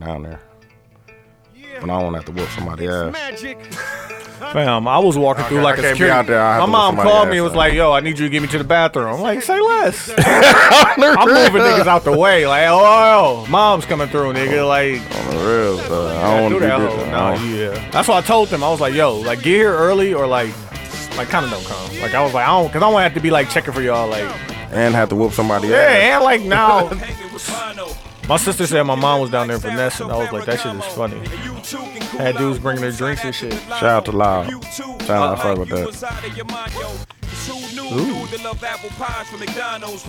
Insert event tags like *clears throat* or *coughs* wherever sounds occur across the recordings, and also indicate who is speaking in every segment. Speaker 1: down there. But I don't have to whoop somebody ass. *laughs*
Speaker 2: Magic.
Speaker 3: Fam, I was walking through
Speaker 1: Okay,
Speaker 3: like
Speaker 1: I
Speaker 3: a
Speaker 1: can't be
Speaker 3: security.
Speaker 1: out there, I have
Speaker 3: My
Speaker 1: to let
Speaker 3: mom
Speaker 1: somebody
Speaker 3: called
Speaker 1: ask
Speaker 3: me and was
Speaker 1: them.
Speaker 3: like, "Yo, I need you to get me to the bathroom." I'm like, "Say less." I'm moving niggas out the way. Like, oh, yo, mom's coming through, nigga. Like,
Speaker 1: For real, so Oh, I don't
Speaker 3: do
Speaker 1: do
Speaker 3: that Oh,
Speaker 1: this.
Speaker 3: whole-
Speaker 1: I
Speaker 3: nah,
Speaker 1: don't-
Speaker 3: yeah. That's why I told them. I was like, "Yo, like, get here early or like, like, kind of don't come." Like, I was like, "I don't," because I don't have to be like checking for y'all. Like,
Speaker 1: And have to whoop somebody ass.
Speaker 3: yeah, and like now. My sister said
Speaker 2: My
Speaker 3: my mom was down there finessing. I was like, that shit is funny.
Speaker 2: Had dudes bringing their drinks and shit.
Speaker 1: Shout out to Loud. Shout out, I fuck with that.
Speaker 2: Ooh.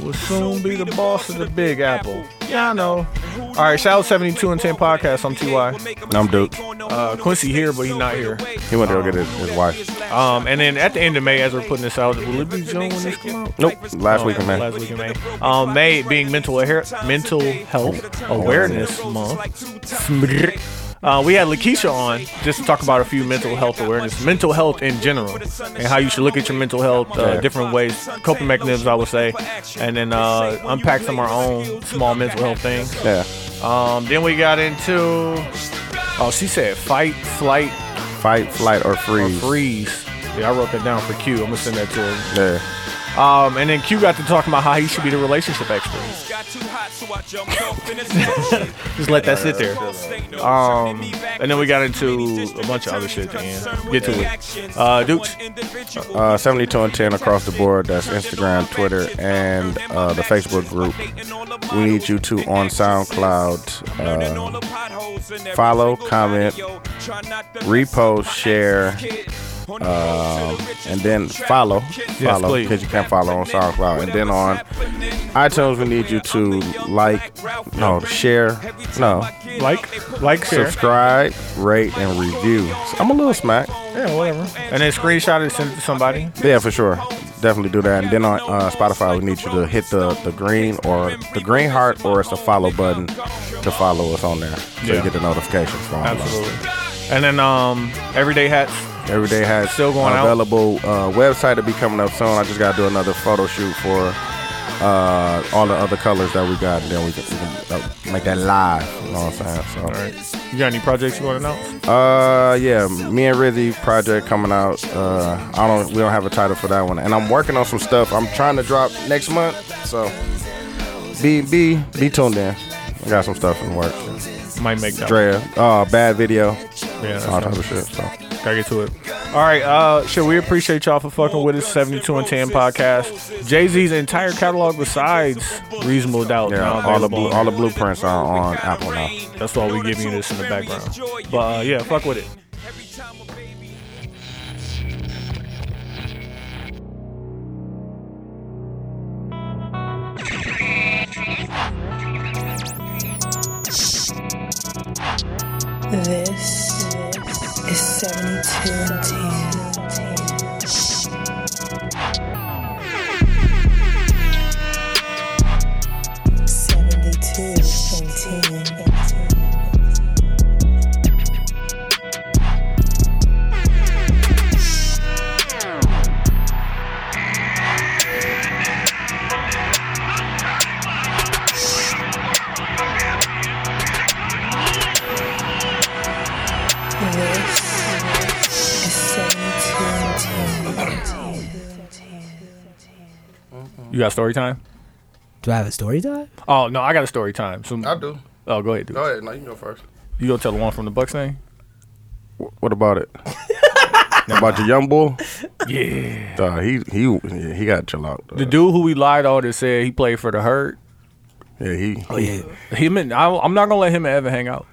Speaker 3: Will soon be the boss of the Big Apple. Yeah, I know. All right, shout out 72 and 10 podcast. I'm TY.
Speaker 1: I'm Duke.
Speaker 2: Uh, Quincy here, but he's not here.
Speaker 1: He went to go get his, his wife.
Speaker 3: Um, and then at the end of May, as we're putting this out, will it be June when this come out?
Speaker 1: Nope. Last week in May.
Speaker 3: Last week in May. Um, May being mental hair, mental health awareness month. Smrrr. Uh, we had Lakeisha on just to talk about a few mental health awareness, mental health in general, and how you should look at your mental health uh, different ways, coping mechanisms, I would say, and then uh, unpack some of our own small mental health things.
Speaker 1: Yeah.
Speaker 3: Um, then we got into, oh, she said fight, flight,
Speaker 1: Fight, flight, or freeze.
Speaker 3: freeze. Yeah, I wrote that down for Q. I'm gonna send that to him.
Speaker 1: Yeah.
Speaker 3: Um, and then Q got to talking about how he should be the relationship expert. Just let that sit there. Um, and then we got into a bunch of other shit at the end. Get to it. Uh, Dukes.
Speaker 1: Uh, 72 and 10 across the board. That's Instagram, Twitter, and uh, the Facebook group. We need you to on SoundCloud. Uh, follow, comment, repost, share, um, and then follow.
Speaker 3: Yes,
Speaker 1: follow
Speaker 3: please.
Speaker 1: because you can't follow on SoundCloud. And then on iTunes, we need you to like, no, share, no,
Speaker 3: Like, like, share.
Speaker 1: subscribe, rate, and review. I'm a little smack.
Speaker 3: Yeah, whatever. And then screenshot it, send it to somebody.
Speaker 1: Yeah, for sure. Definitely do that. And then on uh, Spotify, we need you to hit the, the green or the green heart or it's the follow button to follow us on there so
Speaker 3: Yeah.
Speaker 1: you get the notifications from all of us.
Speaker 3: Absolutely. And then um, everyday hats.
Speaker 1: Everyday has
Speaker 3: Still going out?
Speaker 1: available uh, website to be coming up soon. I just got to do another photo shoot for uh, all the other colors that we got, and then we can, we can uh, make that live. You know what I'm saying? So,
Speaker 3: You got any projects you want to announce?
Speaker 1: uh, yeah, me and Rizzy project coming out. Uh, I don't, we don't have a title for that one, and I'm working on some stuff. I'm trying to drop next month, so be be be tuned in. I got some stuff in the works.
Speaker 3: Might make that.
Speaker 1: Drea, uh, bad video,
Speaker 3: Yeah, that's
Speaker 1: all
Speaker 3: not-
Speaker 1: type of shit. So.
Speaker 3: Gotta get to it. All right, uh, shit, we appreciate y'all for fucking with us. 72 and 10 podcast. Jay Z's entire catalog besides Reasonable Doubt.
Speaker 1: Yeah,
Speaker 3: now
Speaker 1: all the
Speaker 3: available.
Speaker 1: blue, all the blueprints are on Apple now.
Speaker 3: That's why we giving you this in the background. But uh, yeah, fuck with it.
Speaker 4: This is 72 and 10. Seventy-two and ten. This is seventy-two and ten.
Speaker 3: You got story time?
Speaker 5: Do I have a story time?
Speaker 3: Oh no, I got a story time. So
Speaker 1: I do.
Speaker 3: Oh, go ahead, dude.
Speaker 1: ahead, no, you go first.
Speaker 3: You gonna tell the one from the Bucks thing?
Speaker 1: What about
Speaker 3: *laughs*
Speaker 1: it? about your young boy?
Speaker 3: Yeah.
Speaker 1: Uh, he he yeah, he got chill out. though.
Speaker 3: The dude who we lied on that said he played for the hurt.
Speaker 1: yeah, he
Speaker 3: Him and I, I'm not gonna let him and Evan hang out.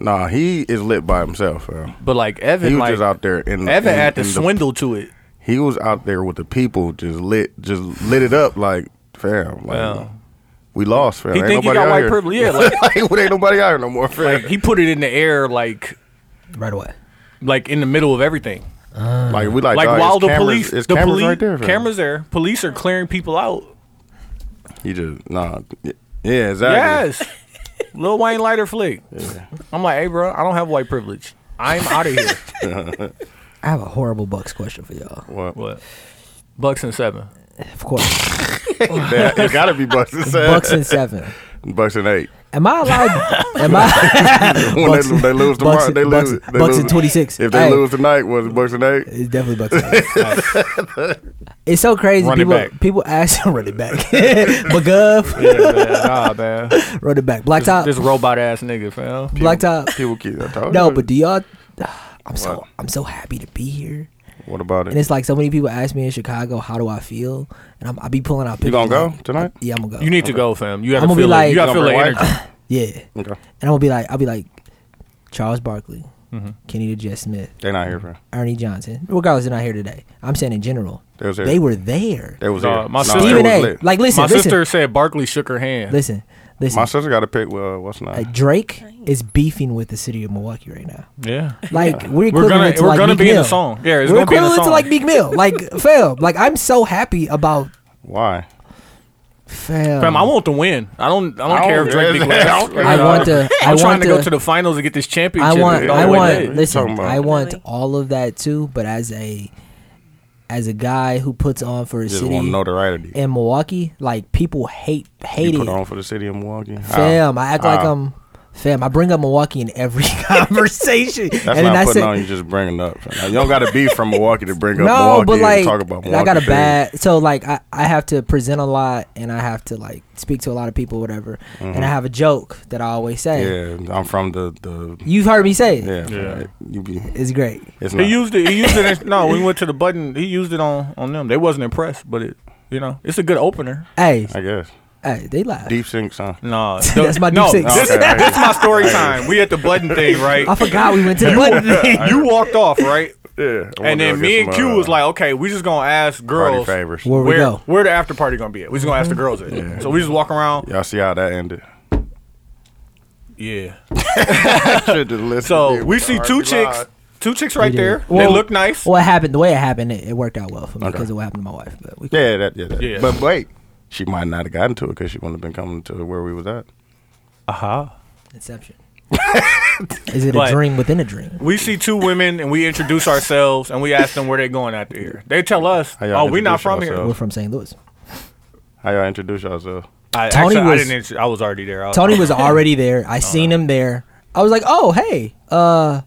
Speaker 1: nah, he is lit by himself. Bro.
Speaker 3: But like
Speaker 1: He
Speaker 3: Evan,
Speaker 1: was
Speaker 3: like
Speaker 1: just out there in
Speaker 3: Evan
Speaker 1: in-
Speaker 3: had to
Speaker 1: in the-
Speaker 3: swindle to it.
Speaker 1: He was out there with the people, just lit, just lit it up like fam. Like,
Speaker 3: Yeah.
Speaker 1: We lost, fam.
Speaker 3: He
Speaker 1: ain't
Speaker 3: think he
Speaker 1: nobody
Speaker 3: got
Speaker 1: out
Speaker 3: white
Speaker 1: here. *laughs*
Speaker 3: privilege. Yeah, like- *laughs*
Speaker 1: well, ain't nobody out here no more, fam.
Speaker 3: Like he put it in the air, like
Speaker 5: Right away.
Speaker 3: like in the middle of everything.
Speaker 1: Like, we like,
Speaker 3: Like uh,
Speaker 1: dog,
Speaker 3: while
Speaker 1: it's
Speaker 3: the
Speaker 1: cameras,
Speaker 3: police,
Speaker 1: it's
Speaker 3: the
Speaker 1: cameras
Speaker 3: police,
Speaker 1: right there, fam.
Speaker 3: cameras there. Police are clearing people out.
Speaker 1: He just nah, yeah, exactly.
Speaker 3: *laughs* Yes. Lil Wayne lighter flick. I'm like, hey, bro, I don't have white privilege. I'm out of here.
Speaker 5: I have a horrible Bucks question for y'all.
Speaker 1: What?
Speaker 3: *laughs* what? Bucks and seven.
Speaker 5: Of course,
Speaker 3: *laughs*
Speaker 1: Yeah, it gotta be Bucks and Seven.
Speaker 5: *laughs* Bucks and seven.
Speaker 1: *laughs* Bucks and eight.
Speaker 5: Am
Speaker 1: *laughs*
Speaker 5: I allowed? am I?
Speaker 1: When they, they lose tomorrow,
Speaker 5: Bucks,
Speaker 1: they lose.
Speaker 5: Bucks,
Speaker 1: they
Speaker 5: Bucks
Speaker 1: lose-
Speaker 5: in 26.
Speaker 1: If they
Speaker 5: Hey.
Speaker 1: lose tonight, was it Bucks and eight?
Speaker 5: It's definitely Bucks.
Speaker 1: *laughs*
Speaker 5: it's so crazy.
Speaker 3: Run it
Speaker 5: people
Speaker 3: back.
Speaker 5: people ask *laughs* run it back. McGuff,
Speaker 3: Yeah, man. Nah, *laughs* man.
Speaker 5: run it back. Blacktop,
Speaker 3: This robot ass nigga, fam.
Speaker 5: blacktop.
Speaker 1: People keep I told
Speaker 5: No,
Speaker 1: you.
Speaker 5: but do y'all? I'm so
Speaker 1: What?
Speaker 5: I'm so happy to be here.
Speaker 1: what about
Speaker 5: And
Speaker 1: it?
Speaker 5: it's like so many people ask me in Chicago, how do I feel? And I'm, I be pulling out
Speaker 1: You
Speaker 5: pictures.
Speaker 1: gonna go
Speaker 5: like,
Speaker 1: tonight?
Speaker 5: Yeah, I'm gonna go.
Speaker 3: You need to go, fam. You gotta
Speaker 5: I'm gonna be
Speaker 3: feel it.
Speaker 5: like-
Speaker 3: You gotta feel the
Speaker 1: Gonna
Speaker 3: energy.
Speaker 1: bring
Speaker 5: yeah,
Speaker 1: Okay,
Speaker 5: and I'm gonna be like, I'll be like Charles Barkley,
Speaker 3: Mm-hmm.
Speaker 5: Kenny the Jet Smith,
Speaker 1: they not here, fam.
Speaker 5: Ernie Johnson. Regardless, they're not here today. I'm saying in general,
Speaker 1: They was here.
Speaker 5: they were there.
Speaker 1: They was
Speaker 3: Nah,
Speaker 1: here.
Speaker 3: my
Speaker 1: Nah, they
Speaker 3: sister-
Speaker 5: Stephen
Speaker 1: was
Speaker 5: A.
Speaker 1: lit.
Speaker 5: Like, listen, *laughs*
Speaker 3: My
Speaker 5: listen,
Speaker 3: sister said Barkley shook her hand.
Speaker 5: listen, listen.
Speaker 1: My sister got to pick. Uh, what's not?
Speaker 5: Like, Drake is beefing with the city of Milwaukee right now.
Speaker 3: Yeah.
Speaker 5: Like we're
Speaker 3: We're
Speaker 5: equivalent
Speaker 3: gonna
Speaker 5: to
Speaker 3: we're
Speaker 5: like
Speaker 3: gonna
Speaker 5: Meek
Speaker 3: be in the
Speaker 5: Mill.
Speaker 3: song. Yeah, it's
Speaker 5: we're
Speaker 3: gonna be in the
Speaker 5: equivalent
Speaker 3: song.
Speaker 5: to like Meek Mill.
Speaker 3: *laughs*
Speaker 5: Like fam, like I'm so happy about
Speaker 1: Why?
Speaker 5: fam.
Speaker 3: Fam, I want to win. I don't. I don't
Speaker 1: I
Speaker 3: care
Speaker 1: don't-
Speaker 3: if Drake
Speaker 1: *laughs*
Speaker 3: be
Speaker 1: I don't
Speaker 3: last.
Speaker 1: care.
Speaker 5: Um, I want
Speaker 3: *laughs*
Speaker 5: to. I
Speaker 3: I'm trying
Speaker 5: want
Speaker 3: to
Speaker 5: to
Speaker 3: go to the finals and get this championship.
Speaker 5: I want.
Speaker 1: Yeah,
Speaker 5: I
Speaker 1: yeah,
Speaker 5: want.
Speaker 1: yeah.
Speaker 5: Listen,
Speaker 1: Talking about-
Speaker 5: I want
Speaker 4: Really?
Speaker 5: all of that too. But as a, as a guy who puts on for a
Speaker 1: Just
Speaker 5: city
Speaker 1: want notoriety.
Speaker 5: in Milwaukee, like people hate hate
Speaker 1: you put
Speaker 5: it.
Speaker 1: on for the city of Milwaukee. How?
Speaker 5: Fam, I act like
Speaker 1: How?
Speaker 5: I'm. Fam, I bring up Milwaukee in every *laughs* conversation,
Speaker 1: That's
Speaker 5: and then
Speaker 1: not
Speaker 5: I
Speaker 1: putting
Speaker 5: say.
Speaker 1: on. You just bringing up. You don't got to be from Milwaukee to bring up
Speaker 5: No,
Speaker 1: Milwaukee
Speaker 5: but like
Speaker 1: and talk about Milwaukee.
Speaker 5: I got a
Speaker 1: shit.
Speaker 5: bad so like I, I have to present a lot and I have to like speak to a lot of people whatever and I have a joke that I always say.
Speaker 1: Mm-hmm. Yeah, I'm from the the.
Speaker 5: You've heard me say it.
Speaker 1: Yeah,
Speaker 3: Yeah.
Speaker 1: You be.
Speaker 5: It's great.
Speaker 1: It's
Speaker 3: He
Speaker 1: not.
Speaker 3: used it. He used it. In, no, we went to the button. He used it on on them. They wasn't impressed, but it. You know, it's a good opener.
Speaker 5: Hey,
Speaker 1: I guess
Speaker 5: hey, they laugh.
Speaker 1: deep sink son.
Speaker 5: *laughs*
Speaker 3: No,
Speaker 5: That's my
Speaker 3: no,
Speaker 5: deep six.
Speaker 3: This,
Speaker 1: Okay, I
Speaker 3: this is my story time. We at the button thing, right?
Speaker 5: I forgot we
Speaker 1: *laughs*
Speaker 5: went to the button
Speaker 3: *laughs*
Speaker 5: thing.
Speaker 3: You walked off, right?
Speaker 1: Yeah. I
Speaker 3: And
Speaker 1: wanna
Speaker 3: then
Speaker 1: go
Speaker 3: me
Speaker 1: get
Speaker 3: and
Speaker 1: some,
Speaker 3: Q
Speaker 1: uh,
Speaker 3: was like, okay, we just gonna ask
Speaker 1: party Mm-hmm.
Speaker 3: girls
Speaker 1: favors.
Speaker 5: Where we
Speaker 3: where
Speaker 5: go?
Speaker 3: where the after party gonna be at. We just gonna ask the girls at. So we just walk around.
Speaker 1: Y'all see how that ended?
Speaker 3: Yeah.
Speaker 1: Should've listened.
Speaker 3: *laughs* So
Speaker 1: Yeah,
Speaker 3: we see two
Speaker 1: already
Speaker 3: chicks,
Speaker 1: lied.
Speaker 3: two chicks right there.
Speaker 5: Well-
Speaker 3: they look
Speaker 5: *laughs*
Speaker 3: nice.
Speaker 5: What happened? The way it happened, it, it worked out well for me
Speaker 1: Okay.
Speaker 5: because of what happened to my wife. But we
Speaker 1: Yeah, that, yeah, that.
Speaker 3: Yeah.
Speaker 1: But wait, she might not have gotten to it because she wouldn't have been coming to where we was at.
Speaker 3: Uh-huh.
Speaker 5: Inception. Is it a
Speaker 3: But-
Speaker 5: dream within a dream?
Speaker 3: We see two women and we introduce ourselves and we ask them where they're going after here. They tell us,
Speaker 1: How y'all
Speaker 3: "Oh, we not
Speaker 1: introduce
Speaker 3: from
Speaker 1: yourselves?
Speaker 3: here."
Speaker 5: We're from St. Louis.
Speaker 1: How y'all introduce yourselves?
Speaker 3: I,
Speaker 5: Tony
Speaker 3: actually, I
Speaker 5: was-
Speaker 3: didn't. intro- I was already there. I was-
Speaker 5: Tony was already there.
Speaker 3: Oh,
Speaker 5: I seen him there. I was like, oh hey, uh,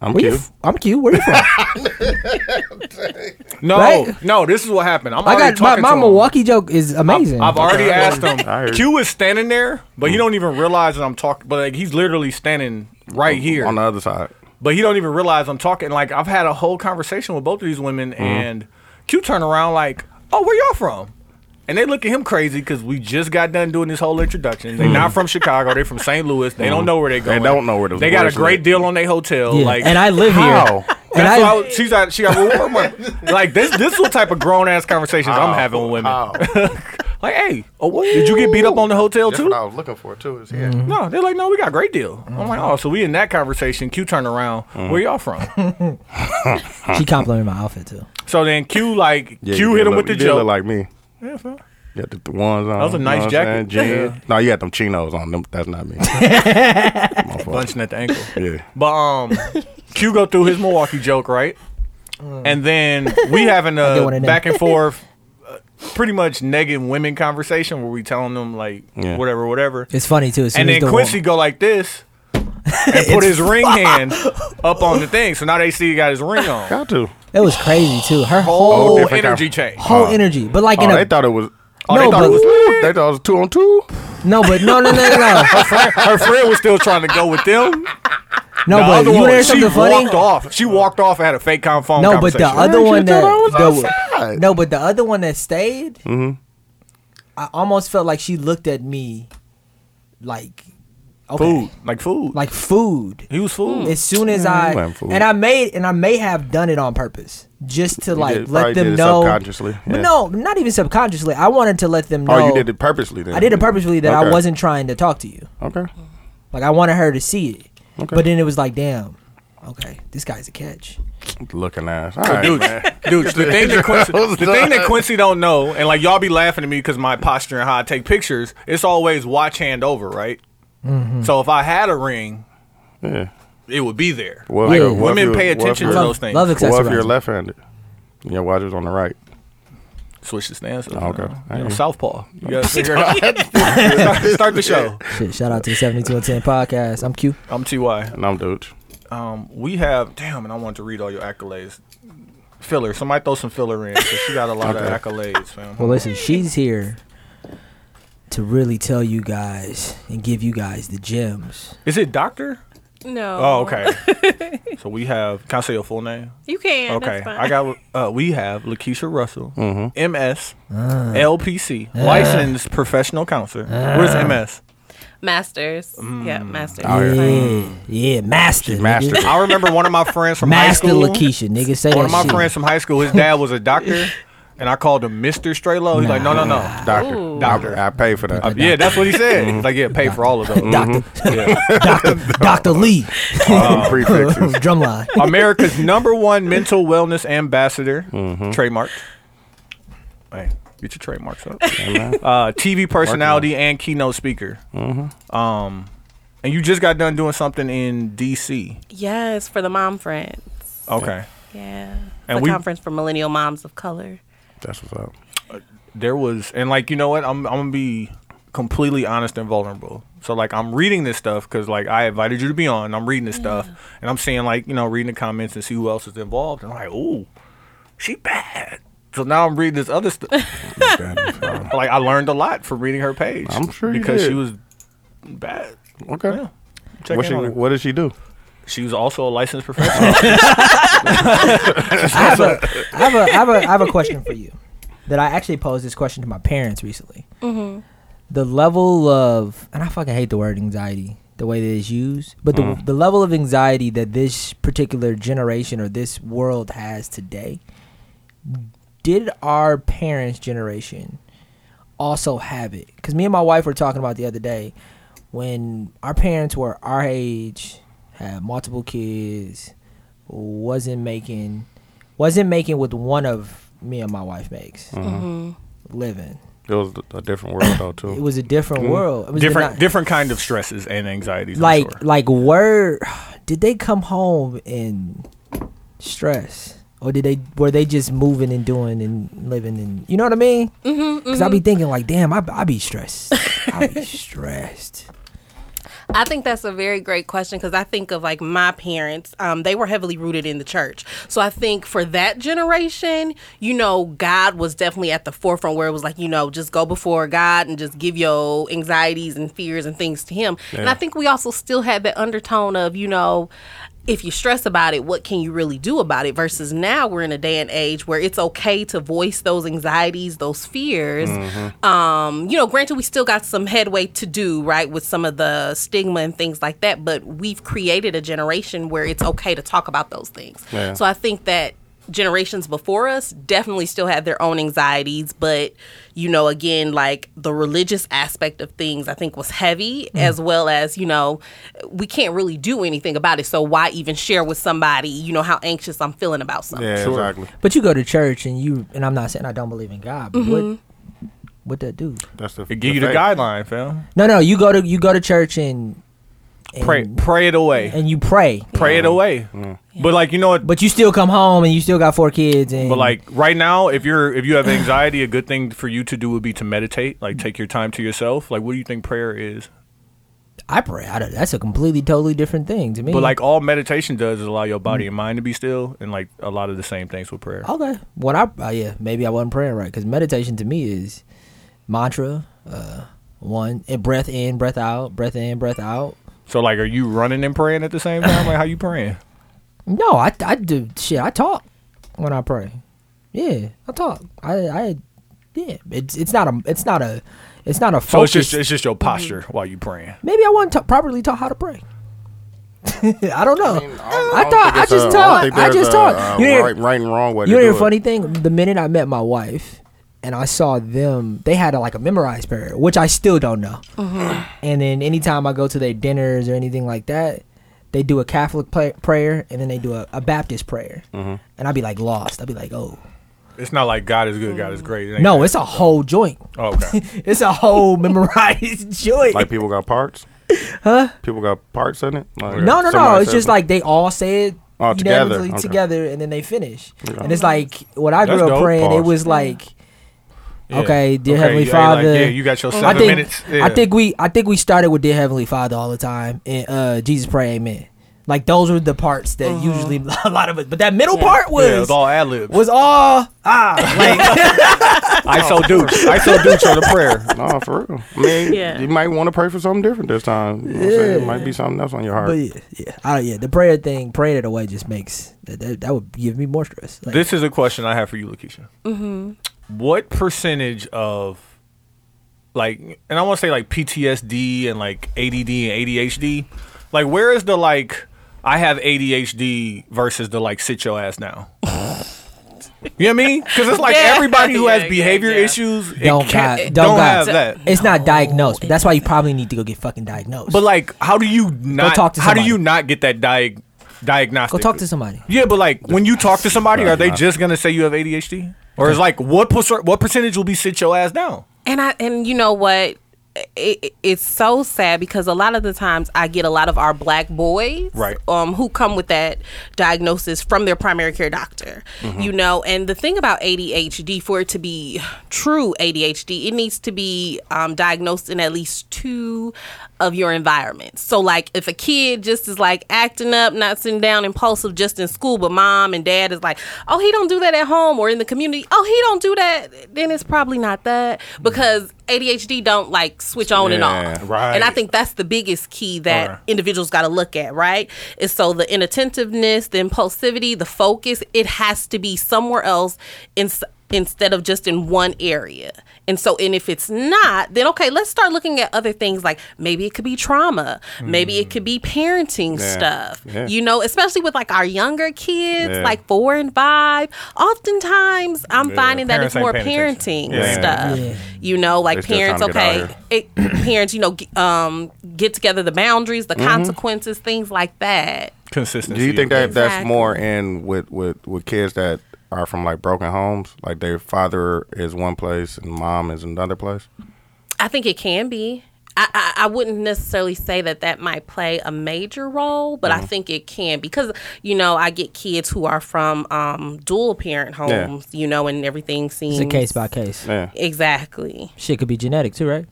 Speaker 1: I'm
Speaker 5: where you?
Speaker 1: Q.
Speaker 5: F- I'm cute. Where you
Speaker 3: *laughs*
Speaker 5: from?
Speaker 3: *laughs* No,
Speaker 5: Right?
Speaker 3: no, this is what happened. I'm
Speaker 5: I
Speaker 3: already
Speaker 5: got my,
Speaker 3: talking
Speaker 5: my
Speaker 3: to him.
Speaker 5: Milwaukee joke is amazing.
Speaker 3: I've already asked
Speaker 1: I
Speaker 3: him.
Speaker 1: heard. Mm.
Speaker 3: Q is standing there, but he don't even realize that I'm talking. But like, he's literally standing right here,
Speaker 1: On the other
Speaker 3: *laughs*
Speaker 1: side.
Speaker 3: but he don't even realize I'm talking. Like I've had a whole conversation with both of these women,
Speaker 1: Mm-hmm.
Speaker 3: and Q turn around like, "Oh, where y'all from?" And they look at him crazy because we just got done doing this whole introduction. They not from Chicago. They from St. Louis. They don't know where they
Speaker 1: Mm. They
Speaker 3: going.
Speaker 1: don't know where the
Speaker 3: They got a
Speaker 1: worst
Speaker 3: great
Speaker 1: is.
Speaker 3: deal on their hotel.
Speaker 5: Yeah,
Speaker 3: Like,
Speaker 5: and I live
Speaker 1: How?
Speaker 5: here. And
Speaker 3: That's
Speaker 5: I,
Speaker 3: why I was- she's got she got reward
Speaker 1: *laughs*
Speaker 3: money. Like this this is the type of grown ass conversations *laughs* I'm having
Speaker 1: Oh,
Speaker 3: with women.
Speaker 1: Wow.
Speaker 3: Like, hey, oh, what, did you get beat up on the hotel
Speaker 1: That's
Speaker 3: too?
Speaker 1: what I was looking for too. Is here.
Speaker 3: No, they're like, no, we got a great deal. I'm
Speaker 1: Mm-hmm.
Speaker 3: like, oh, so we in that conversation. Q turned around.
Speaker 1: Mm.
Speaker 3: Where
Speaker 1: *laughs*
Speaker 3: y'all from?
Speaker 5: she complimented my outfit too.
Speaker 3: so then Q like
Speaker 1: Yeah,
Speaker 3: Q
Speaker 1: you
Speaker 3: hit
Speaker 1: did
Speaker 3: him
Speaker 1: look-
Speaker 3: with the
Speaker 1: you did
Speaker 3: joke.
Speaker 1: Look like me.
Speaker 3: Yeah, fam.
Speaker 1: You had the, the ones on.
Speaker 3: was a
Speaker 1: you
Speaker 3: nice
Speaker 1: know what I'm
Speaker 3: jacket.
Speaker 1: saying? Jeans. No, you had them chinos on. Them, that's not
Speaker 3: *laughs*
Speaker 1: me. My fault.
Speaker 3: Bunching at the ankle.
Speaker 1: *laughs* Yeah.
Speaker 3: But um, Q go through his Milwaukee joke right, and then we
Speaker 5: *laughs*
Speaker 3: having
Speaker 5: Mm. get one
Speaker 3: a
Speaker 5: of them.
Speaker 3: back and forth, uh, pretty much negging women conversation where we telling them like
Speaker 1: Yeah.
Speaker 3: whatever, whatever.
Speaker 5: It's funny too. As soon
Speaker 3: and
Speaker 5: as
Speaker 3: then
Speaker 5: the
Speaker 3: Quincy
Speaker 5: wa-
Speaker 3: go like
Speaker 5: *laughs*
Speaker 3: this and put his ring hand up on the thing. So now they see he got his ring on.
Speaker 1: Got to.
Speaker 5: it was crazy too. Her whole
Speaker 1: Oh,
Speaker 3: Whole
Speaker 1: different
Speaker 3: energy
Speaker 1: kind-
Speaker 3: change. Oh,
Speaker 5: whole energy, but like in
Speaker 1: Oh,
Speaker 5: a
Speaker 1: they thought it was.
Speaker 5: No,
Speaker 1: they thought it
Speaker 5: but- *laughs*
Speaker 1: was. Ooh, They thought it was two on two.
Speaker 5: no, but no, no, no, no, no,
Speaker 3: *laughs* Her friend was still trying to go with them.
Speaker 5: no.
Speaker 3: The
Speaker 5: but
Speaker 3: other
Speaker 5: Oh, you
Speaker 3: one,
Speaker 5: want to hear
Speaker 3: she
Speaker 5: something funny?
Speaker 3: walked off. She walked off and had a fake con phone
Speaker 5: No, but
Speaker 3: conversation.
Speaker 5: the other
Speaker 1: you
Speaker 5: one
Speaker 1: thought I was
Speaker 5: that the,
Speaker 1: outside. Mm-hmm.
Speaker 5: no, but the other one that stayed, I almost felt like she looked at me, like okay,
Speaker 3: food, like food,
Speaker 5: like food.
Speaker 3: he was food.
Speaker 5: As soon as
Speaker 1: you
Speaker 5: I
Speaker 1: went food.
Speaker 5: and I made and I may have done it on purpose just to like
Speaker 1: did- probably
Speaker 5: let them
Speaker 1: did it
Speaker 5: know
Speaker 1: subconsciously,
Speaker 5: But
Speaker 1: yeah.
Speaker 5: no, not even subconsciously. I wanted to let them know.
Speaker 1: Oh, you did it purposely then.
Speaker 5: I did it purposely that I
Speaker 1: Okay.
Speaker 5: wasn't trying to talk to you.
Speaker 1: Okay.
Speaker 5: Like I wanted her to see it.
Speaker 1: Okay.
Speaker 5: But then it was like, damn, okay, this guy's a catch.
Speaker 1: Looking ass. All right,
Speaker 5: *laughs*
Speaker 3: Dude,
Speaker 1: man.
Speaker 3: dude, the thing that *laughs* Quincy, the thing that Quincy don't know, and like y'all be laughing at me because my posture and how I take pictures. It's always watch hand over, right?
Speaker 5: Mm-hmm.
Speaker 3: So if I had a ring,
Speaker 1: Yeah.
Speaker 3: it would be there.
Speaker 1: Well,
Speaker 5: Yeah.
Speaker 1: well, if
Speaker 3: Women
Speaker 1: you-
Speaker 3: pay
Speaker 1: well, if
Speaker 3: attention
Speaker 1: you-
Speaker 3: to
Speaker 5: Love-
Speaker 3: those things.
Speaker 5: Love
Speaker 1: Well, if you're
Speaker 5: accessorizing.
Speaker 1: left-handed, your watch is on the right.
Speaker 3: switch the stance.
Speaker 1: Okay.
Speaker 3: You know,
Speaker 1: Alright.
Speaker 3: Southpaw. You *laughs* gotta figure it out. *laughs* start, start the show.
Speaker 5: Shit, shout out to the 7210 podcast. I'm Q.
Speaker 3: I'm Ty.
Speaker 1: And I'm dude.
Speaker 3: Um, we have damn, and I want to read all your accolades. Filler. Somebody throw some filler in. 'cause She got a lot
Speaker 1: Okay.
Speaker 3: of accolades, fam.
Speaker 5: Well, listen, she's here to really tell you guys and give you guys the gems.
Speaker 3: Is it Doctor?
Speaker 6: No.
Speaker 3: Oh, okay. so we have. Can I say your full name?
Speaker 6: You can.
Speaker 3: Okay,
Speaker 6: That's fine.
Speaker 3: I got. Uh, we have Lakeisha Russell, MS,
Speaker 5: Mm.
Speaker 3: LPC, licensed professional counselor. Where's MS?
Speaker 6: masters.
Speaker 3: Mm.
Speaker 6: Yeah, masters.
Speaker 3: Oh,
Speaker 1: Out here.
Speaker 5: Oh,
Speaker 3: Mm-hmm.
Speaker 5: Yeah, yeah, master. nigga.
Speaker 1: Master.
Speaker 3: I remember one of my friends from
Speaker 5: Master
Speaker 3: high school.
Speaker 5: Lakeisha, nigga. Say
Speaker 3: One
Speaker 5: that
Speaker 3: of my
Speaker 5: shit.
Speaker 3: friends from high school. His dad was a doctor, and I called him Mister Straight Low. He's like, no, no, no.
Speaker 1: Doctor.
Speaker 6: Ooh.
Speaker 3: Doctor.
Speaker 1: I, I pay for that.
Speaker 3: Uh, yeah, that's what he said.
Speaker 5: Mm-hmm.
Speaker 3: He's like, yeah, pay for all
Speaker 5: *laughs*
Speaker 3: of those.
Speaker 5: Doctor,
Speaker 3: Mm-hmm. Yeah.
Speaker 5: Doctor,
Speaker 3: *laughs*
Speaker 5: Doctor Lee, *laughs*
Speaker 1: *laughs* Uh, prefixes.
Speaker 5: drumline.
Speaker 3: America's number one mental wellness ambassador, trademark. Hey, get your trademarks up. Uh, TV personality and keynote speaker. Um, and you just got done doing something in DC.
Speaker 6: yes, for the mom friends.
Speaker 3: Okay.
Speaker 6: Yeah.
Speaker 3: And
Speaker 6: It's a
Speaker 3: we-
Speaker 6: conference for millennial moms of color.
Speaker 1: That's what's up.
Speaker 3: there was and like you know what I'm I'm gonna be completely honest and vulnerable. So like I'm reading this stuff because like I invited you to be on. I'm reading this stuff and I'm seeing like you know reading the comments and see who else is involved. And I'm like, ooh, she bad. So now I'm reading this other stuff.
Speaker 1: Okay.
Speaker 3: Um, like I learned a lot from reading her page.
Speaker 1: I'm sure you
Speaker 3: because
Speaker 1: did.
Speaker 3: she was bad. Yeah. Check
Speaker 1: What,
Speaker 3: in
Speaker 1: she,
Speaker 3: on her.
Speaker 1: what does she do?
Speaker 3: She was also a
Speaker 1: *laughs*
Speaker 3: licensed professional.
Speaker 5: I have a, I have a, I have a, I have a question for you. That I actually posed this question to my parents recently. The level of, and I fucking hate the word anxiety, the way that it's used, but the, the level of anxiety that this particular generation or this world has today, did our parents' generation also have it? Because me and my wife were talking about the other day when our parents were our age, had multiple kids, wasn't making wasn't making what one of me and my wife makes Mm-hmm. living.
Speaker 1: It was a different world though too.
Speaker 5: It was a different world. It was
Speaker 3: Mm-hmm. different
Speaker 5: not-
Speaker 3: different kind of stresses and anxieties. I'm
Speaker 5: like
Speaker 3: sure.
Speaker 5: like were *sighs* did they come home in stress? Or did they were they just moving and doing and living and you know what I mean? Because I be thinking like, damn, I I be stressed. I be stressed.
Speaker 6: I think that's a very great question because I think of like my parents, um, they were heavily rooted in the church. So I think for that generation, you know, God was definitely at the forefront where it was like, you know, just go before God and just give your anxieties and fears and things to Him. And I think we also still had that undertone of, you know, if you stress about it, what can you really do about it? Versus now we're in a day and age where it's okay to voice those anxieties, those fears. Um, you know, granted, we still got some headway to do, right, with some of the stigma and things like that, but we've created a generation where it's okay to talk about those things.
Speaker 1: Yeah.
Speaker 6: So I think that generations before us definitely still had their own anxieties but you know again like the religious aspect of things i think was heavy as well as you know we can't really do anything about it so why even share with somebody you know how anxious i'm feeling about something
Speaker 1: yeah,
Speaker 3: Sure.
Speaker 1: exactly.
Speaker 5: But you go to church and you and I'm not saying I don't believe in God, but what what that do?
Speaker 1: That's the.
Speaker 3: it give you the
Speaker 1: fact.
Speaker 3: guideline, fam.
Speaker 5: No, no, you go to you go to church and, and
Speaker 3: Pray pray it away.
Speaker 5: and you pray,
Speaker 3: pray it away. But like you know what? But,
Speaker 5: but you still come home and you still got four kids and
Speaker 3: like right now, if you're if you have anxiety, a good thing for you to do would be to meditate. Like take your time to yourself. Like what do you think prayer is?
Speaker 5: I pray. I don't, that's a completely totally different thing to me.
Speaker 3: But like all meditation does is allow your
Speaker 5: Mm.
Speaker 3: body and mind to be still, and like a lot of the same things with prayer.
Speaker 5: Okay. When I uh, yeah, maybe I wasn't praying right because meditation to me is mantra, uh, one and breath in, breath out, breath in, breath out.
Speaker 3: So like, are you running and praying at the same time? Like how
Speaker 5: *laughs*
Speaker 3: you praying?
Speaker 5: No, I I do shit. I talk when I pray. Yeah, I talk. I I yeah. It's it's not a it's not a it's not a
Speaker 3: So
Speaker 5: focus.
Speaker 3: it's
Speaker 5: Mm-hmm.
Speaker 3: just it's just your posture while you praying.
Speaker 5: maybe I wasn't ta- properly taught how to pray. *laughs* I don't know. I,
Speaker 1: I don't
Speaker 5: thought
Speaker 1: think
Speaker 5: I
Speaker 1: it's a-
Speaker 5: just
Speaker 1: don't
Speaker 5: taught.
Speaker 1: think
Speaker 5: I
Speaker 1: there's
Speaker 5: just
Speaker 1: a,
Speaker 5: taught.
Speaker 1: uh,
Speaker 5: You didn't-
Speaker 1: right, right and wrong way.
Speaker 5: You
Speaker 1: to
Speaker 5: know
Speaker 1: do
Speaker 5: the
Speaker 1: it.
Speaker 5: funny thing? The minute I met my wife and I saw them, they had a, like a memorized prayer, which I still don't know. And then anytime I go to their dinners or anything like that, they do a Catholic pla prayer and then they do a, a Baptist prayer.
Speaker 1: Mm-hmm.
Speaker 5: And I'd be like lost. I'd be like, oh.
Speaker 3: It's not like God is good, God is great. It ain't
Speaker 5: No,
Speaker 3: that.
Speaker 5: it's a whole joint. *laughs*
Speaker 3: Oh, okay.
Speaker 5: It's
Speaker 1: *laughs*
Speaker 5: a whole memorized *laughs* joint.
Speaker 1: Like people got parts. Huh? People got parts in it. Like,
Speaker 5: no, no, no.
Speaker 1: somebody
Speaker 5: It's
Speaker 1: said-
Speaker 5: just like they all say it
Speaker 1: Oh, together.
Speaker 5: unanimously
Speaker 1: Okay.
Speaker 5: together and then they finish. And it's like when I
Speaker 3: That's
Speaker 5: grew up
Speaker 3: dope.
Speaker 5: praying, it
Speaker 1: Pause.
Speaker 5: was like
Speaker 3: Yeah.
Speaker 5: Okay, dear
Speaker 3: Okay,
Speaker 5: Heavenly
Speaker 3: yeah, like,
Speaker 5: Father.
Speaker 3: yeah, you got your
Speaker 5: I
Speaker 3: seven
Speaker 5: think
Speaker 3: minutes.
Speaker 5: I
Speaker 3: Yeah.
Speaker 5: think we I think we started with dear Heavenly Father all the time and uh, Jesus pray Amen. Like those were the parts that usually *laughs* a lot of us. But that middle part was
Speaker 3: yeah, it's all ad libs.
Speaker 5: was all ah like
Speaker 3: ISO Duke. ISO Duke on the
Speaker 1: *laughs*
Speaker 3: prayer.
Speaker 1: No, for real. I mean,
Speaker 6: Yeah.
Speaker 1: you might want to pray for something different this time. You know what I'm saying? It might be something else on your heart.
Speaker 5: but yeah, yeah, I, yeah. The prayer thing, praying it away, just makes that, that, that would give me more stress. Like,
Speaker 3: *laughs* This is a question I have for you, Lakeisha. Mm-hmm. What percentage of like, and I want to say like PTSD and like ADD and ADHD, like where is the like I have ADHD versus the like sit your
Speaker 5: *laughs*
Speaker 3: ass now? you know what I mean? Because it's like
Speaker 6: Yeah.
Speaker 3: everybody who has
Speaker 6: Yeah, yeah,
Speaker 3: behavior
Speaker 6: yeah.
Speaker 3: issues it
Speaker 5: Don't
Speaker 3: can't,
Speaker 5: got-
Speaker 3: don't,
Speaker 5: don't got-
Speaker 3: have that.
Speaker 5: it's not diagnosed, but that's why you probably need to go get fucking diagnosed.
Speaker 3: But like, how do you not
Speaker 5: talk to
Speaker 3: How do
Speaker 5: somebody.
Speaker 3: you not get that diag diagnostic?
Speaker 5: go talk to somebody.
Speaker 3: Yeah, but like when you talk to somebody, are they just gonna say you have ADHD? Or is like what perc- what percentage will be sit your ass down?
Speaker 6: And I and you know what? It, it- it's so sad because a lot of the times I get a lot of our black boys,
Speaker 3: Right.
Speaker 6: um, who come with that diagnosis from their primary care doctor, you know. And the thing about ADHD, for it to be true ADHD, it needs to be um, diagnosed in at least two of your environments. So, like, if a kid just is like acting up, not sitting down, impulsive, just in school, but mom and dad is like, "Oh, he don't do that at home or in the community. Oh, he don't do that," then it's probably not that because ADHD don't like switch on and
Speaker 1: Yeah,
Speaker 6: off.
Speaker 3: right.
Speaker 6: And I think that's the biggest key that
Speaker 3: Alright.
Speaker 6: individuals got to look at, right? Is so the inattentiveness, the impulsivity, the focus, it has to be somewhere else in, instead of just in one area. And so, and if it's not, then okay, let's start looking at other things like maybe it could be trauma, maybe it could be parenting
Speaker 1: Yeah.
Speaker 6: stuff,
Speaker 1: Yeah.
Speaker 6: you know, especially with like our younger kids,
Speaker 1: Yeah.
Speaker 6: like four and five. Oftentimes, I'm finding that
Speaker 3: parents
Speaker 6: it's more
Speaker 3: ain't paying
Speaker 6: parenting
Speaker 3: attention.
Speaker 1: Yeah.
Speaker 6: stuff, you know, like
Speaker 1: They still
Speaker 6: parents,
Speaker 1: trying to get out
Speaker 6: okay,
Speaker 1: here. Mm-hmm.
Speaker 6: it, *clears throat* parents, you know, g- um, get together the boundaries, the consequences, things like that.
Speaker 3: Consistency.
Speaker 1: Do you think that that's
Speaker 6: Exactly.
Speaker 1: more in with, with with kids that are from like broken homes? Like their father is one place and mom is another place?
Speaker 6: I think it can be. I, I, I wouldn't necessarily say that that might play a major role, but I
Speaker 1: Mm-hmm.
Speaker 6: think it can because you know I get kids who are from um, dual parent
Speaker 1: Yeah.
Speaker 6: homes, you know, and everything seems
Speaker 5: It's
Speaker 3: Mm.
Speaker 5: a case by case.
Speaker 1: Yeah.
Speaker 6: exactly.
Speaker 5: Shit could be genetic too, right?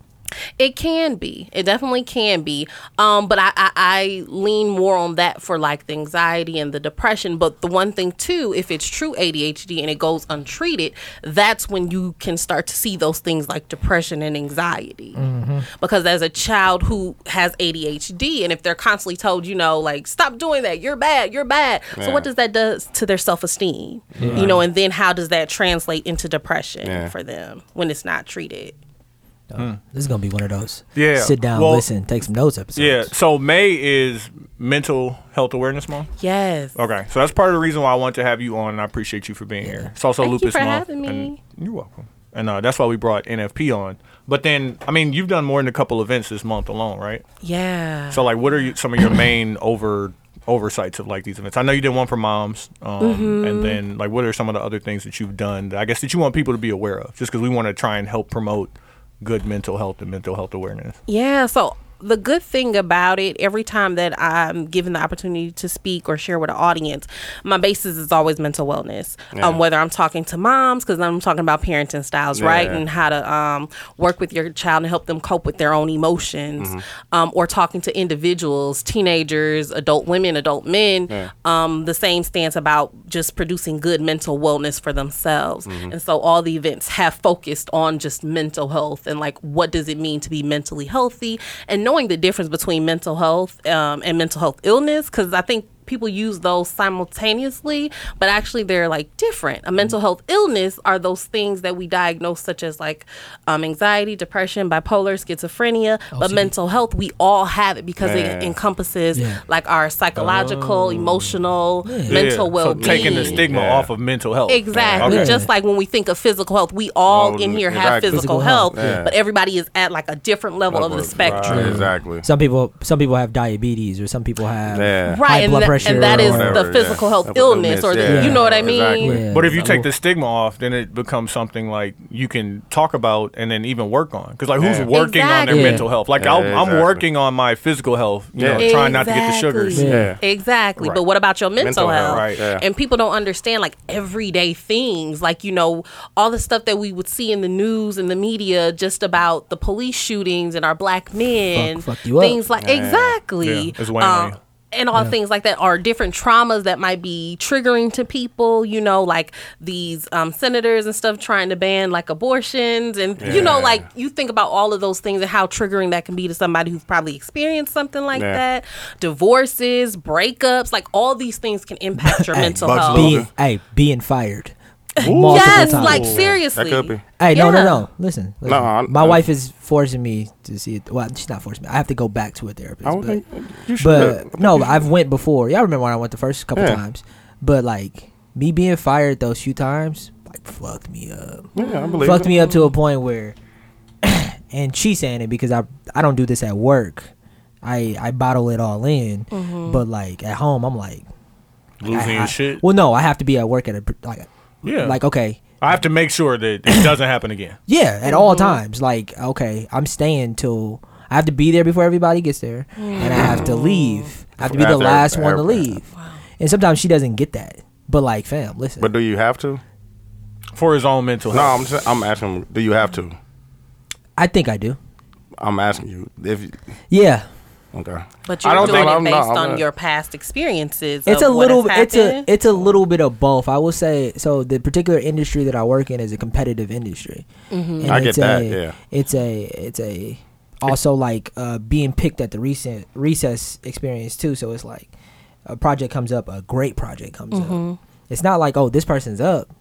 Speaker 6: It can be. It definitely can be. Um, but I, I, I lean more on that for like the anxiety and the depression. But the one thing too, if it's true ADHD and it goes untreated, that's when you can start to see those things like depression and anxiety. Because as a child who has ADHD, and if they're constantly told, you know, like stop doing that, you're bad, you're bad. So
Speaker 1: Yeah.
Speaker 6: what does that does to their self esteem? You know, and then how does that translate into depression
Speaker 1: Yeah.
Speaker 6: for them when it's not treated?
Speaker 5: This is gonna be one of those.
Speaker 3: Hmm. Yeah.
Speaker 5: Sit down,
Speaker 3: Well-
Speaker 5: listen, take some notes episodes.
Speaker 3: Yeah. So May is mental health awareness month.
Speaker 6: Yes.
Speaker 3: Okay. So that's part of the reason why I want to have you on, and I appreciate you for being here. It's also
Speaker 6: Thank you
Speaker 3: lupus
Speaker 6: for
Speaker 3: month.
Speaker 6: having
Speaker 3: and-
Speaker 6: me.
Speaker 3: you're welcome. And uh, that's why we brought NFP on. But then, I mean, you've done more than a couple events this month alone, right?
Speaker 6: Yeah.
Speaker 3: So like, what are you, some of your main over oversights of like these events? I know you did one for moms, um,
Speaker 6: Mm-hmm.
Speaker 3: and then like, what are some of the other things that you've done? That I guess that you want people to be aware of, just because we want to try and help promote good mental health and mental health awareness.
Speaker 6: Yeah. So the good thing about it, every time that I'm given the opportunity to speak or share with an audience, my basis is always mental wellness. Um, whether I'm talking to moms, because I'm talking about parenting styles, right,
Speaker 1: Yeah.
Speaker 6: and how to um, work with your child and help them cope with their own emotions, um, or talking to individuals, teenagers, adult women, adult men, um, the same stance about just producing good mental wellness for themselves. And so all the events have focused on just mental health and like what does it mean to be mentally healthy and knowing the difference between mental health um, and mental health illness because I think people use those simultaneously but actually they're like different a mental health illness are those things that we diagnose such as like um, anxiety depression bipolar schizophrenia but mental health we all have it because
Speaker 1: Yeah.
Speaker 6: it encompasses
Speaker 5: Yeah.
Speaker 6: like our psychological emotional mental well-being
Speaker 3: So taking the stigma
Speaker 1: Yeah.
Speaker 3: off of mental health.
Speaker 6: Exactly.
Speaker 5: Okay.
Speaker 6: Just like when we think of physical health, we all
Speaker 1: Oh,
Speaker 6: in here have
Speaker 1: exactly.
Speaker 6: physical,
Speaker 5: Physical health,
Speaker 6: health,
Speaker 1: yeah.
Speaker 6: but everybody is at like a different level of the
Speaker 1: Right,
Speaker 5: Uh,
Speaker 6: spectrum.
Speaker 1: Exactly.
Speaker 5: Some people some people have diabetes or some people have
Speaker 1: Yeah.
Speaker 6: Right,
Speaker 5: high
Speaker 6: and
Speaker 5: blood
Speaker 6: that-
Speaker 5: pressure.
Speaker 6: and that
Speaker 5: or
Speaker 6: is
Speaker 1: whatever,
Speaker 6: the physical
Speaker 1: yeah.
Speaker 6: health
Speaker 1: Health
Speaker 6: illness, or the,
Speaker 1: illness, yeah.
Speaker 6: you know what I mean.
Speaker 1: Exactly.
Speaker 5: Yeah.
Speaker 3: But if you take the stigma off, then it becomes something like you can talk about and then even work on. Because like, who's
Speaker 1: Yeah.
Speaker 3: working on their
Speaker 5: Exactly.
Speaker 3: mental health? Like, I'll,
Speaker 1: Exactly.
Speaker 3: I'm working on my physical health, you know,
Speaker 1: Yeah.
Speaker 3: trying not to get the sugars.
Speaker 5: Yeah.
Speaker 1: Yeah.
Speaker 6: Exactly.
Speaker 3: Right.
Speaker 6: But what about your mental,
Speaker 1: Mental health,
Speaker 6: health?
Speaker 3: right,
Speaker 1: yeah.
Speaker 6: And people don't understand like everyday things, like, you know, all the stuff that we would see in the news and the media just about the police shootings and our black men.
Speaker 5: Fuck- fuck you up.
Speaker 6: things like exactly.
Speaker 3: Yeah, it's way
Speaker 6: Um,
Speaker 3: more.
Speaker 6: and all things like that are different traumas that might be triggering to people, you know, like these um, senators and stuff trying to ban like abortions. And, you know,
Speaker 1: Yeah.
Speaker 6: like you think about all of those things and how triggering that can be to somebody who's probably experienced something like
Speaker 1: Yeah.
Speaker 6: that. Divorces, breakups, like all these things can impact your
Speaker 5: Hey,
Speaker 6: mental
Speaker 1: Bugs
Speaker 6: health.
Speaker 1: Bunny.
Speaker 5: being, hey, being fired. Multiple
Speaker 6: Yes,
Speaker 5: times.
Speaker 6: like seriously.
Speaker 1: That could be.
Speaker 5: Hey, no, no,
Speaker 6: Yeah.
Speaker 5: no. Listen, listen.
Speaker 1: I-
Speaker 5: my
Speaker 1: I-
Speaker 5: wife is forcing me to see it. Well, she's not forcing me. I have to go back to a therapist.
Speaker 1: I
Speaker 5: but
Speaker 1: would think you should.
Speaker 5: but no, I've went before. Y'all remember when I went the first couple
Speaker 1: Yeah.
Speaker 5: times? But like me being fired those few times, like fucked me up.
Speaker 1: yeah, I believe
Speaker 5: Fucked
Speaker 1: it.
Speaker 5: me up to a point where, *clears throat* and she's saying it because I I don't do this at work. I I bottle it all in, but like at home, I'm like I-
Speaker 3: Losing
Speaker 5: I-
Speaker 3: your shit.
Speaker 5: Well, no, I have to be at work at a pr- like
Speaker 3: Yeah.
Speaker 5: like okay,
Speaker 3: I have to make sure
Speaker 5: *coughs*
Speaker 3: that it doesn't happen again.
Speaker 5: yeah, at all times. Like, okay, I'm staying till I have to be there before everybody gets there, and I have to leave. I have to be the
Speaker 1: After
Speaker 5: last one to
Speaker 1: everybody.
Speaker 5: leave. And sometimes she doesn't get that. But like, fam, listen.
Speaker 1: But do you have to?
Speaker 3: For his own mental
Speaker 1: No,
Speaker 3: health.
Speaker 1: I'm just, I'm asking. Do you have to?
Speaker 5: I think I do.
Speaker 1: I'm asking you if. you-
Speaker 5: Yeah,
Speaker 1: Okay.
Speaker 6: But
Speaker 1: I
Speaker 6: you're
Speaker 1: don't
Speaker 6: doing
Speaker 1: think-
Speaker 6: it
Speaker 1: I'm
Speaker 6: based
Speaker 1: not- I'm
Speaker 6: on
Speaker 1: not-
Speaker 6: your past experiences.
Speaker 5: it's
Speaker 6: of
Speaker 5: a
Speaker 6: what
Speaker 5: little.
Speaker 6: has
Speaker 5: It's a
Speaker 6: happened.
Speaker 5: it's a little bit of both. I will say. So the particular industry that I work in is a competitive industry.
Speaker 6: Mm-hmm.
Speaker 5: And
Speaker 1: I get
Speaker 5: it's
Speaker 1: that,
Speaker 5: a-
Speaker 1: yeah.
Speaker 5: it's a it's a also like uh, being picked at the recent recess experience too. So it's like a project comes up, a great project comes up.
Speaker 6: Mm-hmm.
Speaker 5: It's not like oh this person's up,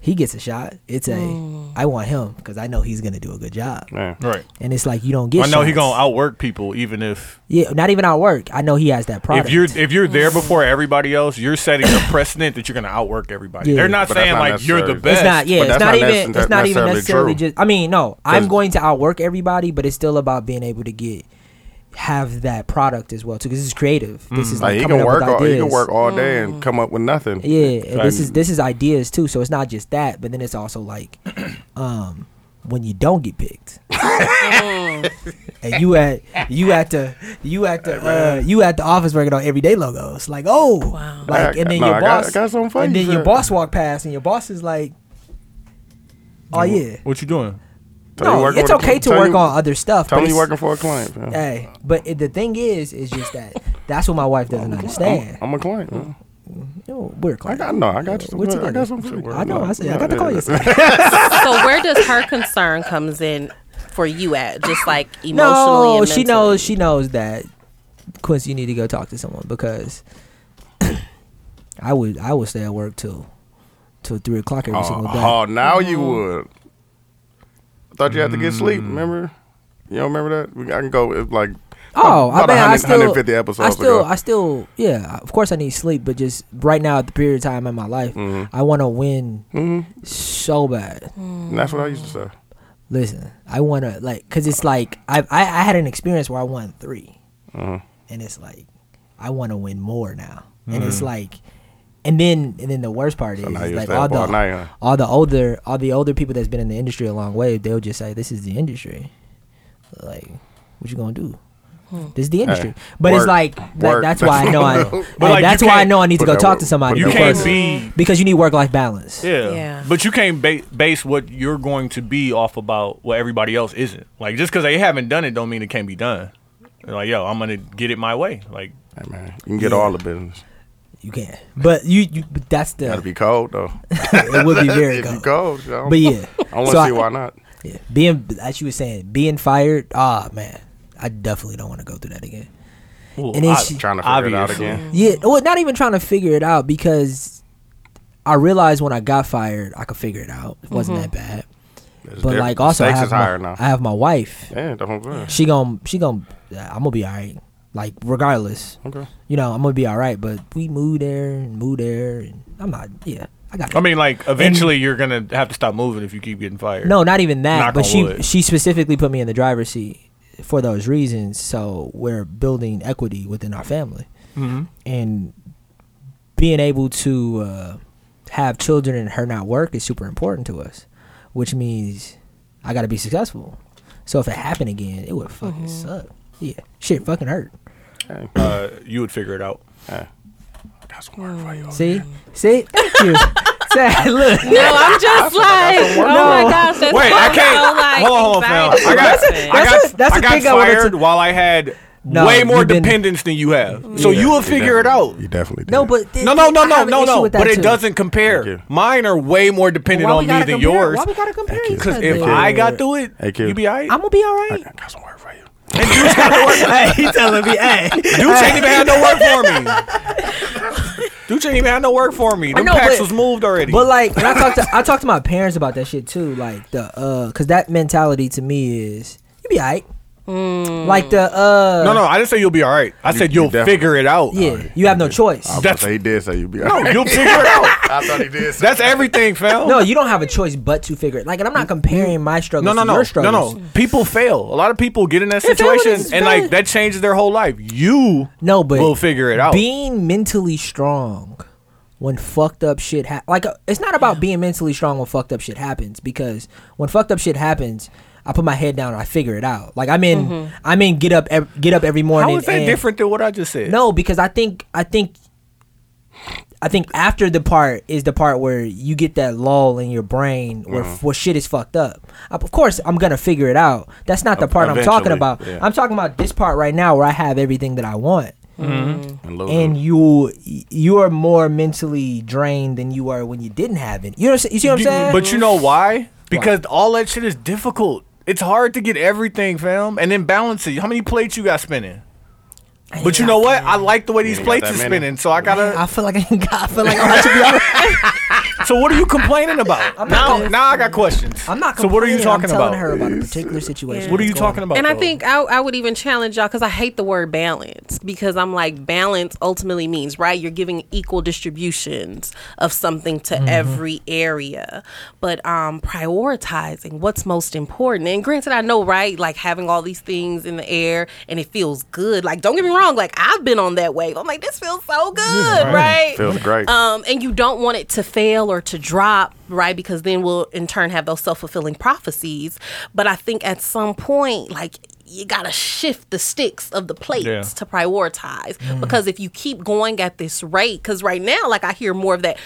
Speaker 5: he gets a shot. It's a I
Speaker 6: Mm.
Speaker 5: want him because I know he's gonna do a good job.
Speaker 1: Yeah.
Speaker 3: Right.
Speaker 5: And it's like you don't get.
Speaker 3: I know he
Speaker 5: shots.
Speaker 3: gonna outwork people, even if
Speaker 5: Yeah, not even at work. I know he has that product. Mm.
Speaker 3: if you're if you're there before everybody else, you're setting the precedent that you're gonna outwork everybody.
Speaker 5: Yeah.
Speaker 3: They're not
Speaker 1: But that's
Speaker 3: saying
Speaker 1: not
Speaker 3: like you're the
Speaker 1: necessary.
Speaker 3: best.
Speaker 5: It's not. Yeah,
Speaker 1: but
Speaker 5: it's
Speaker 1: that's
Speaker 5: not,
Speaker 1: not
Speaker 5: even.
Speaker 1: necessary-
Speaker 5: it's not even
Speaker 1: necessarily
Speaker 5: necessarily
Speaker 1: true.
Speaker 5: just. I mean, no. I'm
Speaker 1: 'Cause-
Speaker 5: going to outwork everybody, but it's still about being able to get have that product as well too. Because it's creative. This is
Speaker 1: Mm,
Speaker 5: like,
Speaker 1: Like he
Speaker 5: coming
Speaker 1: can
Speaker 5: up
Speaker 1: work.
Speaker 5: with
Speaker 1: All, he
Speaker 5: ideas.
Speaker 1: can work all day
Speaker 5: Mm.
Speaker 1: and come up with nothing.
Speaker 5: Yeah, and
Speaker 1: Like,
Speaker 5: this is this is ideas too. So it's not just that, but then it's also like, *clears throat* um, when you don't get picked, and you at you at the you at the uh, you at the office working on everyday logos. Like oh,
Speaker 6: Wow.
Speaker 5: like
Speaker 1: I-
Speaker 5: and then
Speaker 1: no,
Speaker 5: your
Speaker 1: I got-
Speaker 5: boss
Speaker 1: I got something for
Speaker 5: and
Speaker 1: you
Speaker 5: then
Speaker 1: for
Speaker 5: your
Speaker 1: that.
Speaker 5: boss walk past and your boss is like, oh yeah,
Speaker 3: What you doing?
Speaker 1: So you
Speaker 5: no,
Speaker 1: working
Speaker 5: it's
Speaker 1: with-
Speaker 5: okay to
Speaker 1: so
Speaker 5: work
Speaker 1: you-
Speaker 5: on other stuff.
Speaker 1: Tell
Speaker 5: but
Speaker 1: me you
Speaker 5: it's-
Speaker 1: working for a client. man.
Speaker 5: Hey, but it, the thing is, is just that that's what my wife
Speaker 1: *laughs*
Speaker 5: doesn't understand.
Speaker 1: I'm a client. man.
Speaker 5: No, we're
Speaker 1: I
Speaker 5: clients.
Speaker 1: got no. I got you. some
Speaker 5: We're
Speaker 1: good- I
Speaker 5: together.
Speaker 1: got some. good-
Speaker 5: I know. I said I
Speaker 1: No,
Speaker 5: got to
Speaker 1: yeah,
Speaker 5: call you.
Speaker 1: yeah.
Speaker 5: something.
Speaker 6: so where does her concern comes in for you at?
Speaker 5: *sighs*
Speaker 6: Just like *laughs* emotionally
Speaker 5: no,
Speaker 6: and
Speaker 5: she
Speaker 6: mentally?
Speaker 5: knows. She knows that Quincy, you need to go talk to someone because *clears throat* I would I would stay at work till till three o'clock every single day.
Speaker 1: Oh, oh, now you
Speaker 5: Mm.
Speaker 1: would. I thought you had to get sleep. Remember? You don't remember that? We, I can go it was like.
Speaker 5: Oh, I
Speaker 1: about
Speaker 5: mean, I
Speaker 1: 100
Speaker 5: still,
Speaker 1: 150 episodes
Speaker 5: I still,
Speaker 1: ago.
Speaker 5: I still, yeah. Of course, I need sleep, but just right now at the period of time in my life,
Speaker 1: Mm-hmm.
Speaker 5: I want to win so bad.
Speaker 1: And that's what I used to say.
Speaker 5: Mm. Listen, I want to like, cause it's like I, I, I had an experience where I won 3
Speaker 1: Uh-huh.
Speaker 5: and it's like I want to win more now, and it's like, and then and then the worst part is,
Speaker 1: Mm. now
Speaker 5: is
Speaker 1: you
Speaker 5: like
Speaker 1: stay
Speaker 5: all
Speaker 1: up all
Speaker 5: the
Speaker 1: night, huh?
Speaker 5: all the older all the older people that's been in the industry a long way, they'll just say this is the industry, like what you gonna do? This is the industry, but
Speaker 1: Work.
Speaker 5: it's like that-
Speaker 1: Work.
Speaker 5: that's why I know
Speaker 1: *laughs*
Speaker 5: I, like,
Speaker 3: like, you
Speaker 5: that's why I
Speaker 3: can't-
Speaker 5: know I need to
Speaker 1: Put
Speaker 5: go
Speaker 1: that
Speaker 5: talk
Speaker 1: work-
Speaker 5: to somebody
Speaker 1: put
Speaker 3: You
Speaker 1: that
Speaker 5: because,
Speaker 3: can't be.
Speaker 5: because you need work life balance.
Speaker 3: Yeah.
Speaker 6: Yeah.
Speaker 3: But you can't ba- base what you're going to be off about what everybody else isn't. Like just because they haven't done it, don't mean it can't be done. Like yo, I'm gonna get it my way. Like
Speaker 1: Hey, man, you can get all the business.
Speaker 5: You can, but you you but that's the
Speaker 1: Gotta be cold though.
Speaker 5: it would
Speaker 1: *laughs*
Speaker 5: be very
Speaker 1: if you
Speaker 5: cold.
Speaker 1: cold, I don't-
Speaker 5: But yeah,
Speaker 1: I want to
Speaker 5: So
Speaker 1: see why not.
Speaker 5: yeah, being as you were saying, being fired. Ah, man, I definitely don't want to go through that again.
Speaker 3: well,
Speaker 5: And then
Speaker 3: I-
Speaker 5: she-
Speaker 1: Trying to figure it out
Speaker 3: Obviously.
Speaker 1: again.
Speaker 5: Yeah, well, not even trying to figure it out because I realized when I got fired, I could figure it out. It wasn't that bad.
Speaker 1: It's
Speaker 5: But
Speaker 1: different.
Speaker 5: like, also, I
Speaker 1: stakes
Speaker 5: have,
Speaker 1: is higher
Speaker 5: my,
Speaker 1: now.
Speaker 5: I have my wife.
Speaker 1: yeah, that's what I'm saying.
Speaker 5: She gon' she gon' I'm gonna be all right. Like regardless,
Speaker 1: Okay.
Speaker 5: you know, I'm gonna be all right. But we moved there and moved there, and I'm not. Yeah, I got.
Speaker 3: I mean, like eventually you're gonna have to stop moving if you keep getting fired.
Speaker 5: No, not even that.
Speaker 3: Knock
Speaker 5: but
Speaker 3: on
Speaker 5: she
Speaker 3: wood.
Speaker 5: she specifically put me in the driver's seat for those reasons. So we're building equity within our family.
Speaker 3: Mm-hmm.
Speaker 5: and being able to uh, have children and her not work is super important to us, which means I got to be successful. So if it happened again, it would fucking suck. Yeah, shit, fucking hurt.
Speaker 3: Uh, you would figure it out.
Speaker 1: That's work for you.
Speaker 5: See, see, Thank you. *laughs* Say, look,
Speaker 6: No,
Speaker 5: *laughs*
Speaker 6: I'm just like, oh my gosh, that's
Speaker 3: Wait, I
Speaker 6: so,
Speaker 3: can't.
Speaker 6: Like,
Speaker 3: hold on, hold on,
Speaker 6: anxiety
Speaker 3: Phil. I got,
Speaker 6: inducing.
Speaker 3: I
Speaker 5: that's
Speaker 3: got,
Speaker 5: a- that's
Speaker 3: I
Speaker 5: a
Speaker 3: got
Speaker 5: thing I wanted
Speaker 3: fired
Speaker 5: to-
Speaker 3: while I had
Speaker 5: No,
Speaker 3: way more
Speaker 5: you've been-
Speaker 3: dependence than you have. So you will figure it out.
Speaker 1: You definitely did.
Speaker 5: no, but th-
Speaker 3: No, no, no,
Speaker 5: I
Speaker 3: no,
Speaker 5: have an
Speaker 3: no,
Speaker 5: issue
Speaker 3: no.
Speaker 5: with that
Speaker 3: But it
Speaker 5: too.
Speaker 3: doesn't compare.
Speaker 1: Thank you.
Speaker 3: Mine are way more dependent
Speaker 5: Why
Speaker 3: on
Speaker 5: we
Speaker 3: me
Speaker 5: gotta
Speaker 3: than
Speaker 5: compare?
Speaker 3: yours.
Speaker 5: Why we gotta
Speaker 1: you.
Speaker 5: compare? each
Speaker 3: Because if
Speaker 5: other?
Speaker 3: I got through it,
Speaker 1: Thank you.
Speaker 3: you be alright.
Speaker 5: I'm gonna be all right.
Speaker 3: *laughs*
Speaker 1: I got some work for you.
Speaker 5: *laughs* hey, he telling me, hey,
Speaker 3: Dudes ain't even had no work for
Speaker 5: *laughs*
Speaker 3: me. Dudes ain't even had no work for me. The
Speaker 5: know,
Speaker 3: packs
Speaker 5: but-
Speaker 3: was moved
Speaker 5: *laughs*
Speaker 3: already.
Speaker 5: But like when I talk to I talk to my parents about that shit too. Like the uh, cause that mentality to me is you be alright. Like the uh,
Speaker 3: no, no, I didn't say you'll be all right. I said
Speaker 1: you
Speaker 3: you'll
Speaker 1: definitely-
Speaker 3: figure it out.
Speaker 5: yeah, you have no choice.
Speaker 1: I was
Speaker 3: That's-
Speaker 1: That's, he did say you'd be
Speaker 3: No,
Speaker 5: *laughs*
Speaker 1: alright.
Speaker 3: you'll figure it out.
Speaker 1: *laughs* I thought he did. Say
Speaker 3: That's everything, Phil.
Speaker 5: No, you don't have a choice but to figure it. Like, and I'm not comparing my struggles
Speaker 3: No, no,
Speaker 5: to
Speaker 3: no,
Speaker 5: your
Speaker 3: no,
Speaker 5: struggles.
Speaker 3: no. People fail. A lot of people get in that
Speaker 6: If that was
Speaker 3: situation,
Speaker 6: his
Speaker 3: and
Speaker 6: bad-
Speaker 3: like that changes their whole life. You
Speaker 5: No, but
Speaker 3: will figure it out.
Speaker 5: Being mentally strong when fucked up shit happens. Like, uh, it's not about being mentally strong when fucked up shit happens because when fucked up shit happens, I put my head down and I figure it out. Like, I'm in, I'm in. Get up, ev- get up every morning.
Speaker 3: How is that
Speaker 5: and-
Speaker 3: different than what I just said?
Speaker 5: No, because I think, I think. I think after the part is the part where you get that lull in your brain where,
Speaker 3: Mm-hmm.
Speaker 5: where shit is fucked up. Of course, I'm gonna figure it out. That's not
Speaker 3: E,
Speaker 5: the part I'm talking
Speaker 1: eventually,
Speaker 5: about.
Speaker 1: yeah.
Speaker 5: I'm talking about this part right now where I have everything that I want
Speaker 1: and Lulu.
Speaker 5: and you you are more mentally drained than you are when you didn't have it. You know, what I'm, you see what I'm
Speaker 3: You-
Speaker 5: saying?
Speaker 3: But you know why? Because all that shit is difficult. It's hard to get everything, fam, and then balance it. How many plates you got spinning? But you know what? I like the way these
Speaker 1: ain't got
Speaker 3: plates
Speaker 1: that
Speaker 3: are
Speaker 1: many.
Speaker 3: spinning, so I
Speaker 5: I
Speaker 3: gotta.
Speaker 5: feel like I ain't got. I feel like I should be. All right.
Speaker 3: So what are you complaining
Speaker 5: *laughs*
Speaker 3: about?
Speaker 5: I'm not
Speaker 3: now,
Speaker 5: gonna-
Speaker 3: now I got questions.
Speaker 5: I'm not.
Speaker 3: So what are you
Speaker 5: complaining.
Speaker 3: talking
Speaker 5: I'm
Speaker 3: about?
Speaker 5: Telling her about a particular situation.
Speaker 3: What are you
Speaker 5: that's going
Speaker 3: talking about?
Speaker 6: And I
Speaker 3: though?
Speaker 6: think I, I would even challenge y'all because I hate the word balance because I'm like balance ultimately means right you're giving equal distributions of something to
Speaker 3: Mm-hmm.
Speaker 6: every area, but um prioritizing what's most important. And granted, I know right like having all these things in the air and it feels good. Like don't get me wrong, like I've been on that wave. I'm like this feels so good, right?
Speaker 1: Feels great.
Speaker 6: Um, and you don't want it to fail or to drop, right? Because then we'll in turn have those self fulfilling prophecies. But I think at some point, like, you gotta shift the sticks of the plates
Speaker 3: Yeah.
Speaker 6: to prioritize because if you keep going at this rate, because right now, like I hear more of that,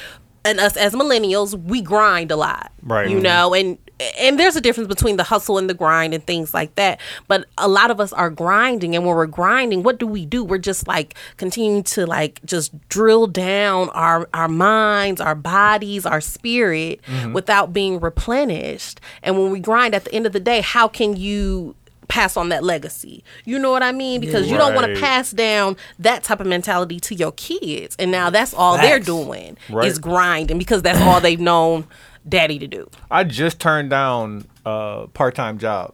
Speaker 6: and us as millennials, we grind a lot,
Speaker 3: Right.
Speaker 6: You
Speaker 3: Mhm.
Speaker 6: know, know, and and there's a difference between the hustle and the grind and things like that. But a lot of us are grinding, and when we're grinding, what do we do? We're just like continuing to like just drill down our our minds, our bodies, our spirit
Speaker 3: Mm-hmm.
Speaker 6: without being replenished. And when we grind, at the end of the day, how can you? pass on that legacy you know what i mean because you don't want to
Speaker 3: Right.
Speaker 6: pass down that type of mentality to your kids and now that's all they're
Speaker 5: Facts.
Speaker 6: doing is
Speaker 3: Right.
Speaker 6: grinding because that's all they've known daddy to do
Speaker 3: I just turned down a part time job,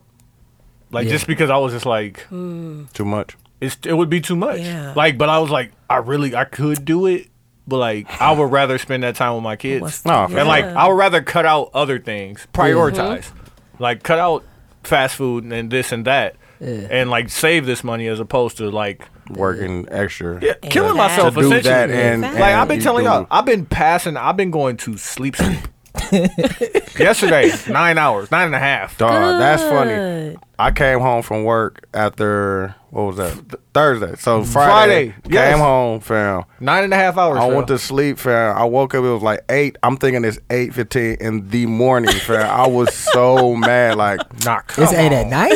Speaker 3: like just because I was just like,
Speaker 5: Mm.
Speaker 1: Too much.
Speaker 3: it's, it would be too much.
Speaker 6: Yeah.
Speaker 3: Like, but I was like, I really I could do it, but like I
Speaker 5: *sighs*
Speaker 3: would rather spend that time with my kids.
Speaker 6: What's-
Speaker 1: No,
Speaker 3: And like I would rather cut out other things,
Speaker 5: Mm-hmm.
Speaker 3: prioritize, like cut out fast food and this and that, and like save this money as opposed to like
Speaker 1: working extra.
Speaker 3: yeah, *laughs* killing
Speaker 6: Yeah.
Speaker 3: myself.
Speaker 1: To do
Speaker 3: essentially.
Speaker 1: that and,
Speaker 6: Like,
Speaker 1: and
Speaker 3: like I've been
Speaker 1: you
Speaker 3: telling
Speaker 1: do-
Speaker 3: y'all, I've been passing. I've been going to sleep. *laughs* sleep.
Speaker 1: *laughs*
Speaker 3: Yesterday, nine hours, nine and a half.
Speaker 1: Dog, that's funny.
Speaker 6: Good.
Speaker 1: I came home from work after what was that? Th- Thursday. So
Speaker 3: Friday,
Speaker 1: Mm-hmm. Friday.
Speaker 3: yes.
Speaker 1: Came home, fam.
Speaker 3: Nine and a half hours.
Speaker 1: I
Speaker 3: Phil.
Speaker 1: went to sleep, fam. I woke up. It was like eight. I'm thinking it's eight fifteen in the morning, fam. I was so *laughs* mad. Like,
Speaker 3: knock.
Speaker 5: It's eight at
Speaker 3: *laughs*
Speaker 5: night.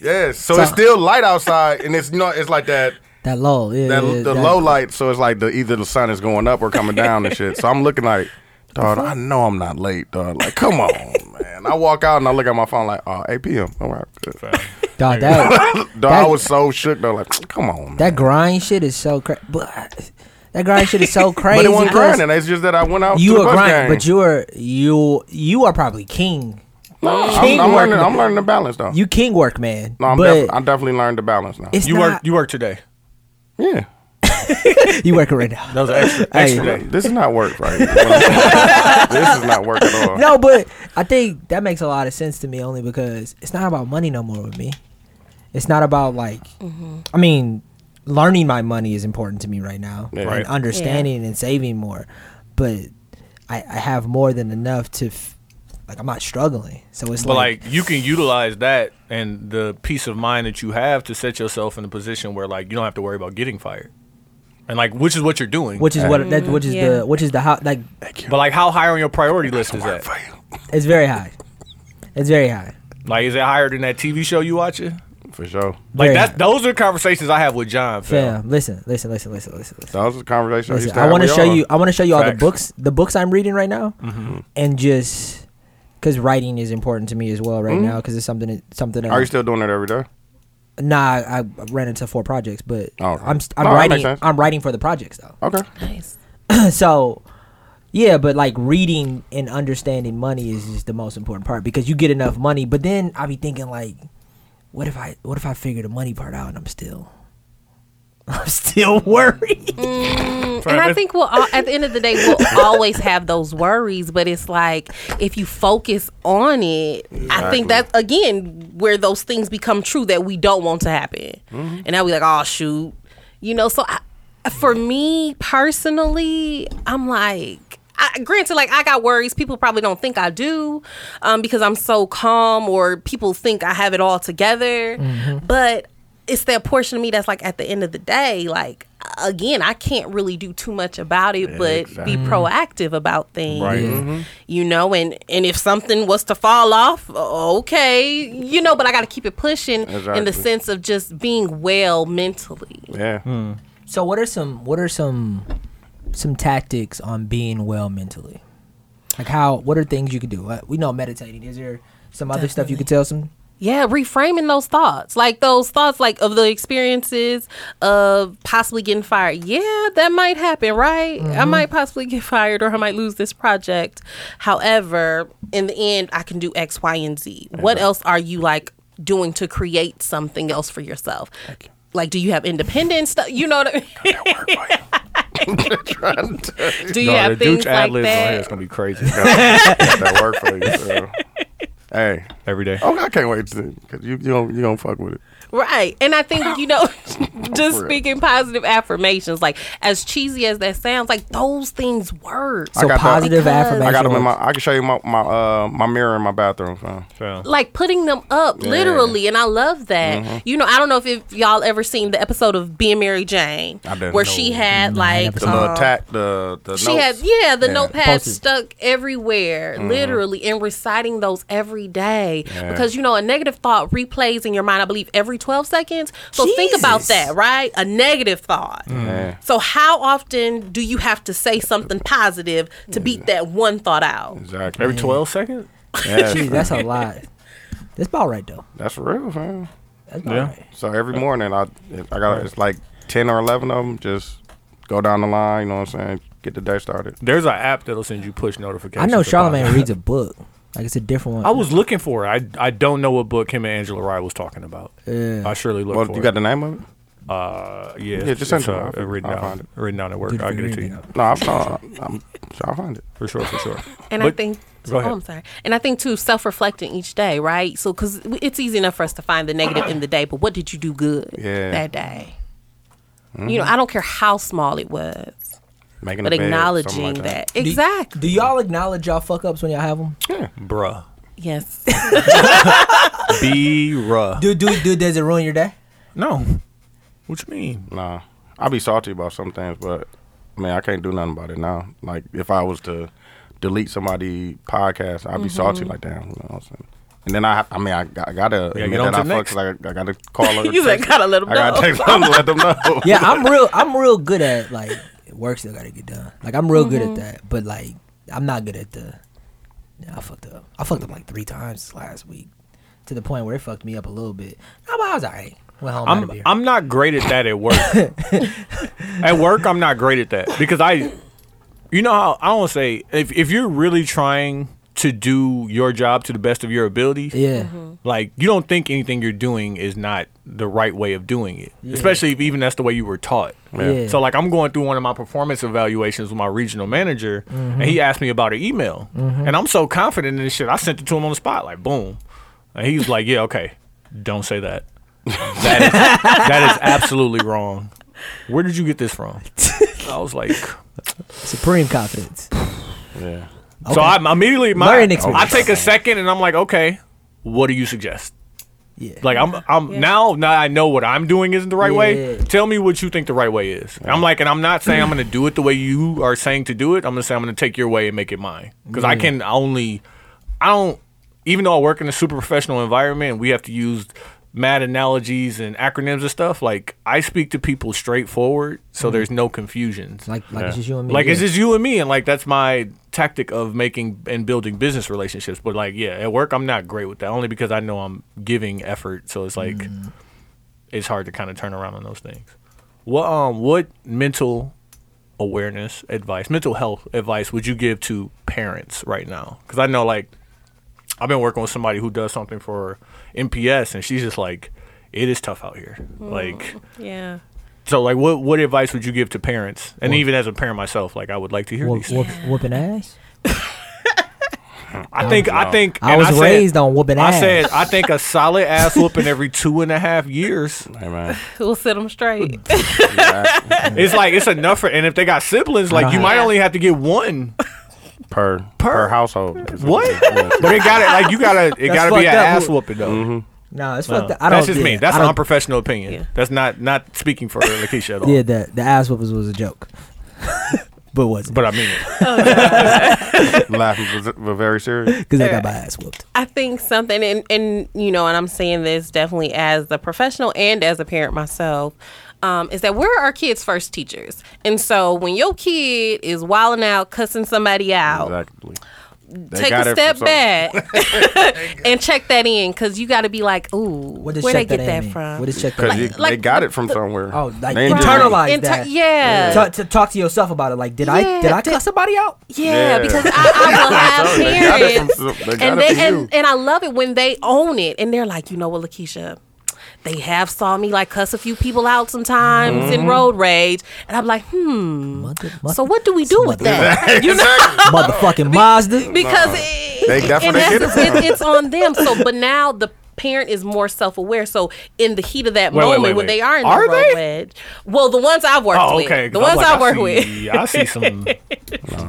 Speaker 1: yes. So, it's still light outside, and it's you know it's like that
Speaker 5: That low. Yeah,
Speaker 1: that
Speaker 5: yeah,
Speaker 1: the
Speaker 5: that-
Speaker 1: low light. So it's like the either the sun is going up or coming down and shit. So I'm looking
Speaker 5: *laughs*
Speaker 1: like, dog. I know I'm not late, dog. Like, come on, man. I walk out and I look at my phone like, oh, 8 p.m. All right, good. *laughs*
Speaker 5: Dog,
Speaker 3: *laughs*
Speaker 5: that
Speaker 1: Dog, I was so shook though. Like, come on. man.
Speaker 5: that grind shit is so crazy. That grind shit is so crazy.
Speaker 1: But it wasn't
Speaker 5: because
Speaker 1: grinding. It's just that I went out.
Speaker 5: You
Speaker 1: to
Speaker 5: are
Speaker 1: the
Speaker 5: grinding, but
Speaker 1: you.
Speaker 5: you are you you are probably king.
Speaker 1: I'm,
Speaker 5: king
Speaker 1: I'm
Speaker 5: working.
Speaker 1: learning. I'm learning the balance though.
Speaker 5: You king work man.
Speaker 1: no, I'm,
Speaker 5: but
Speaker 1: def- I definitely learned the balance
Speaker 5: *laughs*
Speaker 1: now.
Speaker 5: it's
Speaker 3: You
Speaker 5: not,
Speaker 3: work. You work today.
Speaker 1: Yeah.
Speaker 5: You working
Speaker 3: *laughs*
Speaker 5: right now.
Speaker 3: That was an
Speaker 5: *laughs*
Speaker 3: extra.
Speaker 5: Hey.
Speaker 3: extra day.
Speaker 1: This is not work, right?
Speaker 5: *laughs*
Speaker 1: this is not work at all.
Speaker 5: no, but I think that makes a lot of sense to me only because it's not about money no more with me. It's not about like, I mean, learning my money is important to me right now
Speaker 1: Yeah.
Speaker 5: and
Speaker 1: Right.
Speaker 5: understanding and saving more but I, I have more than enough to f- like i'm not struggling so it's
Speaker 3: But
Speaker 5: like,
Speaker 3: like you can utilize that and the peace of mind that you have to set yourself in a position where like you don't have to worry about getting fired. And like which is what you're doing.
Speaker 5: which is what that which is
Speaker 6: yeah.
Speaker 5: the which is the how like
Speaker 3: but like how high on your priority list is that?
Speaker 5: it's very high it's very high
Speaker 3: Like is it higher than that TV show you watching?
Speaker 1: for sure.
Speaker 3: Like
Speaker 5: Very
Speaker 3: that
Speaker 5: high.
Speaker 3: those are the conversations I have with John. Phil.
Speaker 5: fam listen listen listen listen listen listen
Speaker 1: That was the conversation.
Speaker 5: Listen, I want to show you. I want to show you all the
Speaker 3: Facts.
Speaker 5: books, the books I'm reading right now,
Speaker 1: Mm-hmm.
Speaker 5: and just because writing is important to me as well right now because it's something that, something that
Speaker 1: Mm-hmm. Are you still doing it every day?
Speaker 5: nah I, I ran into four projects, but
Speaker 1: Oh, okay.
Speaker 5: I'm st- I'm
Speaker 1: No, that makes
Speaker 5: writing
Speaker 1: sense.
Speaker 5: I'm writing for the projects though. *clears throat*
Speaker 1: Okay.
Speaker 6: Nice.
Speaker 5: so yeah, but like reading and understanding money is just the most important part because you get enough money, but then I be thinking like, what if I what if I figure the money part out and I'm still *laughs* I'm still *laughs* worried.
Speaker 6: And I think we'll all, at the end of the day
Speaker 3: *laughs*
Speaker 6: we'll always have those worries, but it's like if you focus on it, I think that's again where those things become true that we don't want to happen,
Speaker 3: Mm-hmm.
Speaker 6: and now we like oh shoot, you know. So I, for me personally, I'm like. I, granted, like I got worries. People probably don't think I do um, because I'm so calm, or people think I have it all together.
Speaker 3: Mm-hmm.
Speaker 6: But it's that portion of me that's like at the end of the day like again i can't really do too much about it but
Speaker 1: Exactly. Mm-hmm.
Speaker 6: be proactive about things
Speaker 1: Right. Mm-hmm.
Speaker 5: Yeah.
Speaker 6: you know and and if something was to fall off o- okay you know but i got to keep it pushing in
Speaker 1: Exactly.
Speaker 6: the sense of just being well mentally
Speaker 1: Yeah.
Speaker 6: Hmm.
Speaker 1: *laughs*
Speaker 5: So what are some what are some some tactics on being well mentally? Like how what are things you can do? Uh, We know meditating. Is there some other stuff you could tell some?
Speaker 6: yeah reframing those thoughts like those thoughts like of the experiences of possibly getting fired yeah that might happen right i might possibly get fired or i might lose this project however in the end i can do x y and z what else are you like doing to create something else for yourself like do you have independent stuff you know *laughs* what I mean?
Speaker 1: Trying to
Speaker 6: do you have things like that
Speaker 3: gonna be crazy
Speaker 1: get that work for you.
Speaker 6: *laughs*
Speaker 1: so. Hey.
Speaker 3: every day.
Speaker 1: Okay, I can't wait to because you you gonna, you gonna fuck with it.
Speaker 6: Right. And I think, you *laughs* know, just
Speaker 1: real.
Speaker 6: speaking positive affirmations, like as cheesy as that sounds, like those things work.
Speaker 5: So
Speaker 1: got that.
Speaker 5: positive
Speaker 6: Because-
Speaker 5: affirmations.
Speaker 1: I got them in my. I can show you my my uh my mirror in my bathroom. Fam.
Speaker 6: like putting them up literally and i love that
Speaker 1: Mm-hmm.
Speaker 6: you know i don't know if, if y'all ever seen the episode of being mary jane
Speaker 1: I didn't
Speaker 6: where
Speaker 1: know.
Speaker 6: she had like
Speaker 1: The little
Speaker 6: um,
Speaker 1: tack the the
Speaker 6: she
Speaker 1: notes.
Speaker 6: had yeah
Speaker 1: Yeah.
Speaker 6: the
Speaker 1: Mm-hmm.
Speaker 6: notepad
Speaker 5: Post-it.
Speaker 6: stuck everywhere literally and reciting those every day
Speaker 1: Yeah.
Speaker 6: because you know a negative thought replays in your mind i believe every 12 seconds so think about
Speaker 5: Jesus.
Speaker 6: that right a negative thought
Speaker 1: Yeah.
Speaker 6: so how often do you have to say something positive to beat that one thought out
Speaker 1: Mm. Exactly.
Speaker 3: Every twelve seconds? *laughs*
Speaker 1: Yeah,
Speaker 5: Jeez, that's a lot. That's about right though.
Speaker 1: that's real, fam.
Speaker 5: That's about
Speaker 3: Yeah.
Speaker 5: right.
Speaker 1: So every morning I I got it's like ten or eleven of them. Just go down the line. You know what I'm saying? Get the day started.
Speaker 3: There's an app that'll send you push notifications.
Speaker 5: I know
Speaker 3: about
Speaker 5: Charlemagne
Speaker 3: it.
Speaker 5: reads a book. Like it's a different one.
Speaker 3: I was looking for it. I, I don't know what book him and Angela Rye was talking about.
Speaker 5: Yeah.
Speaker 3: I surely looked
Speaker 1: Well,
Speaker 3: for
Speaker 1: you
Speaker 3: it.
Speaker 1: got the name of it?
Speaker 3: uh, yeah,
Speaker 1: Yeah, just send
Speaker 3: it's,
Speaker 1: it.
Speaker 3: uh,
Speaker 1: I'll-
Speaker 3: written
Speaker 1: I'll
Speaker 3: down,
Speaker 1: find it.
Speaker 3: written down at work.
Speaker 5: Dude,
Speaker 3: I'll
Speaker 5: if
Speaker 3: get
Speaker 5: you
Speaker 3: it to
Speaker 5: read
Speaker 3: you
Speaker 5: it.
Speaker 1: No, I'm, not, I'm sure I'll find it.
Speaker 3: for sure, for sure.
Speaker 6: And I
Speaker 3: But-
Speaker 6: think,
Speaker 3: go ahead.
Speaker 6: oh, I'm sorry. And I think too, self-reflecting each day, right? So, because it's easy enough for us to find the negative in the day, but what did you do good
Speaker 1: Yeah.
Speaker 6: that day? You know, I don't care how small it was,
Speaker 1: Making
Speaker 6: but
Speaker 1: a bed,
Speaker 6: acknowledging
Speaker 1: something like
Speaker 6: that.
Speaker 5: Do-
Speaker 6: exactly.
Speaker 5: Do y'all acknowledge y'all fuck ups when y'all have them?
Speaker 3: bruh,
Speaker 6: yes.
Speaker 3: be
Speaker 6: *laughs*
Speaker 3: ruh.
Speaker 5: Do do do does it ruin your day?
Speaker 3: No, what you mean?
Speaker 1: Nah, I'll be salty about some things, but I mean, I can't do nothing about it now. Like if I was to delete somebody podcast, I'd be
Speaker 6: Mm-hmm.
Speaker 1: salty like damn. You know what I'm saying? And then I, I mean, I, got- I gotta
Speaker 3: Yeah,
Speaker 1: admit
Speaker 3: get on
Speaker 1: that
Speaker 3: to
Speaker 1: I
Speaker 3: next.
Speaker 1: fucked. Like I gotta
Speaker 6: *laughs*
Speaker 1: call her.
Speaker 6: You said
Speaker 1: text-
Speaker 6: gotta let 'em
Speaker 1: I gotta
Speaker 6: know.
Speaker 1: text them, let them know.
Speaker 5: Yeah,
Speaker 3: *laughs*
Speaker 5: I'm real I'm real good at like work still gotta get done. Like I'm real good
Speaker 6: Mm-hmm.
Speaker 5: at that. But like I'm not good at the yeah, I fucked up. I fucked up like three times last week. To the point where it fucked me up a little bit. No, but I was alright. Went home.
Speaker 3: I'm I'm not great at that at work. at work, I'm not great at that because I, you know, how I don't say if if you're really trying to do your job to the best of your ability,
Speaker 5: yeah.
Speaker 6: Mm-hmm.
Speaker 3: like you don't think anything you're doing is not the right way of doing it, especially if even that's the way you were taught.
Speaker 5: Yeah.
Speaker 3: So like I'm going through one of my performance evaluations with my regional manager, and
Speaker 5: Mm-hmm.
Speaker 3: he asked me about an email, and I'm so confident in this shit, I sent it to him on the spot, like boom,
Speaker 5: *laughs*
Speaker 3: and he was like, "Yeah, okay, don't say that. That is, that is absolutely wrong. Where did you get this from? I
Speaker 5: *laughs*
Speaker 3: was like,
Speaker 5: Supreme confidence.
Speaker 1: Yeah.
Speaker 3: so I am immediately my
Speaker 5: Learning experience.
Speaker 3: I take a second and I'm like, okay, what do you suggest?
Speaker 5: Yeah.
Speaker 3: Like I'm I'm now now I know what I'm doing isn't the right way.
Speaker 5: Yeah.
Speaker 3: Tell me what you think the right way is. I'm like, and I'm not saying I'm gonna do it the way you are saying to do it. I'm gonna say I'm gonna take your way and make it mine because I can only I don't even though I work in a super professional environment, and we have to use mad analogies and acronyms and stuff. Like I speak to people straightforward,
Speaker 5: Mm-hmm.
Speaker 3: so there's no confusions.
Speaker 5: like like it's just you and me.
Speaker 3: Like it's
Speaker 5: yeah.
Speaker 3: just you and me, and like that's my tactic of making and building business relationships. But like, yeah, at work I'm not great with that, only because I know I'm giving effort, so it's like
Speaker 5: Mm.
Speaker 3: it's hard to kind of turn around on those things. What um what mental awareness advice, mental health advice would you give to parents right now? Because I know like I've been working with somebody who does something for MPS, and she's just like, it is tough out here, like.
Speaker 6: Yeah.
Speaker 3: So like what what advice would you give to parents? And even as a parent myself, like I would like to hear
Speaker 5: Whoop-
Speaker 3: these.
Speaker 5: whoop- whooping ass.
Speaker 3: I think I think
Speaker 5: I
Speaker 3: and
Speaker 5: was
Speaker 3: said-
Speaker 5: raised on whooping
Speaker 3: I
Speaker 5: ass.
Speaker 3: said I think a solid
Speaker 5: *laughs*
Speaker 3: ass whooping every two and a half years.
Speaker 1: Hey, man.
Speaker 6: We'll set them straight.
Speaker 3: It's like it's enough for and if they got siblings, like you might
Speaker 6: Yeah.
Speaker 3: only have to get one.
Speaker 1: Per, per household.
Speaker 3: What?
Speaker 1: Yeah.
Speaker 3: But it got to like you gotta it
Speaker 5: That's
Speaker 3: gotta be
Speaker 5: fucked
Speaker 3: an
Speaker 5: up.
Speaker 3: ass whooping though.
Speaker 5: No, it's fucked up. I don't.
Speaker 3: That's just
Speaker 5: yeah,
Speaker 3: me. That's
Speaker 5: I
Speaker 3: an
Speaker 5: don't-
Speaker 3: unprofessional opinion.
Speaker 6: Mm-hmm. Yeah.
Speaker 3: That's not not speaking for Lakeisha at
Speaker 5: *laughs*
Speaker 3: all.
Speaker 5: Yeah, the the ass whoopers was a joke, *laughs* but wasn't
Speaker 3: But I mean it.
Speaker 1: Laughing, but- but very serious.
Speaker 5: because I got my ass whooped.
Speaker 6: I think something, and, and you know, and I'm saying this definitely as a professional and as a parent myself, um, is that we're our kids' first teachers. And so when your kid is wilding out, cussing somebody out,
Speaker 1: Exactly. They
Speaker 6: take
Speaker 1: got
Speaker 6: a
Speaker 1: it
Speaker 6: step
Speaker 1: from some- *laughs*
Speaker 6: back *laughs* and check that in because you got to be like, ooh,
Speaker 5: What
Speaker 6: where
Speaker 5: does
Speaker 6: would I
Speaker 5: check
Speaker 6: get
Speaker 5: in
Speaker 6: that
Speaker 5: mean?
Speaker 6: from?
Speaker 5: What does check that
Speaker 1: Because
Speaker 5: in?
Speaker 1: you- they
Speaker 6: like
Speaker 1: got
Speaker 6: the-
Speaker 1: it from somewhere.
Speaker 5: Oh, like
Speaker 1: They ain't do
Speaker 5: internalize
Speaker 6: Inter-
Speaker 5: that.
Speaker 6: yeah.
Speaker 5: Ta- to talk to yourself about it. Like, did I
Speaker 6: Yeah,
Speaker 5: did I
Speaker 6: did-
Speaker 5: cuss somebody out?
Speaker 6: Yeah,
Speaker 1: Yeah.
Speaker 6: because I, I will
Speaker 1: *laughs*
Speaker 6: have
Speaker 1: They got it from
Speaker 6: parents,
Speaker 1: some- they got
Speaker 6: and
Speaker 1: it
Speaker 6: they
Speaker 1: from you.
Speaker 6: and, and I love it when they own it, and they're like, you know what, Lakeisha, they have saw me like cuss a few people out sometimes in road rage, and I'm like, hmm.
Speaker 5: Mm-hmm. Mother-
Speaker 6: So what do we do
Speaker 1: *laughs*
Speaker 6: with that? You know,
Speaker 1: Exactly.
Speaker 5: Motherfucking Mazda.
Speaker 6: because it,
Speaker 1: They definitely
Speaker 6: and
Speaker 1: get it
Speaker 6: that's- it's on them. So, but now the parent is more self-aware. So, in the heat of that
Speaker 3: Wait, wait,
Speaker 6: moment
Speaker 3: wait, wait.
Speaker 6: when they are in
Speaker 3: Are
Speaker 6: the road
Speaker 3: they?
Speaker 6: rage, well, the ones I've worked
Speaker 3: Oh,
Speaker 6: with,
Speaker 3: okay.
Speaker 6: the
Speaker 3: 'Cause I
Speaker 6: ones
Speaker 3: was like,
Speaker 6: I've worked
Speaker 3: I
Speaker 6: with.
Speaker 3: see- I see
Speaker 6: *laughs*
Speaker 3: some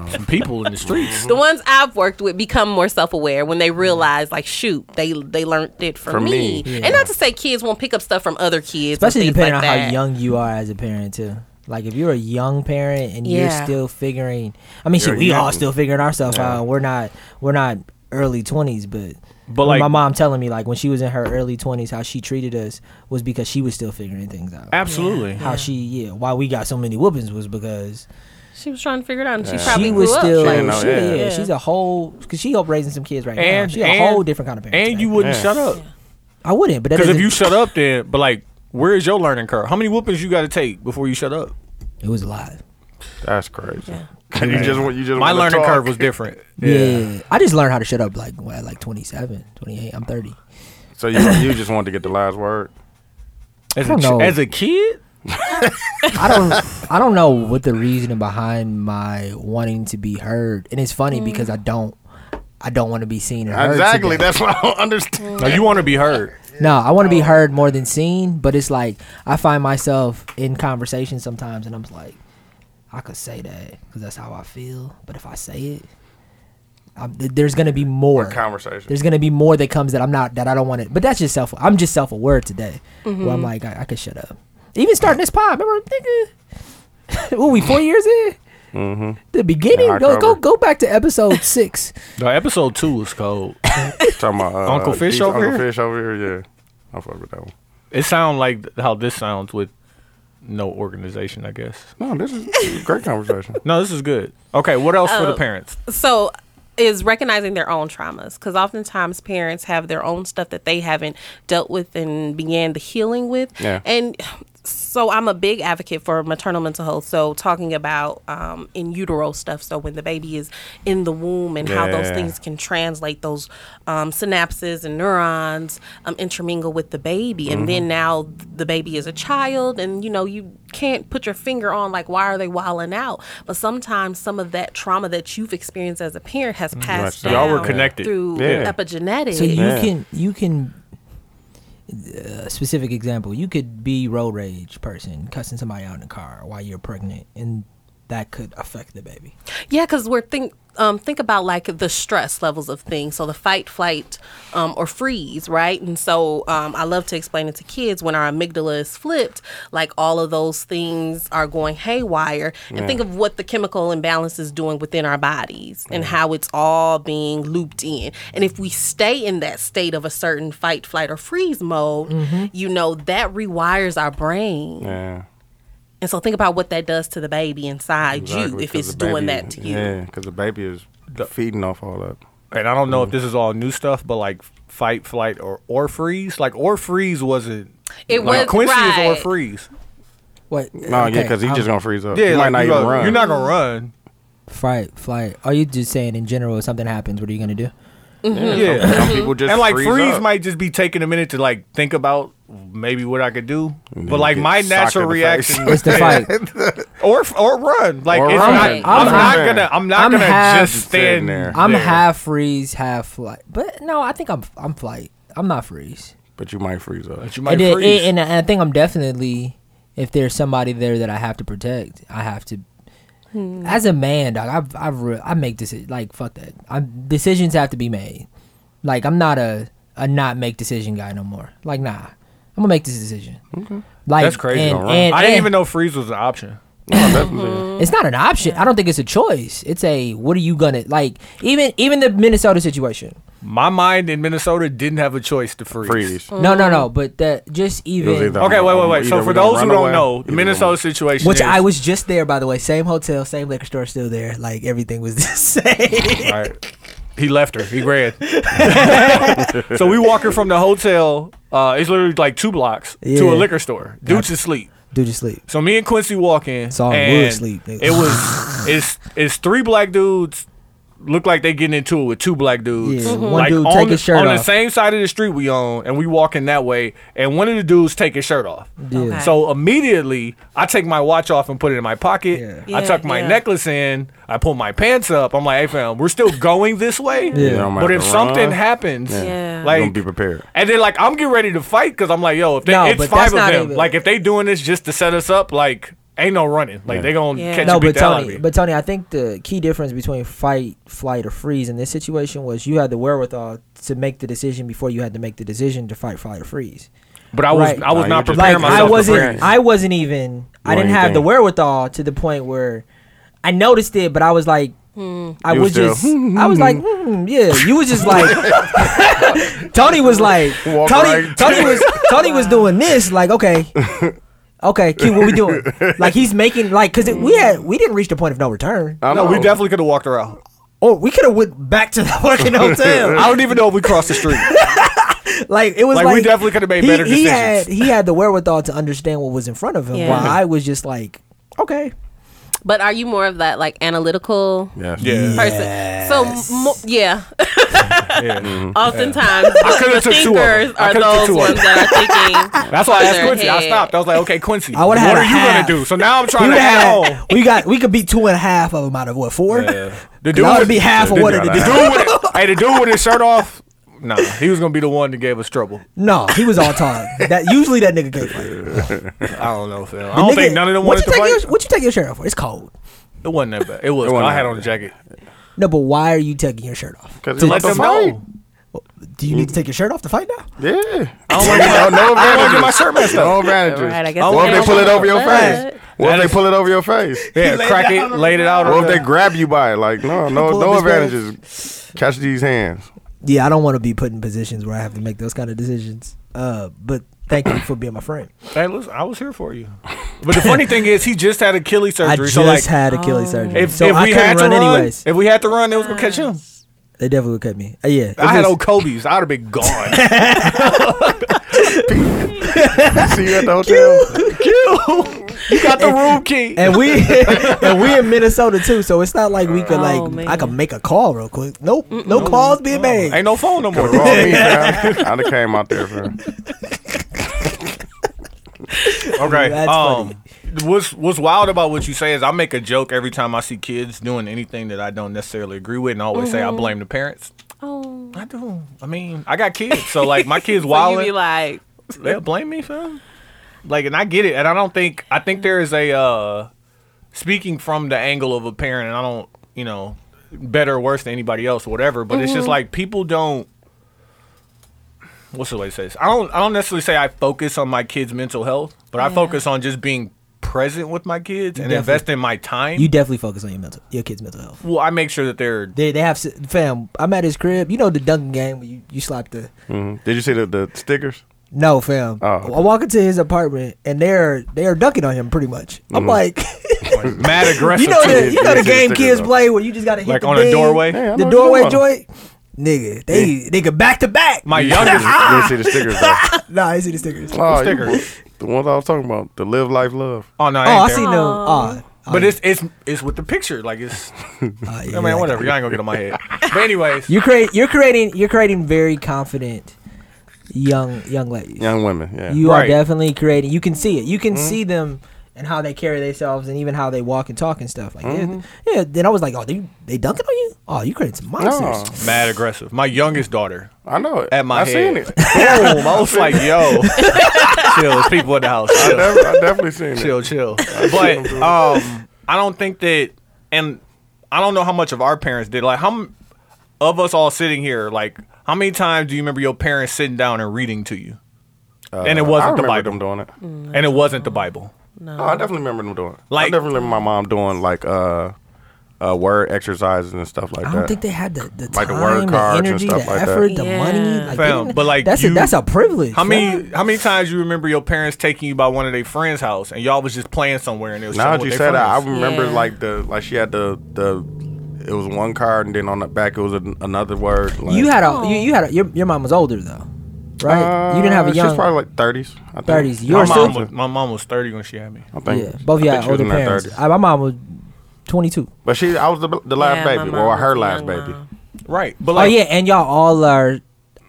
Speaker 3: some people in the streets.
Speaker 6: the ones I've worked with become more self aware when they
Speaker 3: Mm.
Speaker 6: realize like shoot they they learned it from,
Speaker 1: From
Speaker 6: me,
Speaker 1: me.
Speaker 6: and not to say kids won't pick up stuff from other kids and
Speaker 5: especially
Speaker 6: things
Speaker 5: depending
Speaker 6: like
Speaker 5: on
Speaker 6: that.
Speaker 5: how young you are as a parent too. Like if you're a young parent and
Speaker 6: Yeah.
Speaker 5: you're still figuring, I mean, shit,
Speaker 1: You're
Speaker 5: we all
Speaker 1: young.
Speaker 5: still figuring ourselves out. We're not, we're not early twenties, but
Speaker 3: But,
Speaker 5: I mean, my
Speaker 3: like-
Speaker 5: mom telling me like when she was in her early twenties, how she treated us was because she was still figuring things out.
Speaker 3: Absolutely.
Speaker 5: How she, yeah, why we got so many whoopings was because
Speaker 6: she was trying to figure it out and she
Speaker 5: she
Speaker 6: probably
Speaker 5: was
Speaker 6: grew
Speaker 5: still
Speaker 6: up
Speaker 5: like,
Speaker 1: didn't know,
Speaker 5: she- yeah.
Speaker 1: yeah.
Speaker 5: she's a whole because she helped raising some kids right
Speaker 3: And-
Speaker 5: now. She's a
Speaker 3: and-
Speaker 5: whole different kind of parent.
Speaker 3: And
Speaker 5: today.
Speaker 3: you wouldn't
Speaker 1: Yeah.
Speaker 3: shut up.
Speaker 5: I wouldn't, but that
Speaker 3: Because if
Speaker 5: doesn't-
Speaker 3: you shut up, then but like, where is your learning curve? How many whoopings you got to take before you shut up?
Speaker 5: it was a lot.
Speaker 1: That's crazy. And you just want you just
Speaker 3: My
Speaker 1: wanna
Speaker 3: learning
Speaker 1: talk.
Speaker 3: curve was different.
Speaker 5: Yeah. I just learned how to shut up like when I like 27, 28, I'm 30.
Speaker 1: So you you just wanted to get the last word.
Speaker 3: As,
Speaker 5: I
Speaker 3: a,
Speaker 5: don't
Speaker 3: ch-
Speaker 5: know.
Speaker 3: as a kid,
Speaker 5: I don't I don't know what the reasoning behind my wanting to be heard. And it's funny
Speaker 6: Mm.
Speaker 5: because I don't *laughs* I don't want to be seen or heard.
Speaker 1: Exactly.
Speaker 5: today.
Speaker 1: That's what I don't
Speaker 5: *laughs*
Speaker 1: understand.
Speaker 3: no, you want to be heard.
Speaker 5: No, I want to be heard more than seen, but it's like I find myself in conversation sometimes and I'm like I could say that cuz that's how I feel, but if I say it I'm, th- there's going to be more
Speaker 1: Conversation.
Speaker 5: there's gonna be more that comes that I'm not that I don't want it. But that's just self. I'm just self aware today. Where I'm like, I, I could shut up. Even starting this pod, remember, nigga, *laughs* what we four years in? Mm-hmm. The beginning.
Speaker 1: In
Speaker 5: Go go
Speaker 1: October.
Speaker 5: go back to episode six.
Speaker 3: No, episode two is cold.
Speaker 1: Talking about uh,
Speaker 3: Uncle Fish
Speaker 1: these
Speaker 3: over
Speaker 1: Uncle
Speaker 3: here?
Speaker 1: Fish over here. Yeah, I fuck with that one.
Speaker 3: It sounds like how this sounds with no organization, I guess.
Speaker 1: No, this
Speaker 3: *laughs*
Speaker 1: is great conversation.
Speaker 3: No, this is good. Okay, what else for
Speaker 6: Oh.
Speaker 3: the parents?
Speaker 6: so is recognizing their own traumas because oftentimes parents have their own stuff that they haven't dealt with and began the healing with
Speaker 1: Yeah.
Speaker 6: and so i'm a big advocate for maternal mental health so talking about um, in utero stuff so when the baby is in the womb and how those
Speaker 1: Yeah.
Speaker 6: things can translate those um, synapses and neurons um, intermingle with the baby and
Speaker 1: Mm-hmm.
Speaker 6: then now th- the baby is a child and you know you can't put your finger on like why are they wilding out but sometimes some of that trauma that you've experienced as a parent has passed
Speaker 1: Mm-hmm. Right.
Speaker 6: down
Speaker 3: Y'all were connected.
Speaker 6: through
Speaker 1: Yeah.
Speaker 6: epigenetics
Speaker 5: So you
Speaker 1: Yeah.
Speaker 5: can you can a specific example. You could be road rage person cussing somebody out in the car while you're pregnant, and that could affect the baby.
Speaker 6: Yeah, because we're think um, think about like the stress levels of things. So the fight, flight, um, or freeze, right? And so um, I love to explain it to kids when our amygdala is flipped, like all of those things are going haywire. And think of what the chemical imbalance is doing within our bodies and how it's all being looped in. And if we stay in that state of a certain fight, flight, or freeze mode, you know that rewires our brain.
Speaker 1: Mm-hmm. Yeah.
Speaker 6: And so think about what that does to the baby inside you
Speaker 1: Exactly,
Speaker 6: if
Speaker 1: 'cause
Speaker 6: it's
Speaker 1: the
Speaker 6: doing
Speaker 1: baby-
Speaker 6: that to you.
Speaker 1: Yeah, because the baby is feeding off all
Speaker 3: Uh,
Speaker 1: that.
Speaker 3: and I don't know if this is all new stuff, but like fight, flight, or or freeze. Like or freeze wasn't.
Speaker 6: It
Speaker 3: like
Speaker 6: was-
Speaker 3: Quincy
Speaker 6: right.
Speaker 3: is or freeze.
Speaker 5: What?
Speaker 1: No, Oh, yeah, because he's just gonna freeze up.
Speaker 3: Yeah,
Speaker 1: he might
Speaker 3: like,
Speaker 1: not
Speaker 3: you
Speaker 1: even
Speaker 3: go-
Speaker 1: run.
Speaker 3: You're not gonna run.
Speaker 5: fight, flight. Are you just saying in general, if something happens, what are you gonna do?
Speaker 6: Mm-hmm. *laughs*
Speaker 3: Yeah,
Speaker 1: *laughs* Some people just
Speaker 3: and like
Speaker 1: freeze,
Speaker 3: freeze,
Speaker 1: up.
Speaker 3: might just be taking a minute to like think about maybe what I could do. But
Speaker 1: you
Speaker 3: like
Speaker 1: get
Speaker 3: my
Speaker 1: socked
Speaker 3: natural
Speaker 1: in the face. *laughs*
Speaker 3: reaction
Speaker 5: It's the fight.
Speaker 3: or or run. Like
Speaker 1: Or
Speaker 3: it's
Speaker 1: run.
Speaker 3: not. I'm,
Speaker 6: I'm-
Speaker 5: I'm
Speaker 3: not
Speaker 1: half-
Speaker 3: gonna. I'm not
Speaker 5: I'm
Speaker 3: gonna
Speaker 5: half
Speaker 1: sitting
Speaker 3: just stand
Speaker 1: there.
Speaker 3: there.
Speaker 5: I'm half freeze, half flight. But no, I think I'm I'm flight. I'm not freeze.
Speaker 1: but you might freeze up.
Speaker 3: But you might
Speaker 5: and, it-
Speaker 3: freeze.
Speaker 5: it- and I think I'm definitely if there's somebody there that I have to protect, I have to. As a man, dog, I've I've re- I make decisions like fuck that. I'm decisions have to be made. Like I'm not a a not make decision guy no more. Like nah, I'm gonna make this decision. Like
Speaker 3: That's crazy.
Speaker 5: and-
Speaker 1: Alright.
Speaker 5: and-
Speaker 3: I didn't
Speaker 5: and-
Speaker 3: even know freeze was an option. *laughs*
Speaker 1: No,
Speaker 3: Mm-hmm.
Speaker 1: definitely.
Speaker 5: it's not an option. I don't think it's a choice. It's a what are you gonna like? Even even the Minnesota situation.
Speaker 3: My mind in Minnesota didn't have a choice to freeze.
Speaker 1: freeze.
Speaker 5: No no no. But that just even
Speaker 1: either-
Speaker 3: Okay, wait, wait, wait.
Speaker 1: Either
Speaker 3: So
Speaker 1: we
Speaker 3: for
Speaker 1: gonna
Speaker 3: those who
Speaker 1: run
Speaker 3: don't
Speaker 1: away,
Speaker 3: know,
Speaker 1: either
Speaker 3: the
Speaker 1: we
Speaker 3: Minnesota
Speaker 1: gonna-
Speaker 3: situation,
Speaker 5: Which
Speaker 3: is-
Speaker 5: I was just there, by the way. Same hotel, same liquor store, still there. Like everything was *laughs* the same.
Speaker 3: All right. He left her.
Speaker 1: *laughs*
Speaker 3: He ran. so we walking from the hotel. Uh, it's literally like two blocks to
Speaker 5: Yeah.
Speaker 3: a liquor store. Dude's asleep.
Speaker 5: Dude, just sleep.
Speaker 3: So me and Quincy walk in.
Speaker 5: Saw him
Speaker 3: and
Speaker 5: wood sleep, nigga.
Speaker 3: It was it's it's three black dudes. Look like they getting into it with two black dudes.
Speaker 6: Mm-hmm.
Speaker 5: Yeah, Mhm. one
Speaker 3: Like
Speaker 5: dude
Speaker 3: on
Speaker 5: take
Speaker 3: the,
Speaker 5: his shirt
Speaker 3: on the
Speaker 5: off.
Speaker 3: same side of the street we on, and we walking that way, and one of the dudes take his shirt off.
Speaker 5: Yeah.
Speaker 6: Okay.
Speaker 3: So immediately, I take my watch off and put it in my pocket.
Speaker 5: Yeah.
Speaker 3: I
Speaker 6: Yeah,
Speaker 3: tuck my
Speaker 6: yeah.
Speaker 3: necklace in. I pull my pants up. I'm like, hey fam, we're still going this way.
Speaker 1: You don't
Speaker 3: But
Speaker 1: have
Speaker 3: if
Speaker 1: to
Speaker 3: something
Speaker 1: run,
Speaker 3: happens,
Speaker 6: Yeah.
Speaker 1: you gonna
Speaker 3: like
Speaker 1: be prepared.
Speaker 3: and then like I'm getting ready to fight because I'm like, yo, if they,
Speaker 5: No,
Speaker 3: it's
Speaker 5: but
Speaker 3: five
Speaker 5: that's
Speaker 3: of
Speaker 5: not
Speaker 3: them.
Speaker 5: even-
Speaker 3: Like if they doing this just to set us up, like ain't no running. Like
Speaker 1: Yeah.
Speaker 3: they gonna
Speaker 6: Yeah.
Speaker 3: catch
Speaker 5: No,
Speaker 3: you beat
Speaker 5: but
Speaker 3: the hell out of me.
Speaker 5: Tony, but Tony, I think the key difference between fight, flight, or freeze in this situation was you had the wherewithal to make the decision before you had to make the decision to fight, flight, or freeze.
Speaker 3: But I was
Speaker 5: Right.
Speaker 3: I was
Speaker 1: Nah,
Speaker 3: not
Speaker 1: you're just-
Speaker 3: preparing
Speaker 5: Like
Speaker 1: Prepare
Speaker 5: I
Speaker 3: myself.
Speaker 1: was-
Speaker 3: for-
Speaker 5: wasn't,
Speaker 1: preparing.
Speaker 5: I wasn't even. I didn't have the
Speaker 1: anything.
Speaker 5: wherewithal to the point where I noticed it, but I was like. I
Speaker 1: You
Speaker 5: was
Speaker 1: was
Speaker 3: *laughs*
Speaker 5: just, I was like, hmm, yeah. You was just like, *laughs* Tony was like,
Speaker 1: Walk
Speaker 5: Tony,
Speaker 1: right
Speaker 5: Tony was, Tony was doing this. Like,
Speaker 3: *laughs*
Speaker 5: okay, okay, Q, what we doing? Like, he's making like, cause it, we had, we didn't reach the point of no return.
Speaker 1: I
Speaker 3: No, we
Speaker 1: know.
Speaker 3: definitely could have walked around.
Speaker 5: Or we could have went back to the
Speaker 3: *laughs*
Speaker 5: fucking hotel.
Speaker 3: I don't even know if we crossed the *laughs* street.
Speaker 5: like it was
Speaker 3: Like,
Speaker 5: like,
Speaker 3: we definitely coulda made
Speaker 5: he-
Speaker 3: better
Speaker 5: he Had,
Speaker 3: decisions.
Speaker 5: he had the wherewithal to understand what was in front of him,
Speaker 6: Yeah.
Speaker 5: while I was just like, okay,
Speaker 6: But are you more of that like analytical
Speaker 1: Yes.
Speaker 3: Yeah.
Speaker 6: person? So mo- yeah, *laughs*
Speaker 1: Mm-hmm.
Speaker 6: oftentimes
Speaker 3: I coulda
Speaker 6: the
Speaker 3: took two of 'em.
Speaker 6: thinkers
Speaker 3: I coulda
Speaker 6: are
Speaker 3: took
Speaker 6: those
Speaker 3: two of 'em.
Speaker 6: ones that
Speaker 3: *laughs*
Speaker 6: are thinking.
Speaker 3: That's why I asked
Speaker 6: Their
Speaker 3: Quincy. I
Speaker 6: head.
Speaker 3: stopped. I was like, okay, Quincy,
Speaker 5: I
Speaker 3: what
Speaker 5: would've had
Speaker 3: are
Speaker 5: a
Speaker 3: you gonna
Speaker 5: half.
Speaker 3: do? So now I'm
Speaker 5: we
Speaker 3: trying
Speaker 5: would
Speaker 3: to add
Speaker 5: have,
Speaker 3: on.
Speaker 5: we got, we could be two and a half of them out of what four?
Speaker 3: The
Speaker 5: That would
Speaker 3: with-
Speaker 5: be half of what it
Speaker 1: dude
Speaker 5: did.
Speaker 1: got
Speaker 3: dude *laughs* with- hey, the dude with his shirt off. Nah, he was gonna be the one that gave us trouble.
Speaker 5: No, he was all time. That usually that nigga can't fight.
Speaker 3: I don't know, Phil. I don't think none of them
Speaker 5: what you
Speaker 3: wanted to
Speaker 5: take
Speaker 3: fight.
Speaker 5: Your, what you take your shirt off for? It's cold.
Speaker 3: It wasn't that bad. It was.
Speaker 1: It wasn't
Speaker 3: I had
Speaker 1: that
Speaker 3: on a
Speaker 1: bad.
Speaker 3: jacket.
Speaker 5: No, but why are you taking your shirt off?
Speaker 1: *laughs* 'Cause
Speaker 5: To-
Speaker 1: you
Speaker 3: Let
Speaker 1: the
Speaker 3: them
Speaker 1: fight.
Speaker 3: know.
Speaker 5: Do you need to take your shirt off to fight now?
Speaker 1: Yeah. I *laughs* don't want to get, no, no
Speaker 3: I want to
Speaker 1: advantages.
Speaker 3: get my shirt messed up.
Speaker 1: No advantages.
Speaker 6: Right, I guess
Speaker 1: what if
Speaker 6: they
Speaker 1: they pull it over your
Speaker 6: don't-
Speaker 1: face? What if they pull it over your face?
Speaker 3: Yeah, crack it, laid it out.
Speaker 1: What
Speaker 3: on
Speaker 1: if they
Speaker 3: the-
Speaker 1: grab you by it? Like, no, no,
Speaker 5: Pull up
Speaker 1: no
Speaker 5: his pants.
Speaker 1: advantages. Catch these hands.
Speaker 5: Yeah, I don't want to be put in positions where I have to make those kind of decisions. Uh, but thank you for being my friend.
Speaker 3: Hey, listen, I was here for you. But the funny thing is, he just had Achilles
Speaker 5: I
Speaker 3: surgery.
Speaker 5: just
Speaker 3: so like,
Speaker 5: had Achilles surgery,
Speaker 3: if,
Speaker 5: so
Speaker 3: if
Speaker 5: I
Speaker 3: we
Speaker 5: couldn't
Speaker 3: had to
Speaker 5: run,
Speaker 3: run,
Speaker 5: anyways.
Speaker 3: if we had to run, it was gonna catch him.
Speaker 5: they definitely would cut me. Uh, yeah, it
Speaker 3: I had
Speaker 5: was-
Speaker 3: old Kobe's. I'd have been *laughs* gone.
Speaker 1: See you at the hotel.
Speaker 3: you got the room key.
Speaker 5: and
Speaker 3: *laughs*
Speaker 5: we and we in Minnesota too, so it's not like we could
Speaker 6: Oh,
Speaker 5: like
Speaker 6: man.
Speaker 5: I could make a call real quick. Nope, no calls
Speaker 3: Oh,
Speaker 5: being made.
Speaker 3: Ain't no phone no more.
Speaker 1: Raw meat, man. I'd have came out there, fam.
Speaker 3: Okay.
Speaker 5: That's
Speaker 3: um, What's What's wild about what you say is I make a joke every time I see kids doing anything that I don't necessarily agree with, and I always say
Speaker 5: Mm-hmm.
Speaker 3: I blame the parents.
Speaker 6: Oh,
Speaker 3: I do. I mean, I got kids, *laughs* so like my kids
Speaker 6: so you
Speaker 3: wilding.
Speaker 6: be like,
Speaker 3: They'll blame me, fam. Like, and I get it, and I don't think I think there is a uh speaking from the angle of a parent, and I don't, you know, better or worse than anybody else, or whatever. But it's
Speaker 5: Mm-hmm.
Speaker 3: just like people don't. What's the way to say this? I don't. I don't necessarily say I focus on my kids' mental health, but I focus on just being present with my kids and
Speaker 5: Definitely.
Speaker 3: investing my time.
Speaker 5: You definitely focus on your mental, your kids' mental health.
Speaker 3: well, I make sure
Speaker 5: *laughs*
Speaker 3: that they're
Speaker 5: They, they have s- fam. I'm at his crib. You know the dunking game where you, you slap the
Speaker 1: Mhm. Did you see the, the stickers?
Speaker 5: no fam.
Speaker 1: Oh, okay.
Speaker 5: I walk into his apartment and they're they are dunking on him pretty much.
Speaker 3: Mm-hmm.
Speaker 5: I'm like, *laughs*
Speaker 3: mad aggressive.
Speaker 5: you know
Speaker 3: too.
Speaker 5: the you know
Speaker 1: Yeah,
Speaker 5: the
Speaker 1: see the
Speaker 5: game
Speaker 1: stickers
Speaker 5: kids
Speaker 1: though.
Speaker 5: play where you just gotta hit
Speaker 3: Like
Speaker 5: the
Speaker 3: on a
Speaker 5: thing,
Speaker 3: doorway?
Speaker 1: Yeah, I know
Speaker 5: the
Speaker 1: what
Speaker 5: doorway
Speaker 1: you're talking
Speaker 5: joint. Nigga, they nigga back to back.
Speaker 3: My
Speaker 1: You didn't
Speaker 3: youngest.
Speaker 1: you didn't see the stickers. Though.
Speaker 5: *laughs* nah, I see the stickers. Oh,
Speaker 1: Oh,
Speaker 3: sticker?
Speaker 1: you- the ones I was talking about, the live life love.
Speaker 3: Oh no,
Speaker 5: I
Speaker 3: see.
Speaker 5: see no. Oh,
Speaker 3: But it's it's it's with the picture. Like it's.
Speaker 5: oh, yeah,
Speaker 3: I mean, whatever. Y'all ain't gonna get on my
Speaker 1: *laughs*
Speaker 3: head. But anyways,
Speaker 5: You create. You're creating. You're creating very confident young young ladies.
Speaker 1: Young women, yeah. Mm-hmm.
Speaker 5: You
Speaker 3: Right.
Speaker 5: are definitely creating. You can see it. You can see them and how they carry themselves and even how they walk and talk and stuff. Like
Speaker 1: Mm-hmm.
Speaker 5: yeah, yeah. Then I was like, oh, they they dunking on you? Oh, you created some monsters.
Speaker 3: mad aggressive. My youngest
Speaker 1: *laughs*
Speaker 3: daughter.
Speaker 1: I know it.
Speaker 3: At my
Speaker 1: I seen
Speaker 3: head.
Speaker 1: it. *laughs*
Speaker 3: Boom! I was like, yo, chill. It's people in the house.
Speaker 1: I,
Speaker 3: Chill,
Speaker 1: def- I definitely seen it.
Speaker 3: chill, chill. But um, I don't think that, and I don't know how much of our parents did. Like, how m- of us all sitting here? Like, how many times do you remember your parents sitting down and reading to you? and it
Speaker 1: Uh, I
Speaker 3: wasn't the
Speaker 1: remember
Speaker 3: Bible.
Speaker 1: them doing it.
Speaker 3: And it wasn't the Bible.
Speaker 5: Um,
Speaker 1: No, Oh, I definitely remember them doing it. I
Speaker 3: Like-
Speaker 1: definitely remember my mom doing like uh, uh word exercises and stuff like
Speaker 5: I
Speaker 1: that.
Speaker 5: don't think they had the, the
Speaker 1: Like
Speaker 5: time,
Speaker 1: the
Speaker 5: the,
Speaker 1: word cards and
Speaker 5: energy, the
Speaker 1: stuff like that.
Speaker 5: effort, the
Speaker 6: Yeah.
Speaker 5: money. Like, they
Speaker 3: Fam,
Speaker 5: didn't-
Speaker 3: but, like,
Speaker 5: that's
Speaker 3: you-
Speaker 5: a, that's a privilege.
Speaker 3: How many
Speaker 5: fam.
Speaker 3: how many times you remember your parents taking you by one of their friends' house and y'all was just playing somewhere and it was
Speaker 1: now
Speaker 3: someone
Speaker 1: that you
Speaker 3: with
Speaker 1: said
Speaker 3: their
Speaker 1: that, I
Speaker 3: friends?
Speaker 1: remember
Speaker 6: Yeah.
Speaker 1: like the like she had the the it was one card and then on the back it was an, another word. Like,
Speaker 5: You had a you, you had a, your your mom was older though, right? you didn't have
Speaker 1: Uh,
Speaker 5: a
Speaker 1: She was
Speaker 5: young.
Speaker 1: probably like thirties.
Speaker 5: 30s.
Speaker 1: Your
Speaker 5: Yours
Speaker 3: my mom,
Speaker 5: too?
Speaker 3: was, my mom was thirty when she had me.
Speaker 1: I think.
Speaker 5: yeah, both of you
Speaker 1: I think
Speaker 5: had
Speaker 1: she was
Speaker 5: older
Speaker 1: in her
Speaker 5: parents.
Speaker 1: 30s.
Speaker 5: I, my mom was 22.
Speaker 1: But she, I was the, the last
Speaker 6: Yeah, my
Speaker 1: baby,
Speaker 6: mom
Speaker 1: or
Speaker 6: was
Speaker 1: her
Speaker 6: a
Speaker 1: last
Speaker 6: young
Speaker 1: baby.
Speaker 6: mom.
Speaker 3: Right, but
Speaker 5: Oh
Speaker 3: like
Speaker 5: yeah, and y'all all are,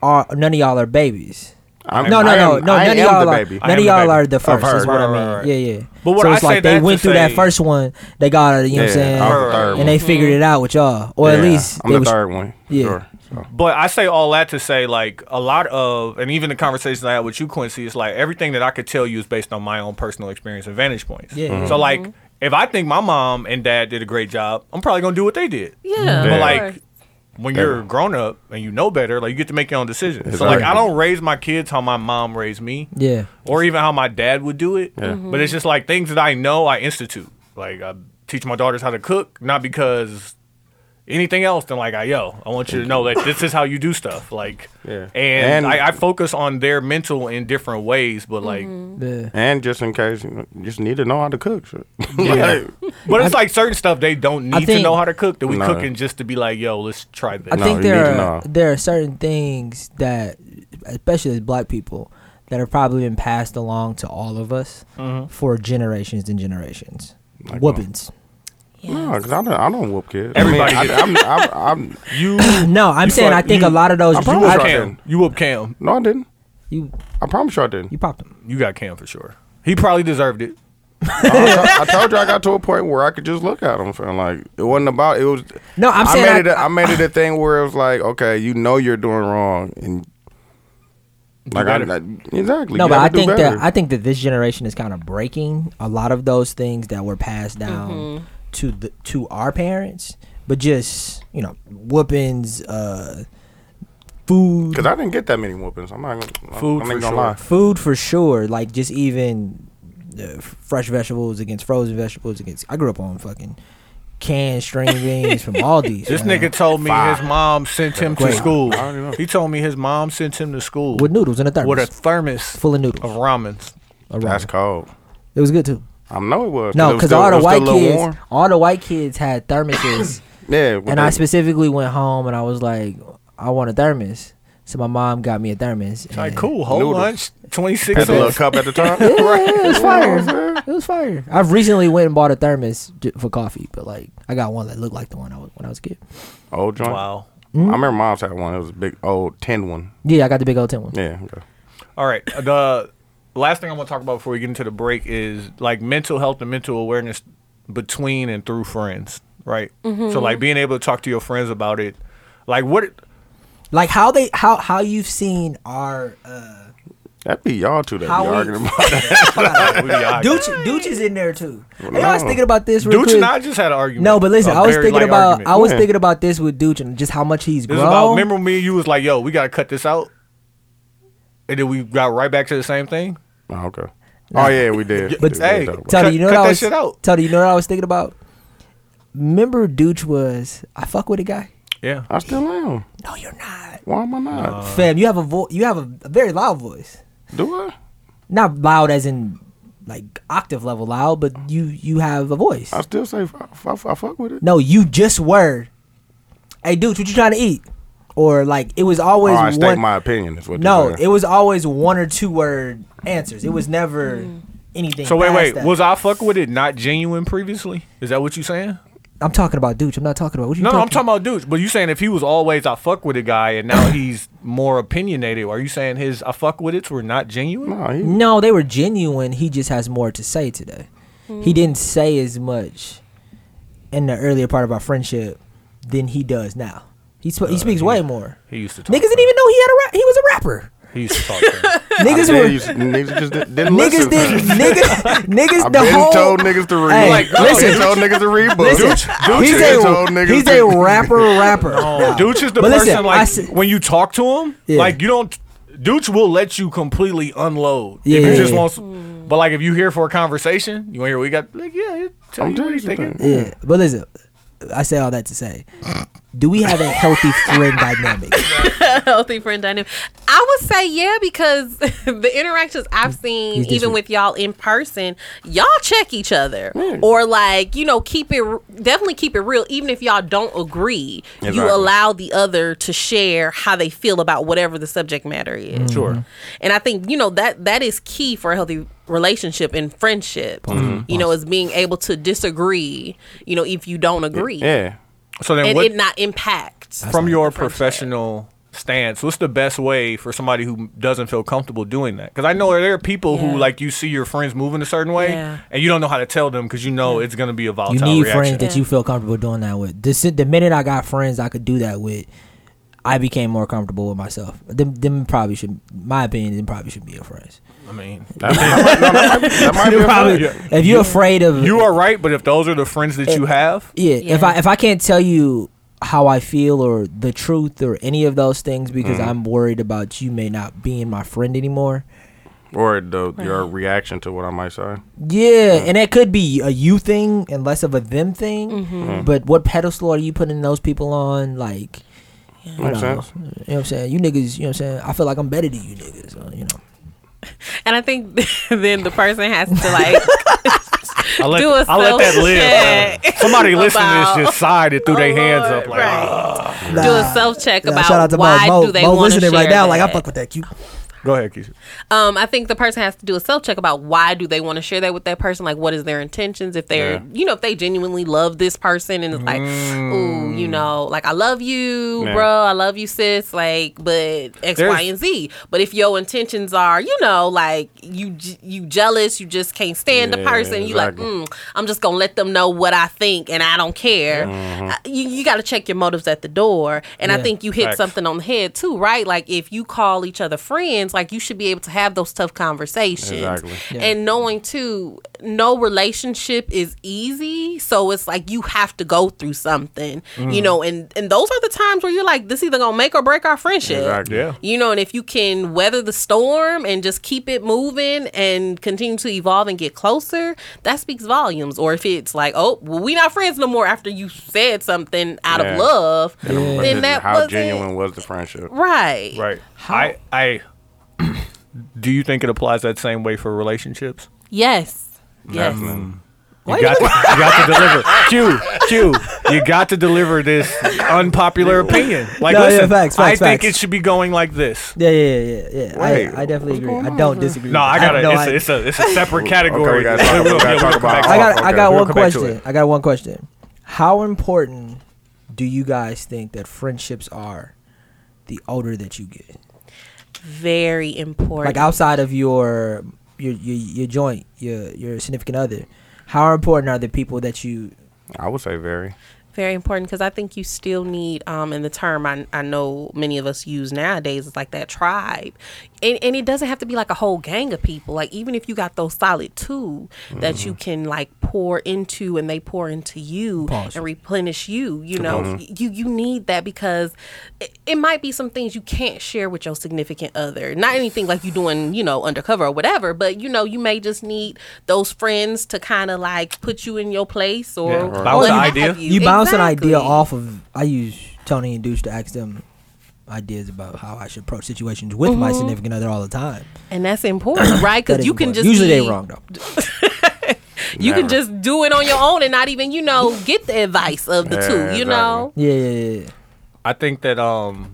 Speaker 5: are none of y'all are babies.
Speaker 1: I'm,
Speaker 5: No, no,
Speaker 1: I
Speaker 5: no,
Speaker 1: am-
Speaker 5: no.
Speaker 1: I
Speaker 5: none of
Speaker 1: am
Speaker 5: y'all
Speaker 1: the
Speaker 5: are.
Speaker 1: baby.
Speaker 3: I am
Speaker 5: None
Speaker 3: the
Speaker 5: of y'all
Speaker 3: baby.
Speaker 5: are the
Speaker 1: Of
Speaker 5: first.
Speaker 1: her.
Speaker 5: Is what I
Speaker 3: Right,
Speaker 5: mean.
Speaker 3: right, right.
Speaker 5: Yeah, yeah.
Speaker 3: But what
Speaker 5: so
Speaker 3: I
Speaker 5: it's
Speaker 3: say
Speaker 5: like they
Speaker 3: that to
Speaker 5: went through that
Speaker 3: say-
Speaker 5: first one. They got out. You know what I'm saying?
Speaker 1: I was the third
Speaker 5: and
Speaker 1: one.
Speaker 5: they figured it out with y'all, or at
Speaker 1: Yeah,
Speaker 5: least
Speaker 1: I'm
Speaker 5: they
Speaker 1: the
Speaker 5: was-
Speaker 1: third one.
Speaker 5: yeah.
Speaker 1: Sure. So,
Speaker 3: But I say all that to say, like, a lot of, and even the conversations I had with you, Quincy, is like everything that I could tell you is based on my own personal experience and vantage points.
Speaker 5: Yeah. Mhm.
Speaker 3: So, like, if I think my mom and dad did a great job, I'm probably going to do what they did.
Speaker 6: Yeah.
Speaker 1: Yeah.
Speaker 3: Mm-hmm. But,
Speaker 6: of
Speaker 3: like,
Speaker 6: course.
Speaker 3: when you're
Speaker 1: Yeah.
Speaker 3: grown up and you know better, like, you get to make your own decisions. So, like, I
Speaker 1: Exactly.
Speaker 3: don't raise my kids how my mom raised me
Speaker 5: Yeah.
Speaker 3: or even how my dad would do it.
Speaker 1: Yeah. Mhm.
Speaker 3: But it's just like things that I know I institute. Like, I teach my daughters how to cook, not because anything else than like I yo, I want you to know that this is how you do stuff. Like
Speaker 1: Yeah.
Speaker 3: and,
Speaker 1: And-
Speaker 3: I, I focus on their mental in different ways, but like
Speaker 5: Yeah.
Speaker 1: and just in case, you, know, you just need to know how to cook. *laughs* Sure.
Speaker 3: Yeah. But it's like certain stuff they don't need to
Speaker 5: think-
Speaker 3: know how to cook that we
Speaker 1: No.
Speaker 3: cooking just to be like, yo, let's try this.
Speaker 5: I
Speaker 1: No,
Speaker 5: *coughs* think
Speaker 1: you
Speaker 5: there
Speaker 1: need to
Speaker 5: are
Speaker 1: know.
Speaker 5: there are certain things that, especially as black people, that have probably been passed along to all of us
Speaker 3: Mm-hmm.
Speaker 5: for generations and generations.
Speaker 1: Like what?
Speaker 5: Whoopings.
Speaker 1: no, because I don't, I don't whoop kids.
Speaker 3: Everybody
Speaker 1: I mean, I, I'm, I'm, I'm,
Speaker 3: You
Speaker 5: No, I'm saying
Speaker 3: fuck-
Speaker 5: I think
Speaker 3: you-
Speaker 5: a lot of those.
Speaker 1: I promise
Speaker 3: whoop
Speaker 1: Sure I
Speaker 3: Cam.
Speaker 1: didn't.
Speaker 3: You whoop Cam.
Speaker 1: no, I didn't.
Speaker 5: you
Speaker 1: I promise you I didn't.
Speaker 5: you popped them.
Speaker 3: You got Cam for sure. He probably deserved it.
Speaker 1: I, I told you I got to a point where I could just look at them, fam. Like it wasn't about it was.
Speaker 5: No, I'm
Speaker 1: I
Speaker 5: saying
Speaker 1: made
Speaker 5: I-
Speaker 1: it. A, I made it a thing where it was like, okay, you know you're doing wrong, and like I,
Speaker 3: better.
Speaker 1: I- exactly.
Speaker 5: No,
Speaker 1: you
Speaker 5: but
Speaker 1: gotta
Speaker 5: I
Speaker 1: do
Speaker 5: think
Speaker 1: better.
Speaker 5: that I think that this generation is kind of breaking a lot of those things that were passed down
Speaker 3: Mm-hmm.
Speaker 5: to the to our parents, but just you know whoopings, uh, food,
Speaker 1: because I didn't get that many whoopings. I'm not gonna,
Speaker 3: Food
Speaker 1: I'm
Speaker 3: for
Speaker 1: not
Speaker 3: sure.
Speaker 1: gonna lie.
Speaker 5: food for sure. Like just even uh, fresh vegetables against frozen vegetables against. I grew up on fucking canned
Speaker 3: *laughs*
Speaker 5: string beans from Aldi's.
Speaker 3: This
Speaker 5: man,
Speaker 3: nigga told me his mom sent him to
Speaker 5: Great.
Speaker 3: school.
Speaker 1: I don't know.
Speaker 3: He told me his mom sent him to school
Speaker 5: with noodles and a
Speaker 3: with a
Speaker 5: thermos
Speaker 3: thermos
Speaker 5: full of
Speaker 3: of
Speaker 5: noodles.
Speaker 3: ramens.
Speaker 5: of ramen.
Speaker 1: Oh, That's cold.
Speaker 5: It was good too.
Speaker 1: I know it was. it
Speaker 5: No,
Speaker 1: was
Speaker 5: because
Speaker 1: still-
Speaker 5: all
Speaker 1: it
Speaker 5: the
Speaker 1: was still
Speaker 5: white
Speaker 1: a little
Speaker 5: kids,
Speaker 1: warm.
Speaker 5: all the white kids had
Speaker 1: *coughs*
Speaker 5: thermoses.
Speaker 1: Yeah, with
Speaker 5: and I
Speaker 1: the-
Speaker 5: specifically went home and I was like, I want a thermos. So my mom got me a thermos.
Speaker 3: Like
Speaker 5: and-
Speaker 3: cool, whole
Speaker 1: Noodles.
Speaker 3: lunch, twenty six
Speaker 1: had the little
Speaker 3: cents.
Speaker 1: cup at the
Speaker 5: *laughs*
Speaker 1: top.
Speaker 5: Yeah, it was
Speaker 1: You know what
Speaker 5: fire.
Speaker 1: I'm saying?
Speaker 5: It was fire. I've recently went and bought a thermos j- for coffee, but like I got one that looked like the one I was when I was a kid.
Speaker 1: Old joint. Mm-hmm.
Speaker 3: Wow.
Speaker 1: I remember mom's had one. It was a big old tin one.
Speaker 5: Yeah, I got the big old tin one.
Speaker 1: Yeah. Okay.
Speaker 3: All right. The last thing I want to talk about before we get into the break is like mental health and mental awareness between and through friends, right? So like being able to talk to your friends about it.
Speaker 5: *laughs*
Speaker 3: Like what
Speaker 5: Like how they how how you've seen our uh
Speaker 1: That'd be y'all two that
Speaker 5: How
Speaker 1: be
Speaker 5: we-
Speaker 1: arguing about *laughs* that.
Speaker 5: *laughs* Dooch, Dooch is in there too. And I was thinking about this real
Speaker 3: Dooch
Speaker 5: quick.
Speaker 3: and I just had an argument.
Speaker 5: no, but listen, I
Speaker 3: A
Speaker 5: was
Speaker 3: very
Speaker 5: thinking
Speaker 3: light
Speaker 5: about
Speaker 3: argument.
Speaker 5: I was
Speaker 1: Yeah.
Speaker 5: thinking about this with Dooch and just how much he's
Speaker 3: This
Speaker 5: grown.
Speaker 3: is about remember me and you was like, yo, we gotta cut this out. And then we got right back to the same thing.
Speaker 1: Oh, okay. Oh yeah, we did.
Speaker 3: But-
Speaker 1: We did
Speaker 3: hey,
Speaker 1: talk about
Speaker 5: Tell
Speaker 3: Cut-
Speaker 5: you know
Speaker 3: cut
Speaker 5: what I
Speaker 3: that
Speaker 5: was.
Speaker 3: shit out.
Speaker 5: Tell you know what I was thinking about. Remember, Dooch was I fuck with a guy.
Speaker 3: Yeah.
Speaker 1: it. I still am.
Speaker 5: No, you're not,
Speaker 1: Why am I not?
Speaker 5: fam. You have a vo- You have a, a very loud voice.
Speaker 1: Do I?
Speaker 5: Not loud as in like octave level loud, but you you have a voice.
Speaker 1: I still say f- f- I fuck with it.
Speaker 5: No, you just were. Hey, Dooch, what you trying to eat? Or like it was
Speaker 1: Oh,
Speaker 5: always
Speaker 1: I state
Speaker 5: one.
Speaker 1: my opinion. Is what
Speaker 5: no,
Speaker 1: you're
Speaker 5: it
Speaker 1: saying.
Speaker 5: was always one or two word answers. It was never anything.
Speaker 3: So wait,
Speaker 5: past
Speaker 3: wait.
Speaker 5: that.
Speaker 3: Was I fucking with it not genuine previously? Is that what you saying?
Speaker 5: I'm talking about Dooch. I'm not talking about what you.
Speaker 3: No, I'm talking about Dooch. But you saying if he was always I fuck with a guy and now he's more opinionated, are you saying his I fuck with it's were not genuine?
Speaker 1: no, he,
Speaker 5: No, they were genuine. He just has more to say today.
Speaker 1: Mm.
Speaker 5: He didn't say as much in the earlier part of our friendship than he does now. He sp-
Speaker 1: Oh,
Speaker 5: he speaks way more.
Speaker 3: He used to talk.
Speaker 5: Niggas didn't even know he had a rap. He was a
Speaker 1: *laughs*
Speaker 5: rapper.
Speaker 3: He used to talk.
Speaker 5: *laughs*
Speaker 3: To
Speaker 5: Niggas
Speaker 1: Yeah,
Speaker 5: were
Speaker 1: you s- niggas just didn't, didn't
Speaker 5: *laughs* niggas
Speaker 1: listen. *laughs*
Speaker 5: did niggas niggas
Speaker 1: I've
Speaker 5: the
Speaker 1: been
Speaker 5: whole
Speaker 1: told niggas to read.
Speaker 5: Hey,
Speaker 1: like,
Speaker 5: listen.
Speaker 1: listen, told niggas to read books.
Speaker 5: Listen, he's
Speaker 1: been
Speaker 5: a
Speaker 1: told niggas
Speaker 5: he's
Speaker 1: to-
Speaker 5: a rapper rapper.
Speaker 3: him. Dooch is the
Speaker 5: But
Speaker 3: person
Speaker 5: listen, I
Speaker 3: like
Speaker 5: see-
Speaker 3: when you talk to him,
Speaker 5: Yeah.
Speaker 3: like you don't. Dooch will let you completely unload.
Speaker 5: Yeah,
Speaker 3: if he
Speaker 5: yeah,
Speaker 3: just
Speaker 5: yeah.
Speaker 3: wants. But like if you here for a conversation, you want to hear what we got? Like yeah, tell
Speaker 1: I'm
Speaker 3: you what
Speaker 1: doing
Speaker 3: he's thinking.
Speaker 1: something.
Speaker 5: Yeah, but listen, I say all that to say, do we have a healthy friend dynamic?
Speaker 6: healthy friend dynamic. I would say yeah because *laughs* the interactions I've seen,
Speaker 5: He's
Speaker 6: even
Speaker 5: different.
Speaker 6: with y'all in person, y'all check each other or like you know keep it definitely keep it real. Even if y'all don't agree,
Speaker 1: Exactly.
Speaker 6: you allow the other to share how they feel about whatever the subject matter is.
Speaker 3: Sure.
Speaker 6: And I think you know that that is key for a healthy relationship and friendship. You know, is being able to disagree. You know, if you don't agree,
Speaker 1: Yeah.
Speaker 3: So then
Speaker 6: and
Speaker 3: what?
Speaker 6: it not impact.
Speaker 3: from your professional stance, what's the best way for somebody who doesn't feel comfortable doing that? Because I know there are people
Speaker 6: Yeah.
Speaker 3: who like you see your friends moving a certain way,
Speaker 6: Yeah.
Speaker 3: and you don't know how to tell them because you know it's going to be a volatile
Speaker 5: You need
Speaker 3: reaction.
Speaker 5: friends that you feel comfortable doing that with. The, si- the minute I got friends I could do that with, I became more comfortable with myself. Them, them probably should, my opinion, them probably should be your friends.
Speaker 3: I mean,
Speaker 1: That might- no, that might be- that might be a
Speaker 5: Probably,
Speaker 1: fact.
Speaker 5: if you're afraid of,
Speaker 3: you are right, but if those are the friends that you have,
Speaker 5: yeah, If
Speaker 6: Yeah.
Speaker 5: I if I can't tell you how I feel or the truth or any of those things because
Speaker 3: Mm-hmm.
Speaker 5: I'm worried about you may not being my friend anymore.
Speaker 1: Or the, your reaction to what I might say.
Speaker 5: Yeah,
Speaker 3: Mm-hmm.
Speaker 5: and that could be a you thing and less of a them thing.
Speaker 3: Mm-hmm.
Speaker 5: But what pedestal are you putting those people on? Like, you know,
Speaker 1: Makes sense.
Speaker 5: Uh-huh. you know what I'm saying? You niggas, you know what I'm saying? I feel like I'm better than you niggas, so, you know.
Speaker 6: And I think *laughs* then the person has
Speaker 5: *laughs*
Speaker 6: to like
Speaker 3: I let,
Speaker 6: Do a
Speaker 3: I let that live.
Speaker 6: self-check
Speaker 3: man. Somebody listening to
Speaker 6: about-
Speaker 3: this just sighed and threw
Speaker 5: Oh,
Speaker 3: their hands up
Speaker 6: Lord,
Speaker 3: like,
Speaker 6: right.
Speaker 3: "Ah."
Speaker 6: do a self check
Speaker 5: Nah,
Speaker 6: about
Speaker 5: shout out to Mo.
Speaker 6: why
Speaker 5: Mo,
Speaker 6: do they
Speaker 5: Mo
Speaker 6: want to
Speaker 5: listening
Speaker 6: share
Speaker 5: right now?
Speaker 6: that.
Speaker 5: Like I fuck with that cute.
Speaker 3: go ahead, Keisha.
Speaker 6: Um, I think the person has to do a self check about why do they want to share that with that person. Like, what is their intentions? If they're,
Speaker 1: Yeah.
Speaker 6: you know, if they genuinely love this person and it's like, ooh,
Speaker 5: Mm.
Speaker 6: you know, like I love you,
Speaker 1: Yeah.
Speaker 6: bro, I love you, sis. Like, but X,
Speaker 3: There's-
Speaker 6: Y, and Z. But if your intentions are, you know, like you j- you jealous, you just can't stand the
Speaker 1: Yeah,
Speaker 6: person. You like,
Speaker 1: exactly.
Speaker 6: mm, I'm just gonna let them know what I think and I don't care.
Speaker 1: Mm-hmm.
Speaker 6: I- you you got to check your motives at the door. And I
Speaker 5: Yeah.
Speaker 6: think you hit
Speaker 3: Facts.
Speaker 6: something something on the head too, right? Like if you call each other friends, like you should be able to have those tough conversations.
Speaker 1: Exactly.
Speaker 6: And knowing too, no relationship is easy. So it's like you have to go through something. You know, and and those are the times where you're like, this either gonna make or break our friendship.
Speaker 1: Exactly.
Speaker 3: Yeah.
Speaker 6: You know, and if you can weather the storm and just keep it moving and continue to evolve and get closer, that speaks volumes. Or if it's like, oh, well, we not friends no more after you said something out
Speaker 1: Yeah.
Speaker 6: of love,
Speaker 1: But
Speaker 6: then that
Speaker 1: how
Speaker 6: wasn't-
Speaker 1: genuine was the friendship?
Speaker 3: Mm.
Speaker 6: Right.
Speaker 3: Right. I, I, *clears throat* do you think it applies that same way for relationships?
Speaker 6: Yes. Yes.
Speaker 3: You got, to, you got
Speaker 5: *laughs*
Speaker 3: to deliver. Q, Q, you got to deliver this unpopular opinion. Like,
Speaker 5: No, yeah,
Speaker 3: listen,
Speaker 5: facts,
Speaker 3: I
Speaker 5: facts,
Speaker 3: think
Speaker 5: facts.
Speaker 3: it should be going like this.
Speaker 5: Yeah, yeah, yeah, yeah. yeah.
Speaker 1: Wait,
Speaker 5: I, I definitely agree. I don't disagree.
Speaker 3: No, I
Speaker 5: have
Speaker 3: gotta.
Speaker 5: no
Speaker 3: it's,
Speaker 5: idea.
Speaker 3: a, it's a it's a separate
Speaker 1: Okay, we
Speaker 3: category.
Speaker 1: gotta talk- we
Speaker 3: *laughs* We'll-
Speaker 1: gotta
Speaker 3: we'll
Speaker 1: talk
Speaker 3: come
Speaker 1: about
Speaker 3: back to
Speaker 5: I
Speaker 1: all-
Speaker 3: that.
Speaker 5: got I
Speaker 1: okay,
Speaker 5: got
Speaker 3: we'll
Speaker 5: one
Speaker 3: come back to
Speaker 5: question.
Speaker 3: it.
Speaker 5: I got one question. How important do you guys think that friendships are the older that you get?
Speaker 6: Very important.
Speaker 5: Like outside of your your your, your joint, your your significant other, how important are the people that you
Speaker 1: I would say very.
Speaker 6: very important because I think you still need, um, and the term I, I know many of us use nowadays is like that tribe. And, and it doesn't have to be like a whole gang of people. Like, even if you got those solid 2 that
Speaker 3: Mm-hmm.
Speaker 6: you can like pour into and they pour into you
Speaker 5: Pause.
Speaker 6: and replenish you, you know, you, you need that because it, it might be some things you can't share with your significant other. Not anything like you doing, you know, undercover or whatever, but you know, you may just need those friends to kind of like put you in your place or
Speaker 3: Yeah,
Speaker 6: what
Speaker 3: bounce an
Speaker 6: have
Speaker 3: idea.
Speaker 5: You bounce an
Speaker 6: Exactly.
Speaker 5: idea off of. I use Tony and Douche to ask them ideas about how I should approach situations with my significant other all the time.
Speaker 6: and that's
Speaker 5: *clears throat*
Speaker 6: important, right?
Speaker 5: That is important.
Speaker 6: Because Mm-hmm. you can just
Speaker 5: usually
Speaker 6: be-
Speaker 5: they wrong though.
Speaker 6: You
Speaker 1: Never.
Speaker 6: can just do it on your own and not even you know get the advice of the
Speaker 1: Yeah,
Speaker 6: two. You know,
Speaker 5: Yeah, yeah, yeah, yeah.
Speaker 3: I think that um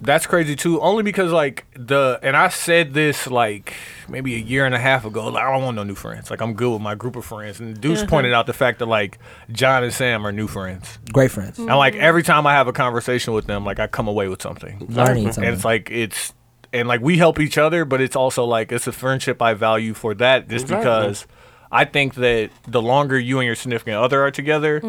Speaker 3: that's crazy too, only because like the and I said this like maybe a year and a half ago. Like I don't want no new friends. Like I'm good with my group of friends. And Deuce pointed out the fact that like John and Sam are new friends.
Speaker 5: Great friends,
Speaker 6: Mm-hmm.
Speaker 3: And like every time I have a conversation with them, like I come away with something.
Speaker 5: learning something.
Speaker 3: And it's like it's and like we help each other, but it's also like it's a friendship I value for that just
Speaker 1: Exactly.
Speaker 3: because I think that the longer you and your significant other are together,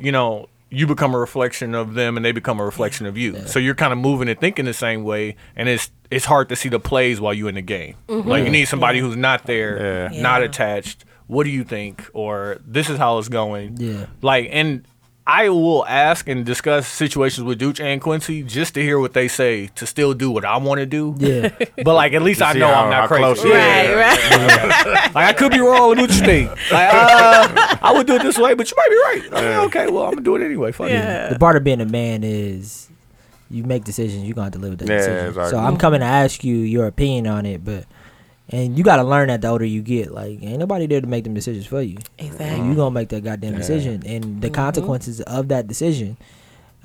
Speaker 3: you know, you become a reflection of them and they become a reflection of you. So you're kind of moving and thinking the same way and it's it's hard to see the plays while you in the game. Like you need somebody who's not there,
Speaker 1: Yeah.
Speaker 3: not
Speaker 6: Yeah.
Speaker 3: attached. What do you think? Or this is how it's going.
Speaker 5: Yeah.
Speaker 3: Like, and I will ask and discuss situations with Dooch and Quincy just to hear what they say to still do what I want to do.
Speaker 5: yeah,
Speaker 3: *laughs*
Speaker 6: *laughs*
Speaker 3: But like, at least I
Speaker 1: see
Speaker 3: know
Speaker 1: how-
Speaker 3: I'm
Speaker 1: how
Speaker 3: not
Speaker 1: close
Speaker 3: crazy.
Speaker 1: you
Speaker 3: Yeah.
Speaker 1: Yeah.
Speaker 6: right, right.
Speaker 3: Like, I could be wrong. What you
Speaker 1: *laughs*
Speaker 3: think? Like, uh, I would do it this way, but you might be right. I mean, okay, well, I'm gonna do it anyway. Fuck yeah.
Speaker 5: the part of being a man is you make decisions. You are gonna have to live with that
Speaker 1: Yeah,
Speaker 5: decision.
Speaker 1: exactly.
Speaker 5: So I'm coming to ask you your opinion on it, but and you got to learn that the older you get, like ain't nobody there to make them decisions for you.
Speaker 6: Exactly.
Speaker 1: Uh-huh.
Speaker 5: you gonna make that goddamn decision, and the consequences of that decision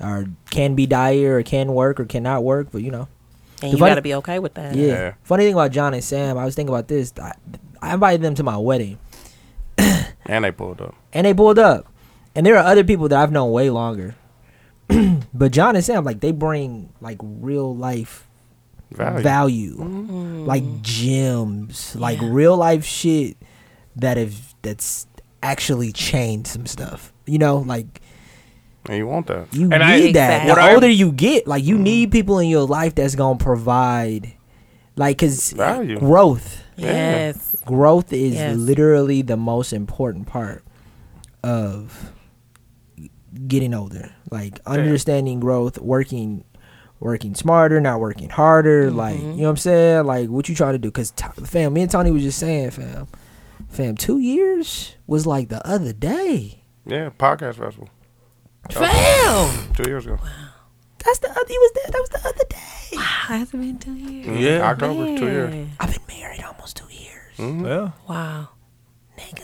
Speaker 5: are can be dire, or can work, or cannot work. But you know,
Speaker 6: And
Speaker 5: Mm-hmm. The
Speaker 6: you
Speaker 5: funny-
Speaker 6: got to be okay with that.
Speaker 5: yeah.
Speaker 1: Yeah.
Speaker 5: Funny thing about John and Sam, I was thinking about this. I, I invited them to my wedding,
Speaker 1: And they pulled up.
Speaker 5: and they pulled up, and there are other people that I've known way longer. *clears throat* but John and Sam, like they bring like real life
Speaker 1: Value.
Speaker 5: value, like gems, like real life shit that if that's actually changed some stuff. You know, like
Speaker 1: and you want that.
Speaker 5: you
Speaker 3: And I-
Speaker 5: need that.
Speaker 6: Exactly.
Speaker 5: The
Speaker 3: What I-
Speaker 5: older you get, like you need people in your life that's gonna provide, like, cause
Speaker 1: Value.
Speaker 5: growth.
Speaker 6: Yes.
Speaker 5: Growth is
Speaker 6: Yes.
Speaker 5: literally the most important part of getting older. Like understanding growth, working, working smarter, not working harder. Like you know what I'm saying. Like what you trying to do? Cause t- fam, me and Tony was just saying, fam, fam, two years was like the other day.
Speaker 1: Yeah, podcast festival.
Speaker 5: Fam,
Speaker 1: Two years ago.
Speaker 5: that's the other. He was there. That was the other day.
Speaker 6: Has it been two years?
Speaker 1: Mhm.
Speaker 3: Yeah.
Speaker 1: October, two years.
Speaker 6: Man.
Speaker 5: I've been married almost two years,
Speaker 1: Hmm?
Speaker 3: Yeah.
Speaker 6: Wow.
Speaker 5: nigga.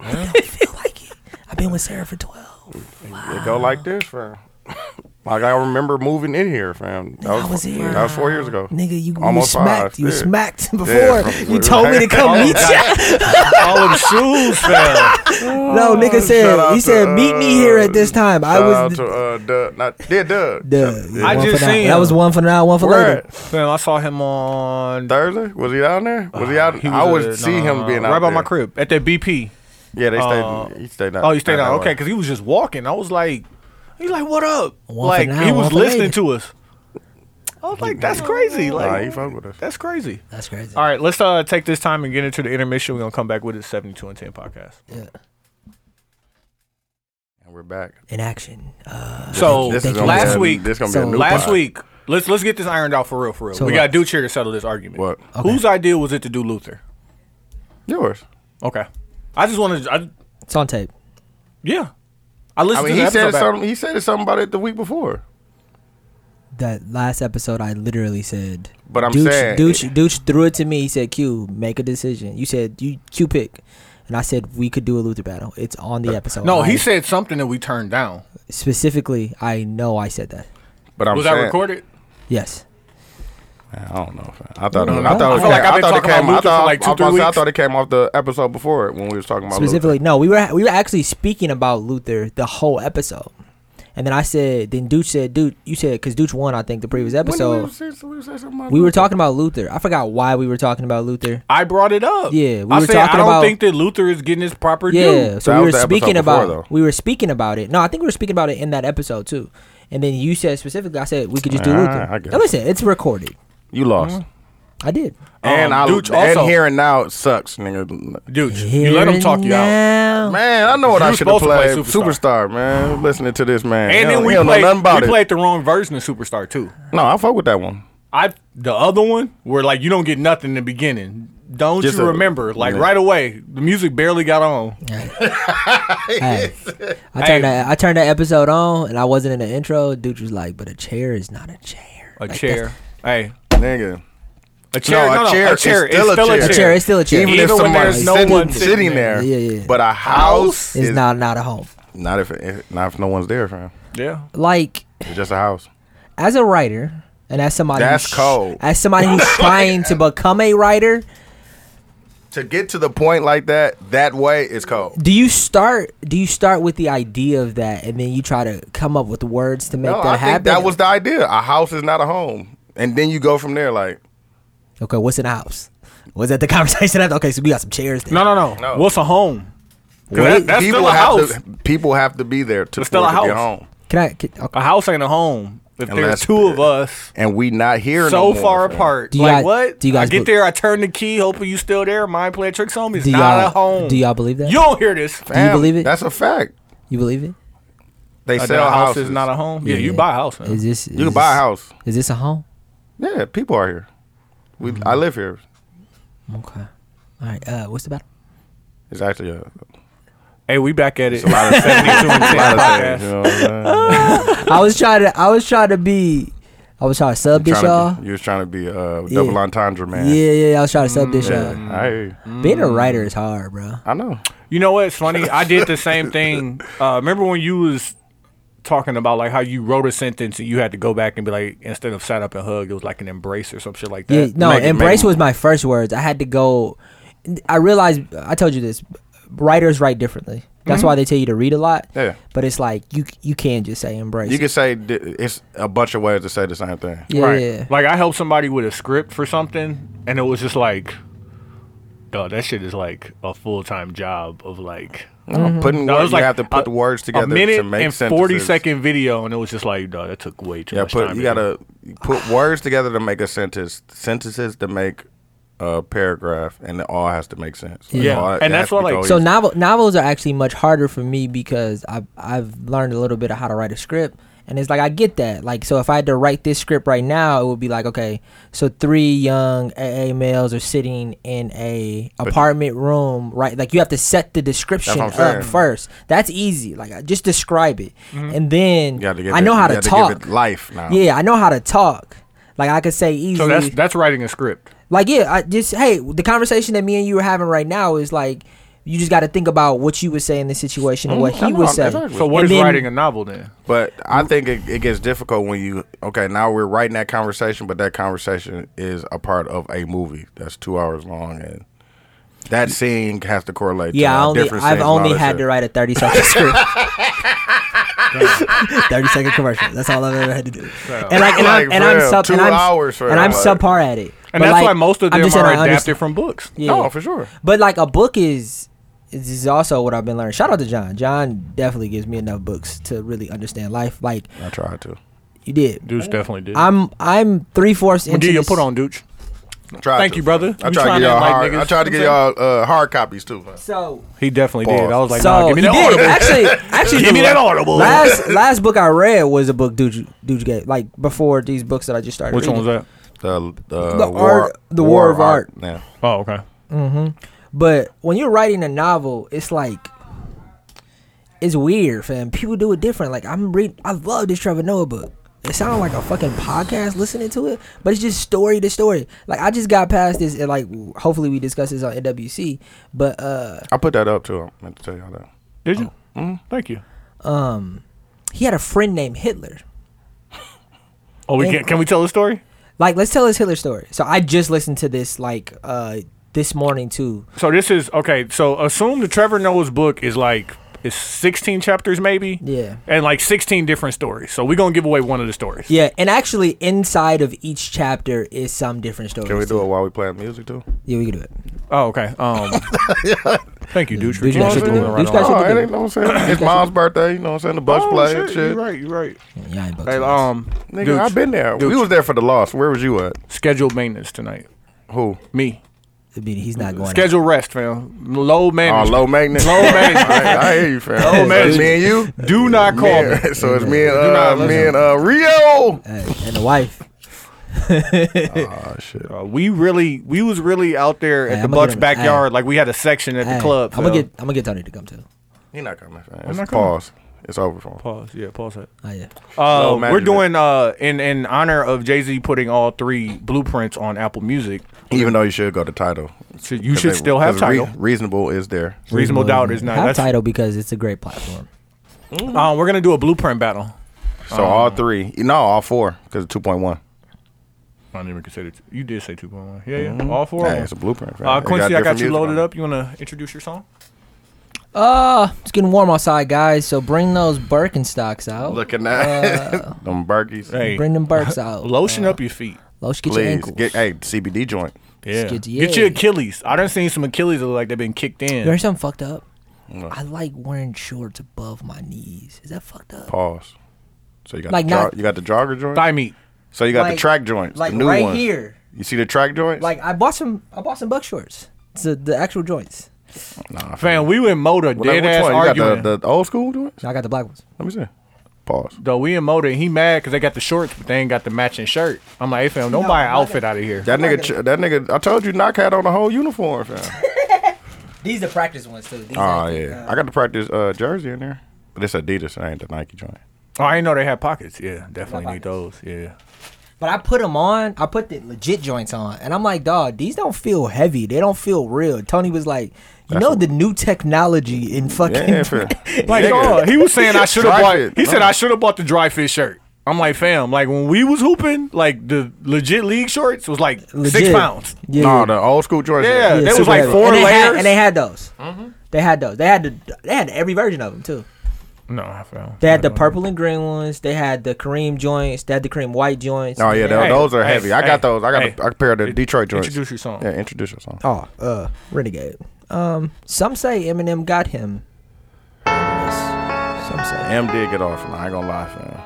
Speaker 5: I don't feel like it. I've been with Sarah for twelve.
Speaker 1: It go like this, fam. *laughs* like I remember moving in here, fam. That
Speaker 5: I was here.
Speaker 1: That was four years ago.
Speaker 5: Nigga, you, you
Speaker 1: Almost
Speaker 5: smacked.
Speaker 1: five,
Speaker 5: you
Speaker 1: yeah.
Speaker 5: smacked *laughs* before.
Speaker 1: from-
Speaker 5: you told me
Speaker 1: *laughs*
Speaker 5: to come meet you.
Speaker 3: All them shoes fell.
Speaker 5: No, nigga
Speaker 1: Shout
Speaker 5: said
Speaker 1: out to, uh,
Speaker 5: he said meet me here at this time. I
Speaker 1: Shout out
Speaker 5: was
Speaker 1: to uh, Doug, not yeah, Doug.
Speaker 5: Doug.
Speaker 1: Yeah.
Speaker 3: I
Speaker 5: One for
Speaker 3: just
Speaker 5: now.
Speaker 3: seen
Speaker 5: that was
Speaker 3: him.
Speaker 5: one for now, one for
Speaker 1: Where
Speaker 5: later.
Speaker 1: at?
Speaker 3: Fam, I saw him on.
Speaker 1: Thursday? Was he down there? Was he out?
Speaker 3: He
Speaker 1: I
Speaker 3: was,
Speaker 1: would
Speaker 3: uh,
Speaker 1: see
Speaker 3: no,
Speaker 1: him
Speaker 3: no,
Speaker 1: being
Speaker 3: no,
Speaker 1: out
Speaker 3: right by
Speaker 1: there.
Speaker 3: my crib at that BP.
Speaker 1: Yeah, they stayed.
Speaker 3: Uh,
Speaker 1: he stayed out.
Speaker 3: Oh, you stayed
Speaker 1: that
Speaker 3: out.
Speaker 1: way.
Speaker 3: Okay, because he was just walking. I was like, he's like, what up?
Speaker 5: One for
Speaker 3: like
Speaker 5: now,
Speaker 3: he
Speaker 5: one
Speaker 3: was
Speaker 5: for
Speaker 3: listening
Speaker 5: later.
Speaker 3: to us. I was like, that's crazy. Like
Speaker 1: Nah, he fuck with us.
Speaker 3: that's crazy.
Speaker 5: That's crazy.
Speaker 3: All right, let's uh take this time and get into the intermission. We're gonna come back with a seventy-two and ten podcast.
Speaker 1: And we're back.
Speaker 5: In action. Uh,
Speaker 3: So
Speaker 1: This
Speaker 5: thank
Speaker 1: is gonna
Speaker 5: you.
Speaker 3: last
Speaker 1: be a,
Speaker 3: week-
Speaker 1: This gonna
Speaker 5: so
Speaker 1: be a new
Speaker 3: Last
Speaker 1: pod.
Speaker 3: week, let's let's get this ironed out for real, for real.
Speaker 5: So,
Speaker 3: we
Speaker 5: uh,
Speaker 3: got Dooch here to settle this argument.
Speaker 1: What?
Speaker 3: Whose idea was it to do Luther?
Speaker 1: Yours.
Speaker 3: Okay, I just wanted, I
Speaker 5: it's on tape.
Speaker 3: yeah, I
Speaker 1: I
Speaker 3: listened
Speaker 1: mean,
Speaker 3: to the
Speaker 1: he said
Speaker 3: episode back.
Speaker 1: something. He said something about it the week before.
Speaker 5: That last episode, I literally said.
Speaker 1: But I'm
Speaker 5: Dooch,
Speaker 1: saying-
Speaker 5: Dooch, Dooch threw it to me. He said, "Q, make a decision." You said, "You Q pick," and I said, "We could do a Luther battle." It's on the episode.
Speaker 3: No,
Speaker 5: I,
Speaker 3: he said something that we turned down.
Speaker 5: specifically. I know I said that.
Speaker 1: But I'm
Speaker 3: was
Speaker 1: saying,
Speaker 3: that recorded?
Speaker 5: Yes.
Speaker 1: I don't know. fam. I thought. It,
Speaker 5: Yeah,
Speaker 1: I
Speaker 5: I
Speaker 1: thought it
Speaker 5: feel
Speaker 1: came.
Speaker 3: like I've
Speaker 1: I thought
Speaker 3: been
Speaker 1: it
Speaker 3: talking about
Speaker 1: came. I
Speaker 3: Luther for
Speaker 1: thought.
Speaker 3: like two,
Speaker 1: I was about to
Speaker 3: three
Speaker 1: say, I
Speaker 3: weeks.
Speaker 1: thought it came off the episode before it when we was talking about Luther.
Speaker 5: specifically no we were we were actually speaking about luther the whole episode And then I said, then Dooch said, Dude, you said, because Dooch won, I think, the previous
Speaker 1: When did we
Speaker 5: episode.
Speaker 1: say- we say something about
Speaker 5: We were
Speaker 1: Luther?
Speaker 5: talking about Luther. I forgot why we were talking about Luther.
Speaker 3: I brought it up.
Speaker 5: Yeah, we
Speaker 3: I
Speaker 5: were
Speaker 3: said
Speaker 5: talking
Speaker 3: I don't
Speaker 5: about-
Speaker 3: think that Luther is getting his proper
Speaker 5: Yeah,
Speaker 3: due.
Speaker 5: so
Speaker 1: That
Speaker 5: we
Speaker 1: was
Speaker 5: were
Speaker 1: the episode
Speaker 5: speaking
Speaker 1: before,
Speaker 5: about
Speaker 1: though.
Speaker 5: we were speaking about it. No, I think we were speaking about it in that episode too. And then you said specifically, I said we could just do
Speaker 1: Ah,
Speaker 5: Luther.
Speaker 1: I guess.
Speaker 5: Now listen, it's recorded.
Speaker 1: You
Speaker 5: Uh-huh.
Speaker 1: lost. *laughs*
Speaker 5: I did.
Speaker 1: And
Speaker 3: Um,
Speaker 1: I
Speaker 3: Dooch
Speaker 1: and
Speaker 3: also-
Speaker 1: hearing now it sucks, nigga.
Speaker 3: Dude, you let him talk you out.
Speaker 5: now.
Speaker 1: Man, I know what
Speaker 3: You
Speaker 1: I
Speaker 3: was
Speaker 1: should have
Speaker 3: supposed to play
Speaker 1: played. Superstar. man. Listening to this man,
Speaker 3: And
Speaker 1: He
Speaker 3: then
Speaker 1: don't-
Speaker 3: we
Speaker 1: he don't
Speaker 3: played,
Speaker 1: know nothing about
Speaker 3: we
Speaker 1: it.
Speaker 3: played the wrong version of Superstar too.
Speaker 1: No, I fuck with that one.
Speaker 3: I the other one where like you don't get nothing in the beginning. Don't
Speaker 1: Just
Speaker 3: you
Speaker 1: a-
Speaker 3: remember? Like
Speaker 1: yeah.
Speaker 3: right away, the music barely got on.
Speaker 5: Hey, I
Speaker 3: Hey.
Speaker 5: turned that I turned that episode on, and I wasn't in the intro. Dude was like, "But a chair is not a chair.
Speaker 3: A
Speaker 5: Like,
Speaker 3: chair. Hey,
Speaker 1: Nigga.
Speaker 3: a chair. No,
Speaker 1: a
Speaker 3: no,
Speaker 1: chair
Speaker 3: a
Speaker 1: is
Speaker 3: chair. It's
Speaker 1: still a
Speaker 3: still a
Speaker 1: chair.
Speaker 5: that's-
Speaker 3: chair.
Speaker 5: A chair is still a chair.
Speaker 1: Even, if
Speaker 3: Even when
Speaker 1: somebody's
Speaker 3: there's no
Speaker 1: sitting,
Speaker 3: one
Speaker 1: sitting,
Speaker 3: sitting
Speaker 1: there,
Speaker 3: there.
Speaker 5: Yeah, yeah.
Speaker 1: but a house
Speaker 5: It's
Speaker 1: is
Speaker 5: not not a home.
Speaker 1: not if, if not if no one's there, fam.
Speaker 3: yeah.
Speaker 5: Like
Speaker 1: It's just a house.
Speaker 5: as a writer, and as somebody
Speaker 1: That's
Speaker 5: who's-
Speaker 1: cold.
Speaker 5: As somebody who's
Speaker 1: *laughs*
Speaker 5: trying to become a writer,
Speaker 1: To get to the point like that, that way is cold.
Speaker 5: do you start do you start with the idea of that and then you try to come up with words to make
Speaker 1: No,
Speaker 5: that
Speaker 1: I
Speaker 5: happen
Speaker 1: think that was the idea. A house is not a home, and then you go from there. Like
Speaker 5: okay what's in the house was that the *laughs* conversation after? okay so we got some chairs there.
Speaker 3: No, no, no.
Speaker 1: No.
Speaker 3: What's a home? 'Cause that- that's
Speaker 1: people
Speaker 3: still a
Speaker 1: have
Speaker 3: house.
Speaker 1: to people have to be there to,
Speaker 3: It's still
Speaker 1: for it
Speaker 3: a
Speaker 1: to get
Speaker 3: house.
Speaker 1: home,
Speaker 5: can i can, okay.
Speaker 3: A house ain't a home. If
Speaker 1: Unless
Speaker 3: there's two of us
Speaker 1: and we not here. no
Speaker 3: so
Speaker 1: more,
Speaker 3: far
Speaker 1: fam.
Speaker 3: apart,
Speaker 5: Do you
Speaker 3: like
Speaker 5: guys-
Speaker 3: what?
Speaker 5: do you guys
Speaker 3: I get
Speaker 5: be-
Speaker 3: there, I turn the key, hoping you still there. Mind playing tricks on me. It's
Speaker 5: do
Speaker 3: not
Speaker 5: y'all
Speaker 3: a home.
Speaker 5: do y'all believe that
Speaker 3: You don't hear this.
Speaker 5: Do you
Speaker 1: Fam,
Speaker 5: believe it?
Speaker 1: That's a fact.
Speaker 5: you believe it
Speaker 1: They
Speaker 3: A
Speaker 1: sell
Speaker 3: house
Speaker 1: houses.
Speaker 3: is not a home. Yeah, you
Speaker 5: Yeah.
Speaker 3: buy a house. Now.
Speaker 5: is this
Speaker 1: You can buy a house.
Speaker 5: is this a home
Speaker 1: Yeah, people are here. We I
Speaker 3: Mm-hmm.
Speaker 1: live here.
Speaker 5: okay all right uh what's the battle
Speaker 1: It's actually a,
Speaker 3: *laughs* Hey, we back at it.
Speaker 1: a
Speaker 3: *laughs*
Speaker 1: lot of things.
Speaker 3: Two and
Speaker 1: a
Speaker 3: ten
Speaker 1: lot of
Speaker 3: podcast.
Speaker 1: things. You know what I'm saying?
Speaker 5: i was trying to i was trying to be i was trying to sub this
Speaker 1: Trying to
Speaker 5: y'all
Speaker 1: be- you was trying to be a double entendre
Speaker 5: yeah
Speaker 1: man. Mm,
Speaker 5: yeah yeah, i was trying to sub this
Speaker 1: Yeah, Mm.
Speaker 5: y'all
Speaker 1: I hear you.
Speaker 3: Mm-hmm.
Speaker 5: being a writer is hard bro
Speaker 1: I know.
Speaker 3: You know what's funny? I did the same thing. Uh, remember when you was talking about like how you wrote a sentence and you had to go back and be like, instead of sat up and hug, it was like an embrace or some shit like
Speaker 5: Yeah,
Speaker 3: that.
Speaker 5: no,
Speaker 1: Megan,
Speaker 5: embrace
Speaker 1: Megan.
Speaker 5: was my first words. I had to go. I realized I told you this. Writers write differently. That's why they tell you to read a lot.
Speaker 1: Mm-hmm. Yeah.
Speaker 5: But it's like you you can't just say embrace.
Speaker 1: You can say di- it's a bunch of ways to say the same thing.
Speaker 5: yeah,
Speaker 3: right.
Speaker 5: yeah.
Speaker 3: Like I helped somebody with a script for something, and it was just like, duh, that shit is like a full time job of like.
Speaker 1: No,
Speaker 5: Mm-hmm.
Speaker 1: putting
Speaker 3: No, it
Speaker 1: words,
Speaker 3: was like
Speaker 1: you have to put
Speaker 3: a-
Speaker 1: the words together
Speaker 3: a minute
Speaker 1: to make
Speaker 3: and
Speaker 1: sentences.
Speaker 3: forty second video, and it was just like, duh, that took way too
Speaker 1: Yeah,
Speaker 3: much
Speaker 1: put
Speaker 3: time.
Speaker 1: you
Speaker 3: to do.
Speaker 1: gotta put words together to make a sentence, sentences to make a paragraph, and it all has to make sense.
Speaker 3: Yeah.
Speaker 1: All-
Speaker 3: And
Speaker 1: it
Speaker 3: that's
Speaker 1: has to
Speaker 3: why,
Speaker 1: be
Speaker 3: like-
Speaker 1: cohesive.
Speaker 5: So novel novels are actually much harder for me because I've I've learned a little bit of how to write a script. And it's like I get that. Like so if I had to write this script right now, it would be like, okay, so three young AA males are sitting in a apartment room, right? Like you have to set the description
Speaker 1: That's
Speaker 5: up
Speaker 1: what I'm saying. Mm-hmm.
Speaker 5: first. That's easy. Like I- just describe it. And then
Speaker 1: You have to give
Speaker 5: I know
Speaker 1: it,
Speaker 5: how
Speaker 1: you
Speaker 5: to
Speaker 1: have
Speaker 5: talk.
Speaker 1: give it life now.
Speaker 5: yeah, I know how to talk. Like I could say easily
Speaker 3: So that's that's writing a script.
Speaker 5: like yeah i just hey the conversation that me and you are having right now is like you just got to think about what you would say in this situation and what
Speaker 1: Mm-hmm. I
Speaker 5: he
Speaker 1: know,
Speaker 5: would say
Speaker 1: exactly.
Speaker 3: So
Speaker 5: And
Speaker 3: what is
Speaker 5: then-
Speaker 3: writing a novel then?
Speaker 1: But I think it, it gets difficult when you okay now we're writing that conversation, but that conversation is a part of a movie that's two hours long, and that scene has to correlate. to
Speaker 5: yeah i
Speaker 1: a
Speaker 5: only
Speaker 1: different
Speaker 5: i've
Speaker 1: scene and all
Speaker 5: only
Speaker 1: that
Speaker 5: had
Speaker 1: shit.
Speaker 5: to write a 30
Speaker 3: *laughs*
Speaker 5: second script 30 second commercial that's all i've ever had to do and like and, I'm,
Speaker 1: Like,
Speaker 5: and i'm
Speaker 1: for real,
Speaker 5: sub
Speaker 1: two
Speaker 5: and i'm,
Speaker 1: hours for
Speaker 5: and I'm
Speaker 1: that.
Speaker 5: subpar at it
Speaker 3: And
Speaker 5: But,
Speaker 3: that's
Speaker 5: like,
Speaker 3: why most of
Speaker 5: I'm
Speaker 3: them
Speaker 5: just saying
Speaker 3: are
Speaker 5: I understand-
Speaker 3: adapted from books.
Speaker 5: yeah.
Speaker 1: No, Oh, for sure.
Speaker 5: but like a book is this is also what i've been learning shout out to john john definitely gives me enough books to really understand life like
Speaker 1: I tried to.
Speaker 5: you did
Speaker 3: Deuce definitely did.
Speaker 5: i'm i'm three-fourths
Speaker 3: Well,
Speaker 5: into
Speaker 3: Gia,
Speaker 5: this-
Speaker 3: put on Dooch.
Speaker 1: Tried
Speaker 3: Thank
Speaker 1: to.
Speaker 3: you, brother.
Speaker 1: I
Speaker 3: You
Speaker 1: tried to
Speaker 3: trying
Speaker 1: get
Speaker 3: to
Speaker 1: y'all
Speaker 3: act like
Speaker 1: hard. I
Speaker 3: niggas.
Speaker 1: tried to get
Speaker 3: You know
Speaker 1: y'all uh, hard copies too. man.
Speaker 5: so
Speaker 3: He definitely did. I was like,
Speaker 5: so
Speaker 3: nah, give me
Speaker 5: he
Speaker 3: that
Speaker 5: did.
Speaker 3: audible.
Speaker 5: Actually, actually,
Speaker 3: Give
Speaker 5: the
Speaker 3: me that audible.
Speaker 5: Last last book I read was a book dude dude gave like before these books that I just started.
Speaker 3: Which one was
Speaker 5: reading.
Speaker 3: that?
Speaker 1: The the,
Speaker 5: The
Speaker 1: war,
Speaker 5: art- the war of art.
Speaker 1: Yeah.
Speaker 3: Oh, okay.
Speaker 5: But when you're writing a novel, it's like it's weird, fam. People do it different. Like I'm read, I love this Trevor Noah book. It sounds like a fucking podcast listening to it, but it's just story to story. Like I just got past this, and like hopefully we discuss this on NWC. But uh
Speaker 1: I put that up too. I meant to tell y'all that.
Speaker 3: Did you?
Speaker 1: Mm-hmm.
Speaker 3: Mm, thank you.
Speaker 5: um, he had a friend named Hitler.
Speaker 3: Oh, we
Speaker 5: Thank
Speaker 3: can, can we tell the story?
Speaker 5: Like, let's tell this Hitler story. So I just listened to this like uh this morning too.
Speaker 3: So this is okay. So assume the Trevor Noah's book is like it's 16 chapters maybe.
Speaker 5: Yeah.
Speaker 3: And like 16 different stories. So we're going to give away one of the stories.
Speaker 5: Yeah, and actually, inside of each chapter is some different story.
Speaker 1: Can we do it while we playing music too?
Speaker 5: Yeah, we can do it.
Speaker 3: Oh, okay.
Speaker 5: *laughs*
Speaker 3: Um Thank you, Dude.
Speaker 5: Dude, you got shit to do. Dude, you got
Speaker 1: Oh,
Speaker 5: shit to
Speaker 1: it
Speaker 5: do.
Speaker 1: ain't no sense. It's mom's birthday. You know what I'm saying? The
Speaker 3: Oh,
Speaker 1: bus play and shit.
Speaker 3: You're right, you're right.
Speaker 5: Yeah, I ain't about
Speaker 3: Hey,
Speaker 5: to.
Speaker 3: um,
Speaker 1: Nigga,
Speaker 3: Dooch,
Speaker 1: I've been there. We
Speaker 3: Dooch.
Speaker 1: was there for the loss. Where was you at?
Speaker 3: scheduled maintenance tonight.
Speaker 1: Who?
Speaker 3: Me.
Speaker 5: I mean, he's not going.
Speaker 3: Scheduled rest, fam. Low
Speaker 1: Oh,
Speaker 3: maintenance.
Speaker 1: low maintenance.
Speaker 3: Low maintenance.
Speaker 1: *laughs* I, I hear you, fam.
Speaker 3: Low
Speaker 1: So it's
Speaker 3: maintenance.
Speaker 1: Me and you.
Speaker 3: Do not
Speaker 1: Me
Speaker 3: call me.
Speaker 1: and- *laughs* so it's me and
Speaker 3: Do
Speaker 1: uh,
Speaker 3: not
Speaker 1: me
Speaker 3: listen.
Speaker 1: and uh, Rio.
Speaker 5: out. Hey, and the wife.
Speaker 1: Oh shit.
Speaker 3: Uh, we really, we was really out there at
Speaker 5: Hey,
Speaker 3: the
Speaker 5: I'ma
Speaker 3: Bucks
Speaker 5: get him-
Speaker 3: backyard. Like we had a section at
Speaker 5: Hey,
Speaker 3: the club.
Speaker 5: I'm gonna
Speaker 3: fam.
Speaker 5: get. I'm gonna get Tony to come too.
Speaker 1: He not coming. Fam. It's
Speaker 3: not coming.
Speaker 1: pause. It's over for him.
Speaker 3: pause. Yeah, pause that.
Speaker 5: Oh yeah.
Speaker 3: Uh,
Speaker 1: Low
Speaker 3: we're
Speaker 1: management.
Speaker 3: doing uh, in in honor of Jay Z putting all three blueprints on Apple Music.
Speaker 1: Even though you should go to title.
Speaker 3: So you should still have
Speaker 1: 'cause re-
Speaker 3: title.
Speaker 1: reasonable is there.
Speaker 3: Reasonable doubt is not.
Speaker 5: Have
Speaker 3: That's,
Speaker 5: title because it's a great platform.
Speaker 3: uh, we're gonna do a blueprint battle.
Speaker 1: So
Speaker 3: Oh.
Speaker 1: all three. No, all four. Because two point one.
Speaker 3: I didn't even consider. T- you did say two point one. Yeah, yeah. All four. of
Speaker 1: Hey,
Speaker 3: them.
Speaker 1: Mm-hmm. it's a blueprint. Fam.
Speaker 3: Uh,
Speaker 1: It
Speaker 3: Quincy, I got
Speaker 1: different
Speaker 3: you
Speaker 1: music
Speaker 3: loaded
Speaker 1: on it.
Speaker 3: up. You wanna introduce your song?
Speaker 5: Uh, it's getting warm outside, guys. So bring those Birkenstocks out.
Speaker 1: Looking at *laughs* them Berkeys.
Speaker 3: Uh, Hey,
Speaker 5: Bring them
Speaker 3: *laughs*
Speaker 5: Birks out.
Speaker 3: lotion up your feet.
Speaker 5: Lotion, get your
Speaker 1: please
Speaker 5: ankles.
Speaker 1: get hey CBD joint.
Speaker 3: Yeah.
Speaker 5: get-
Speaker 3: Get,
Speaker 5: yeah.
Speaker 3: your Achilles. I done seen some Achilles that look like they've been kicked in.
Speaker 5: you heard something fucked up?
Speaker 1: What?
Speaker 5: I like wearing shorts above my knees. Is that fucked up?
Speaker 1: Pause. So you got
Speaker 5: Like
Speaker 1: the jog-
Speaker 5: not-
Speaker 1: you got the jogger joint.
Speaker 3: Thigh meat.
Speaker 1: So you got the
Speaker 5: Like-
Speaker 1: track joints,
Speaker 5: like
Speaker 1: the new
Speaker 5: right
Speaker 1: ones.
Speaker 5: here.
Speaker 1: You see the track joints?
Speaker 5: Like I bought some. I bought some buck shorts. It's the, the actual joints.
Speaker 1: nah, fam.
Speaker 3: Fam, we in
Speaker 1: Well,
Speaker 3: Moda
Speaker 1: like,
Speaker 3: dead ass
Speaker 1: which one? You
Speaker 3: arguing.
Speaker 1: got the, the old school joints?
Speaker 5: I got the black ones.
Speaker 1: Let me see. Pause.
Speaker 3: Though we in Moda, and he mad because they got the shorts, but they ain't got the matching shirt. I'm like, hey fam, don't
Speaker 5: No,
Speaker 3: buy an
Speaker 5: I'm not
Speaker 3: outfit out of here.
Speaker 1: That nigga, ch- that nigga. I told you, knock had on the whole uniform,
Speaker 5: *laughs*
Speaker 1: fam.
Speaker 5: These the practice ones too. These
Speaker 3: Ah,
Speaker 1: oh yeah, I got to practice uh, jersey in there, but it's Adidas. It ain't the Nike joint.
Speaker 3: Oh, I didn't know they had pockets. Yeah, definitely
Speaker 5: Got
Speaker 3: need those. Yeah.
Speaker 5: But I put them on. I put the legit joints on, and I'm like, dog, these don't feel heavy. They don't feel real. Tony was like, you know,
Speaker 1: what-
Speaker 5: the new technology in fucking.
Speaker 1: Yeah,
Speaker 5: *laughs*
Speaker 1: fam.
Speaker 3: Like,
Speaker 1: Nigga.
Speaker 3: dog, Oh, he was
Speaker 1: *laughs*
Speaker 3: saying I should have
Speaker 1: Dry
Speaker 3: bought.
Speaker 1: fit. Uh-huh.
Speaker 3: He said
Speaker 1: No.
Speaker 3: I should have bought the dry fit shirt. I'm like, fam, like when we was hooping, like the legit league shorts was like six
Speaker 5: Legit.
Speaker 3: pounds.
Speaker 5: Yeah,
Speaker 1: No, the old school joints.
Speaker 3: Yeah, they was
Speaker 5: super
Speaker 3: like
Speaker 5: heavy.
Speaker 3: four
Speaker 5: and they Had,
Speaker 3: layers.
Speaker 5: and they had those. They had those. They had the. They had every version of them too.
Speaker 3: No, I fam.
Speaker 5: They had the purple and green ones. They had the cream joints. They had the cream white joints.
Speaker 1: Oh yeah, tho-
Speaker 3: Hey,
Speaker 1: those are
Speaker 3: hey,
Speaker 1: heavy. I got
Speaker 3: hey,
Speaker 1: those. I got
Speaker 3: hey.
Speaker 1: a, I compared the Detroit joints.
Speaker 3: Introduce your song.
Speaker 1: Yeah, introduce your song.
Speaker 5: Oh, uh, renegade. Um, some say Eminem got him. Some say.
Speaker 1: M did get off. Man. I ain't gonna lie, fam.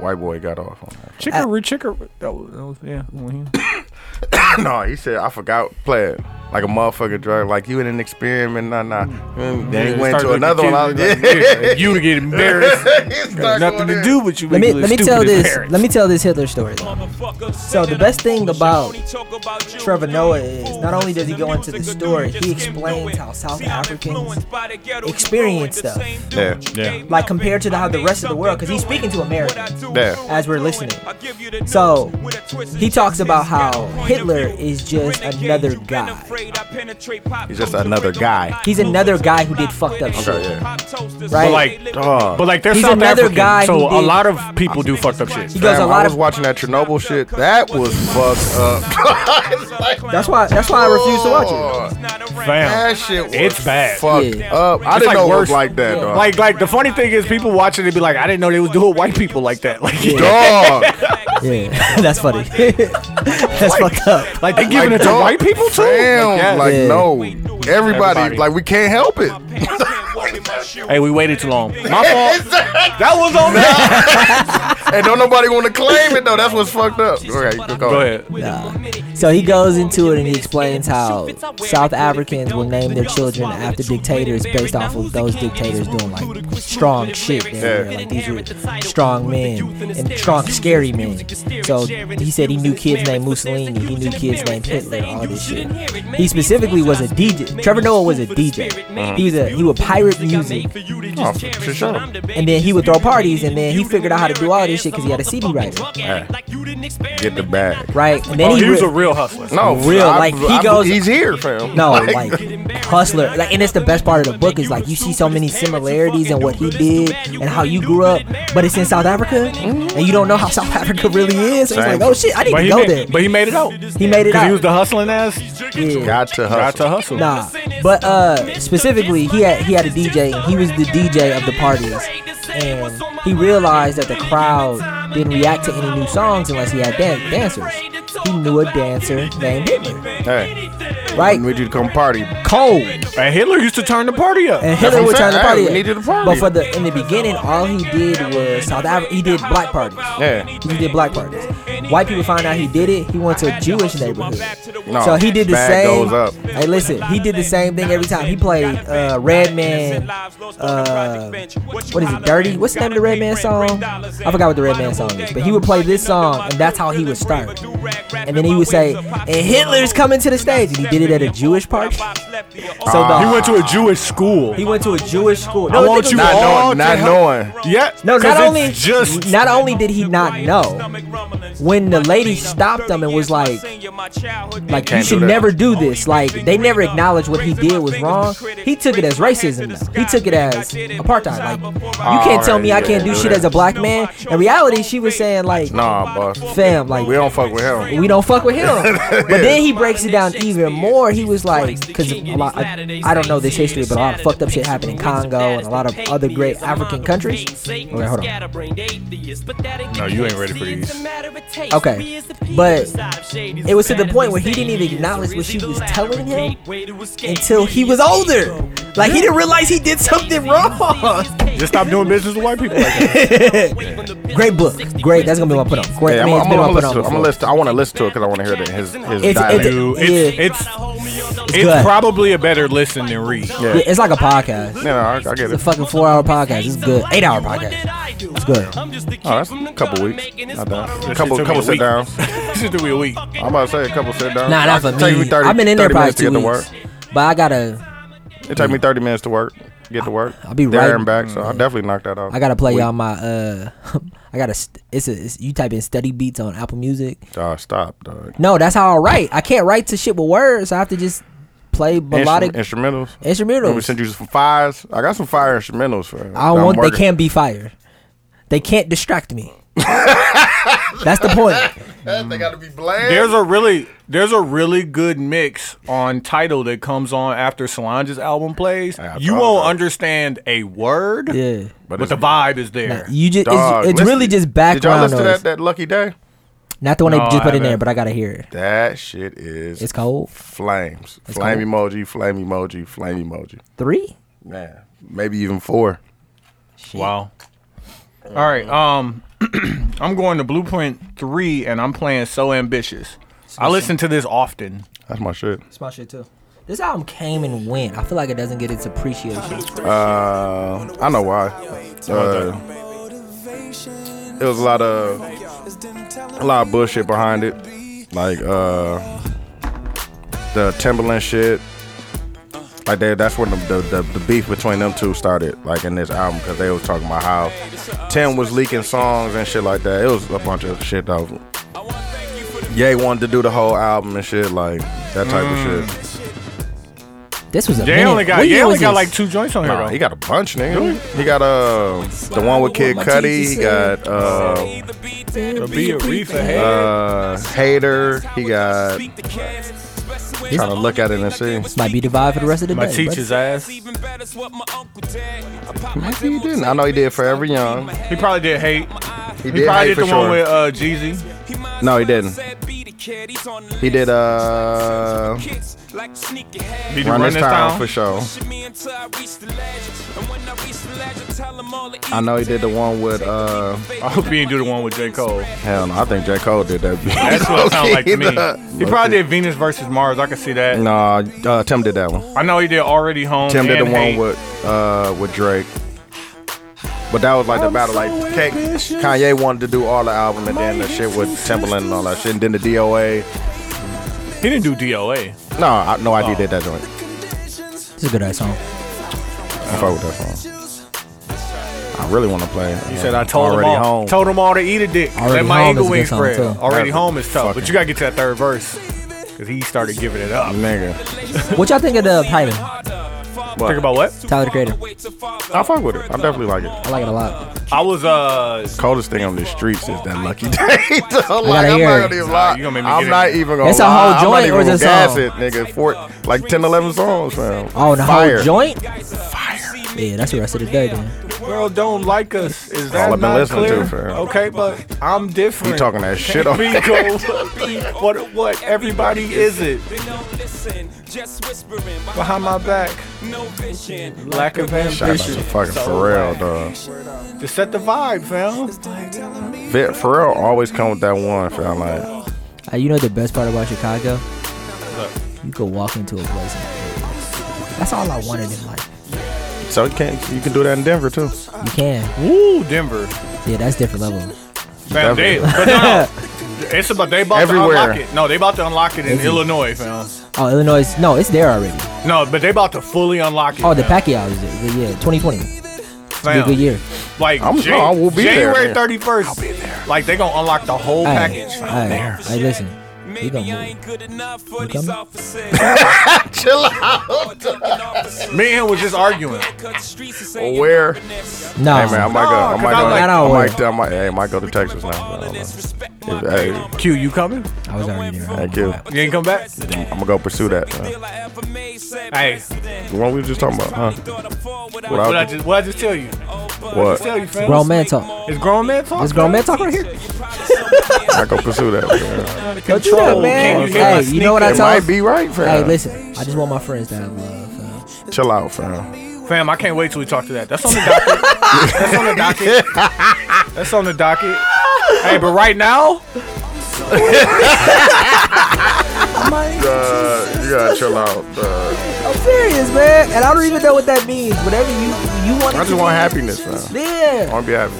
Speaker 1: White boy got off on that.
Speaker 3: Chickaroo, chickaroo. That was, that was yeah. the one here.
Speaker 1: *clears throat* No, he said I forgot play it like a motherfucker drug, like you in an experiment, nah nah. Mm, then
Speaker 3: Yeah,
Speaker 1: he went
Speaker 3: started
Speaker 1: to
Speaker 3: with the
Speaker 1: another one. I was, *laughs*
Speaker 3: kids, like, yeah, You to get embarrassed.
Speaker 1: yeah.
Speaker 3: Nothing to do with you.
Speaker 5: Let me
Speaker 3: English
Speaker 5: let me tell
Speaker 3: stupid
Speaker 5: this.
Speaker 3: parents.
Speaker 5: Let me tell this Hitler story. though.
Speaker 7: So the best thing about Trevor Noah is not only does he go into the story, he explains how South Africans experience stuff.
Speaker 1: Yeah.
Speaker 3: Yeah.
Speaker 7: Like compared to the, how the rest of the world, because he's speaking to Americans as we're listening. So he talks about how Hitler is just another guy.
Speaker 1: He's just another guy.
Speaker 7: He's another guy who did fucked up
Speaker 5: Okay,
Speaker 7: shit.
Speaker 1: yeah.
Speaker 5: Right?
Speaker 3: like,
Speaker 1: dog.
Speaker 3: But like, they're
Speaker 5: He's
Speaker 3: South
Speaker 5: another
Speaker 3: African,
Speaker 5: guy
Speaker 3: so
Speaker 5: who
Speaker 3: a
Speaker 5: did-
Speaker 3: lot of people do fucked up shit.
Speaker 5: goes-
Speaker 7: He
Speaker 5: There's a
Speaker 1: Damn,
Speaker 5: lot
Speaker 1: I was
Speaker 5: of-
Speaker 1: watching that Chernobyl shit. That was fucked up. *laughs*
Speaker 5: That's why. That's why I refuse to watch it.
Speaker 1: Oh,
Speaker 3: Fam.
Speaker 1: That shit was
Speaker 3: It's bad.
Speaker 1: fucked
Speaker 5: Yeah.
Speaker 1: up. I
Speaker 3: It's
Speaker 1: didn't
Speaker 3: like
Speaker 1: know it was
Speaker 3: worse-
Speaker 1: like that, dog.
Speaker 3: Like, like the funny thing is, people watching it be like, I didn't know they was doing white people like that. *laughs* Like,
Speaker 1: dog.
Speaker 5: Yeah, *laughs* that's
Speaker 3: *laughs*
Speaker 5: funny. that's fucked up.
Speaker 3: like they giving it to
Speaker 1: dog,
Speaker 3: white people too.
Speaker 1: Damn,
Speaker 3: yeah.
Speaker 1: like
Speaker 5: Yeah.
Speaker 1: no. Everybody,
Speaker 3: Everybody.
Speaker 1: like we can't help it.
Speaker 3: hey, we waited too long. My
Speaker 1: *laughs*
Speaker 3: fault. that was on me.
Speaker 1: and don't nobody want to claim it though. That's what's fucked up. Okay, go,
Speaker 3: Go ahead.
Speaker 5: So he goes into it and he explains how South Africans will name their children after dictators based off of those dictators doing like strong shit. down there.
Speaker 1: Yeah.
Speaker 5: Like these are strong men and strong, scary men. So he said he knew kids named Mussolini, he knew kids named Hitler, all this shit. He specifically was a DJ. Trevor Noah was a DJ. He was a he would pirate music
Speaker 1: Oh, for sure.
Speaker 5: and then he would throw parties and then he figured out how to do all this shit because he had a CD writer,
Speaker 1: Get the bag.
Speaker 5: right? And then
Speaker 3: Oh,
Speaker 5: he
Speaker 3: he was
Speaker 5: re-
Speaker 3: a real hustler.
Speaker 1: No,
Speaker 5: Real, like, he goes-
Speaker 1: He's here, fam.
Speaker 5: no like hustler. Like, and it's the best part of the book is like you see so many similarities in what he did and how you grew up, but it's in South Africa, and you don't know how South Africa really is. So it's
Speaker 1: Same.
Speaker 5: like, oh shit, I need
Speaker 3: But
Speaker 5: to
Speaker 3: he,
Speaker 5: go there.
Speaker 3: made, but he made it out.
Speaker 5: He made it
Speaker 3: Because
Speaker 5: out.
Speaker 3: he was the hustling ass.
Speaker 5: Yeah.
Speaker 1: Got to hustle.
Speaker 3: Got to hustle.
Speaker 5: Nah, but uh, specifically, he had he had a DJ. and He was the DJ of the parties, and he realized that the crowd didn't react to any new songs unless he had dan- dancers. He knew a dancer named Hitler,
Speaker 1: Hey,
Speaker 5: right?
Speaker 1: we need you to come party.
Speaker 5: Cole
Speaker 3: And Hitler used to turn the party up.
Speaker 5: and Hitler
Speaker 1: what
Speaker 5: would
Speaker 1: I'm
Speaker 5: turn
Speaker 1: saying.
Speaker 5: the
Speaker 1: Hey,
Speaker 5: party.
Speaker 1: we
Speaker 5: up.
Speaker 1: needed a party.
Speaker 5: But for the in the beginning, all he did was South Africa. He did black parties.
Speaker 1: Yeah.
Speaker 5: He did black parties. White people found out he did it. He went to a Jewish neighborhood.
Speaker 1: No,
Speaker 5: so he did the
Speaker 1: bag
Speaker 5: same.
Speaker 1: goes up.
Speaker 5: Hey, listen, he did the same thing every time. He played uh, Redman. Uh, what is it? Dirty? What's the name of the Redman song? I forgot what the Redman song is, but he would play this song, and that's how he would start. And then he would say, "And Hitler's coming to the stage," and he did it at a Jewish party. So the, Uh,
Speaker 3: He went to a Jewish school.
Speaker 5: he went to a Jewish school.
Speaker 3: I
Speaker 5: the
Speaker 3: want
Speaker 5: thing
Speaker 3: you
Speaker 5: was-
Speaker 1: Not
Speaker 3: all
Speaker 1: knowing. Not
Speaker 3: to
Speaker 1: knowing.
Speaker 3: yeah.
Speaker 5: No,
Speaker 3: 'cause
Speaker 5: not
Speaker 3: it's
Speaker 5: only
Speaker 3: just
Speaker 5: not only did he not know when the lady stopped him and was like, like you
Speaker 1: Can't do
Speaker 5: should
Speaker 1: that.
Speaker 5: never do this. Like they never acknowledged what he did was wrong. He took it as racism. Though. He took it as apartheid. Like you can't tell me I can't do shit as a black man. In reality, she was saying like,
Speaker 1: Nah, boss.
Speaker 5: fam, like
Speaker 1: We don't fuck with him.
Speaker 5: we don't fuck with
Speaker 3: *laughs*
Speaker 5: him. But then he breaks it down even more. He was like, because a lot, I, I don't know this history, but a lot of fucked up shit happened in Congo and a lot of other great African countries. Okay, hold on.
Speaker 3: No, you ain't ready for these.
Speaker 5: Okay, but it was to the point where he didn't even acknowledge what she was telling him until he was older. Like he didn't realize he did something *laughs* wrong.
Speaker 3: Just stop doing business with white people. Like that.
Speaker 5: *laughs* Great book, great. That's gonna be my put on. Great,
Speaker 1: Hey, I'm,
Speaker 5: man, it's
Speaker 1: I'm,
Speaker 5: been my
Speaker 1: gonna
Speaker 5: put
Speaker 1: listen
Speaker 5: on.
Speaker 1: to, I'm gonna
Speaker 5: before.
Speaker 1: listen. To, I want to listen to it because I want to hear the, his his
Speaker 5: It's-
Speaker 1: dialect.
Speaker 5: it's-
Speaker 3: Dude, it's, it's it's probably a better listen than read.
Speaker 1: yeah,
Speaker 5: Yeah, it's like a podcast.
Speaker 1: yeah, no, I, I get it.
Speaker 5: It's a fucking four-hour podcast. It's good. Eight-hour podcast. It's good.
Speaker 1: Oh, that's a couple weeks. Not bad. A couple,
Speaker 3: It took me
Speaker 1: couple
Speaker 3: a
Speaker 1: sit
Speaker 3: week.
Speaker 1: downs.
Speaker 3: *laughs* This should be a week.
Speaker 1: I'm about to say a couple sit downs.
Speaker 5: Nah, not
Speaker 1: I-
Speaker 5: for
Speaker 1: it take
Speaker 5: me.
Speaker 1: 30
Speaker 5: I've been in there
Speaker 1: 30
Speaker 5: probably
Speaker 1: minutes to
Speaker 5: two
Speaker 1: get to
Speaker 5: weeks,
Speaker 1: work.
Speaker 5: but I gotta,
Speaker 1: It take me 30 minutes to work, get to work.
Speaker 5: I'll be
Speaker 1: there
Speaker 5: right- Mm-hmm.
Speaker 1: and back, so I definitely knocked that off.
Speaker 5: I gotta play
Speaker 1: Week.
Speaker 5: y'all my. uh *laughs* I gotta. st- It's a. It's, you type in study beats on Apple Music.
Speaker 1: Dog, stop, dog.
Speaker 5: No, that's how I write. I can't write to shit with words. I have to just play melodic
Speaker 1: instrumentals. Let me
Speaker 5: instrumentals.
Speaker 1: send you some fires. I got some fire instrumentals for.
Speaker 5: I don't want. They can't be fire. They can't distract
Speaker 3: *laughs*
Speaker 5: me. that's the point.
Speaker 1: They got to be bland.
Speaker 3: There's a really there's a really good mix on title that comes on after Solange's album plays.
Speaker 1: Yeah, I
Speaker 3: You
Speaker 1: thought
Speaker 3: won't
Speaker 1: so.
Speaker 3: understand a word,
Speaker 5: Yeah.
Speaker 1: But
Speaker 3: but,
Speaker 1: it's-
Speaker 3: the vibe is there.
Speaker 5: You just.
Speaker 1: Dog,
Speaker 5: it's it's
Speaker 1: listen-
Speaker 5: really just
Speaker 1: Did y'all
Speaker 5: background
Speaker 1: listen
Speaker 5: noise.
Speaker 1: to that, that Lucky Day?
Speaker 5: Not the one
Speaker 3: No,
Speaker 5: they just put
Speaker 3: I
Speaker 5: in there,
Speaker 3: haven't.
Speaker 5: but I gotta hear it.
Speaker 1: That shit is
Speaker 5: It's cold.
Speaker 1: flames. Flame
Speaker 5: cold.
Speaker 1: emoji, flame emoji, flame emoji.
Speaker 5: Three.
Speaker 1: Man, maybe even four.
Speaker 3: Wow. All right. Um, *clears throat* I'm going to Blueprint Three, and I'm playing So Ambitious. I listen to this often.
Speaker 1: That's my shit.
Speaker 5: It's my shit too. This album came and went. I feel like it doesn't get its *laughs* appreciation.
Speaker 1: Uh, I know why. Uh, it was a lot of a lot of bullshit behind it, like uh, the Timberland shit. Like they, that's when the, the, the, the beef between them two started, like in this album, because they was talking about how Tim was leaking songs and shit like that. It was a bunch of shit though. Ye wanted to do the whole album and shit, like that type of shit.
Speaker 5: This was a.
Speaker 3: They
Speaker 5: minute.
Speaker 3: only got
Speaker 5: What
Speaker 3: they
Speaker 5: year
Speaker 3: only
Speaker 5: was
Speaker 3: got
Speaker 5: this?
Speaker 3: like two joints on here.
Speaker 1: Nah,
Speaker 3: though.
Speaker 1: he got a bunch, nigga. He got uh the one with Kid Cudi. He got uh
Speaker 3: It'll be a reef ahead.
Speaker 1: uh Hater. He got trying to look at it and see.
Speaker 5: This might be the vibe for the rest of the
Speaker 3: My
Speaker 5: day.
Speaker 3: teacher's ass. He
Speaker 1: Maybe he didn't. I know he did Forever Young.
Speaker 3: probably did hate.
Speaker 1: He
Speaker 3: He
Speaker 1: did
Speaker 3: probably
Speaker 1: Hate
Speaker 3: did
Speaker 1: for
Speaker 3: the
Speaker 1: sure.
Speaker 3: one with uh, Jeezy.
Speaker 1: no, he didn't. He did uh
Speaker 3: He did
Speaker 1: Run This Town
Speaker 3: Town.
Speaker 1: for sure. I know he did the one with uh
Speaker 3: *laughs* I hope he didn't do the one with J Cole.
Speaker 1: hell no. I think J Cole did that.
Speaker 3: *laughs* That's what it sounds
Speaker 1: *laughs*
Speaker 3: like to me.
Speaker 1: Low-key.
Speaker 3: He probably did Venus versus Mars. I can see that.
Speaker 1: Nah, uh, Tim did that one.
Speaker 3: I know he did already home.
Speaker 1: Tim did the
Speaker 3: and
Speaker 1: one
Speaker 3: Hate.
Speaker 1: with uh with Drake. But that was like the battle. Like Ka- Kanye wanted to do all the album, and then the shit with Timberland and all that shit, and then the DOA.
Speaker 3: He didn't do DOA.
Speaker 1: No, I, no, I did that joint.
Speaker 5: This is a good ass song.
Speaker 1: I fuck with that song. I really want to play.
Speaker 3: He said I told him all. Told him all to eat a dick.
Speaker 5: Already
Speaker 3: Let my
Speaker 5: Home is a
Speaker 3: eagle
Speaker 5: good
Speaker 3: wings
Speaker 5: song,
Speaker 3: spread.
Speaker 5: too.
Speaker 3: Already
Speaker 1: That's
Speaker 3: home is tough,
Speaker 1: fucking-
Speaker 3: but you gotta get to that third verse because he started giving it
Speaker 1: *laughs*
Speaker 3: up.
Speaker 1: nigga.
Speaker 5: What y'all think of the title?
Speaker 1: What?
Speaker 3: Think about what?
Speaker 5: Tyler the Creator.
Speaker 1: I fuck with it. I definitely like it.
Speaker 5: I like it a lot.
Speaker 3: I was uh
Speaker 1: Coldest thing on the streets is that lucky *laughs* day. So, like,
Speaker 5: gotta
Speaker 1: I'm
Speaker 5: hear
Speaker 1: not
Speaker 5: it.
Speaker 1: gonna even lie.
Speaker 3: you gonna make me
Speaker 1: I'm
Speaker 3: get
Speaker 1: not
Speaker 3: it.
Speaker 1: even gonna
Speaker 5: It's a whole
Speaker 1: lie.
Speaker 5: joint
Speaker 1: I'm
Speaker 5: or
Speaker 1: not even
Speaker 5: is it
Speaker 1: gonna gas
Speaker 5: song?
Speaker 1: it, nigga. Four, like 10, 11 songs, man.
Speaker 5: Oh, and the
Speaker 1: Fire.
Speaker 5: whole joint. Fire. Yeah, that's the rest of the day then.
Speaker 3: Girl don't like us. Is that
Speaker 1: All I've been
Speaker 3: not
Speaker 1: listening
Speaker 3: clear?
Speaker 1: to, fam.
Speaker 3: Okay, but I'm different.
Speaker 1: You talking that shit on
Speaker 3: We *laughs* go- what what everybody is it behind my back? Lack of
Speaker 1: Shout out to
Speaker 3: ambition.
Speaker 1: fucking Pharrell, dog.
Speaker 3: To set the vibe, fam.
Speaker 1: Fit- Pharrell always come with that one, fam. Like,
Speaker 5: Uh, you know the best part about Chicago? You could walk into a place. And that's all I wanted in life.
Speaker 1: so you can you can do that in Denver
Speaker 3: *laughs*
Speaker 1: too.
Speaker 5: You can.
Speaker 3: Woo, Denver.
Speaker 5: Yeah, that's different level.
Speaker 3: Fam, they, but no,
Speaker 1: *laughs*
Speaker 3: no. It's about they about
Speaker 1: Everywhere.
Speaker 3: to unlock it. No, they about to unlock it in Illinois, fam.
Speaker 5: Oh, Illinois. is- No, it's there already.
Speaker 3: No, but they about to fully unlock it.
Speaker 5: Oh, the
Speaker 3: fam.
Speaker 5: Pacquiao is there. Yeah, 2020. It's
Speaker 3: Fam.
Speaker 5: a good year.
Speaker 3: Like
Speaker 1: I'm-
Speaker 3: Jan-
Speaker 1: no, I will be there,
Speaker 3: January
Speaker 1: man.
Speaker 3: 31st. Like they gonna unlock the whole
Speaker 5: Hey,
Speaker 3: package. fam.
Speaker 5: hey, hey, listen. We gonna move.
Speaker 2: You
Speaker 5: coming?
Speaker 1: Chill out.
Speaker 3: Me and him was just arguing.
Speaker 1: Where?
Speaker 5: No,
Speaker 1: Hey man, I might go. I
Speaker 3: No,
Speaker 1: might go.
Speaker 3: 'cause I'm
Speaker 1: I
Speaker 5: like-
Speaker 1: might. I might. Hey, I might go to Texas now. fam. I don't know. If- hey,
Speaker 3: Q, you coming?
Speaker 5: I was already there.
Speaker 1: thank you.
Speaker 3: You ain't come back?
Speaker 1: I'm gonna go pursue that. fam.
Speaker 3: Hey,
Speaker 1: The one we were just talking about, huh?
Speaker 3: what I
Speaker 1: Without
Speaker 3: just what I just tell you?
Speaker 1: what?
Speaker 3: Tell you, fam.
Speaker 5: Grown man talk.
Speaker 3: It's grown man talk.
Speaker 5: This grown man talk right here.
Speaker 1: I go pursue that. fam.
Speaker 5: Don't do that, man.
Speaker 3: Can you hear my
Speaker 5: Hey, you know what I
Speaker 1: It
Speaker 5: told
Speaker 1: might be right, fam.
Speaker 5: Hey, listen. I just want my friends to have love. so.
Speaker 1: Chill out, fam.
Speaker 3: Fam, I can't wait till we talk to that. That's on the docket. That's on the docket. That's on the docket. Hey, but right now,
Speaker 1: Uh, you gotta chill out. Uh,
Speaker 5: I'm serious, man. And I don't even know what that means. Whatever you you want.
Speaker 1: I just want happiness, fam. I
Speaker 5: Yeah.
Speaker 1: want to be happy.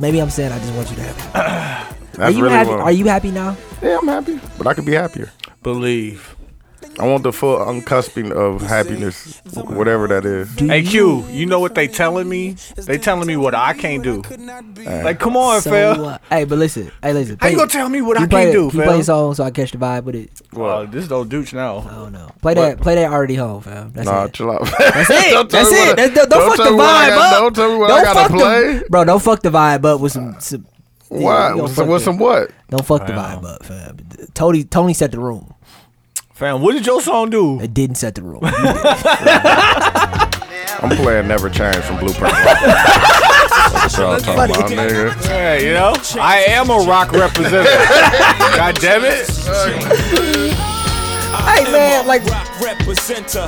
Speaker 5: Maybe I'm saying I just want you to have. happiness. Are
Speaker 1: That's
Speaker 5: you
Speaker 1: really
Speaker 5: happy?
Speaker 1: what.
Speaker 5: Are you happy now?
Speaker 1: Yeah, I'm happy, but I could be happier.
Speaker 3: believe.
Speaker 1: I want the full uncusping of happiness, whatever that is.
Speaker 3: Hey Q, you know what they telling me? They telling me what I can't do. Like, come on, fam.
Speaker 5: uh, hey, but listen. Hey, listen.
Speaker 3: How you
Speaker 5: play-
Speaker 3: gonna tell me what
Speaker 5: you
Speaker 3: I
Speaker 5: play
Speaker 3: can't
Speaker 5: it-
Speaker 3: do,
Speaker 5: You play
Speaker 3: fam?
Speaker 5: a song so I catch the vibe with it.
Speaker 3: Well, Oh, this don't douche now.
Speaker 5: I don't know. Play that. Play that already home, fam. That's
Speaker 1: Nah,
Speaker 5: it.
Speaker 1: chill out.
Speaker 5: That's
Speaker 1: *laughs*
Speaker 5: it.
Speaker 1: Don't tell
Speaker 5: That's
Speaker 1: me
Speaker 5: it.
Speaker 1: what I-
Speaker 5: That's- don't, don't fuck
Speaker 1: tell me
Speaker 5: the
Speaker 1: what I
Speaker 5: vibe
Speaker 1: got-
Speaker 5: up.
Speaker 1: Don't tell me what I gotta
Speaker 5: fuck
Speaker 1: play.
Speaker 5: The, bro, don't fuck the vibe up with some. some yeah, you
Speaker 1: What?
Speaker 5: gonna
Speaker 1: What's
Speaker 5: fuck
Speaker 1: what's
Speaker 5: it.
Speaker 1: some what?
Speaker 5: Don't fuck the vibe up, fam. Tony, Tony set the room.
Speaker 3: Fam, what did your song do?
Speaker 5: It didn't set the
Speaker 1: *laughs*
Speaker 5: room.
Speaker 1: I'm playing Never Change from Blueprint.
Speaker 5: *laughs*
Speaker 1: That's what I'm talking about, nigga.
Speaker 3: Yeah, you know, I am a
Speaker 1: *laughs*
Speaker 3: rock representative. God damn it!
Speaker 5: hey, man, like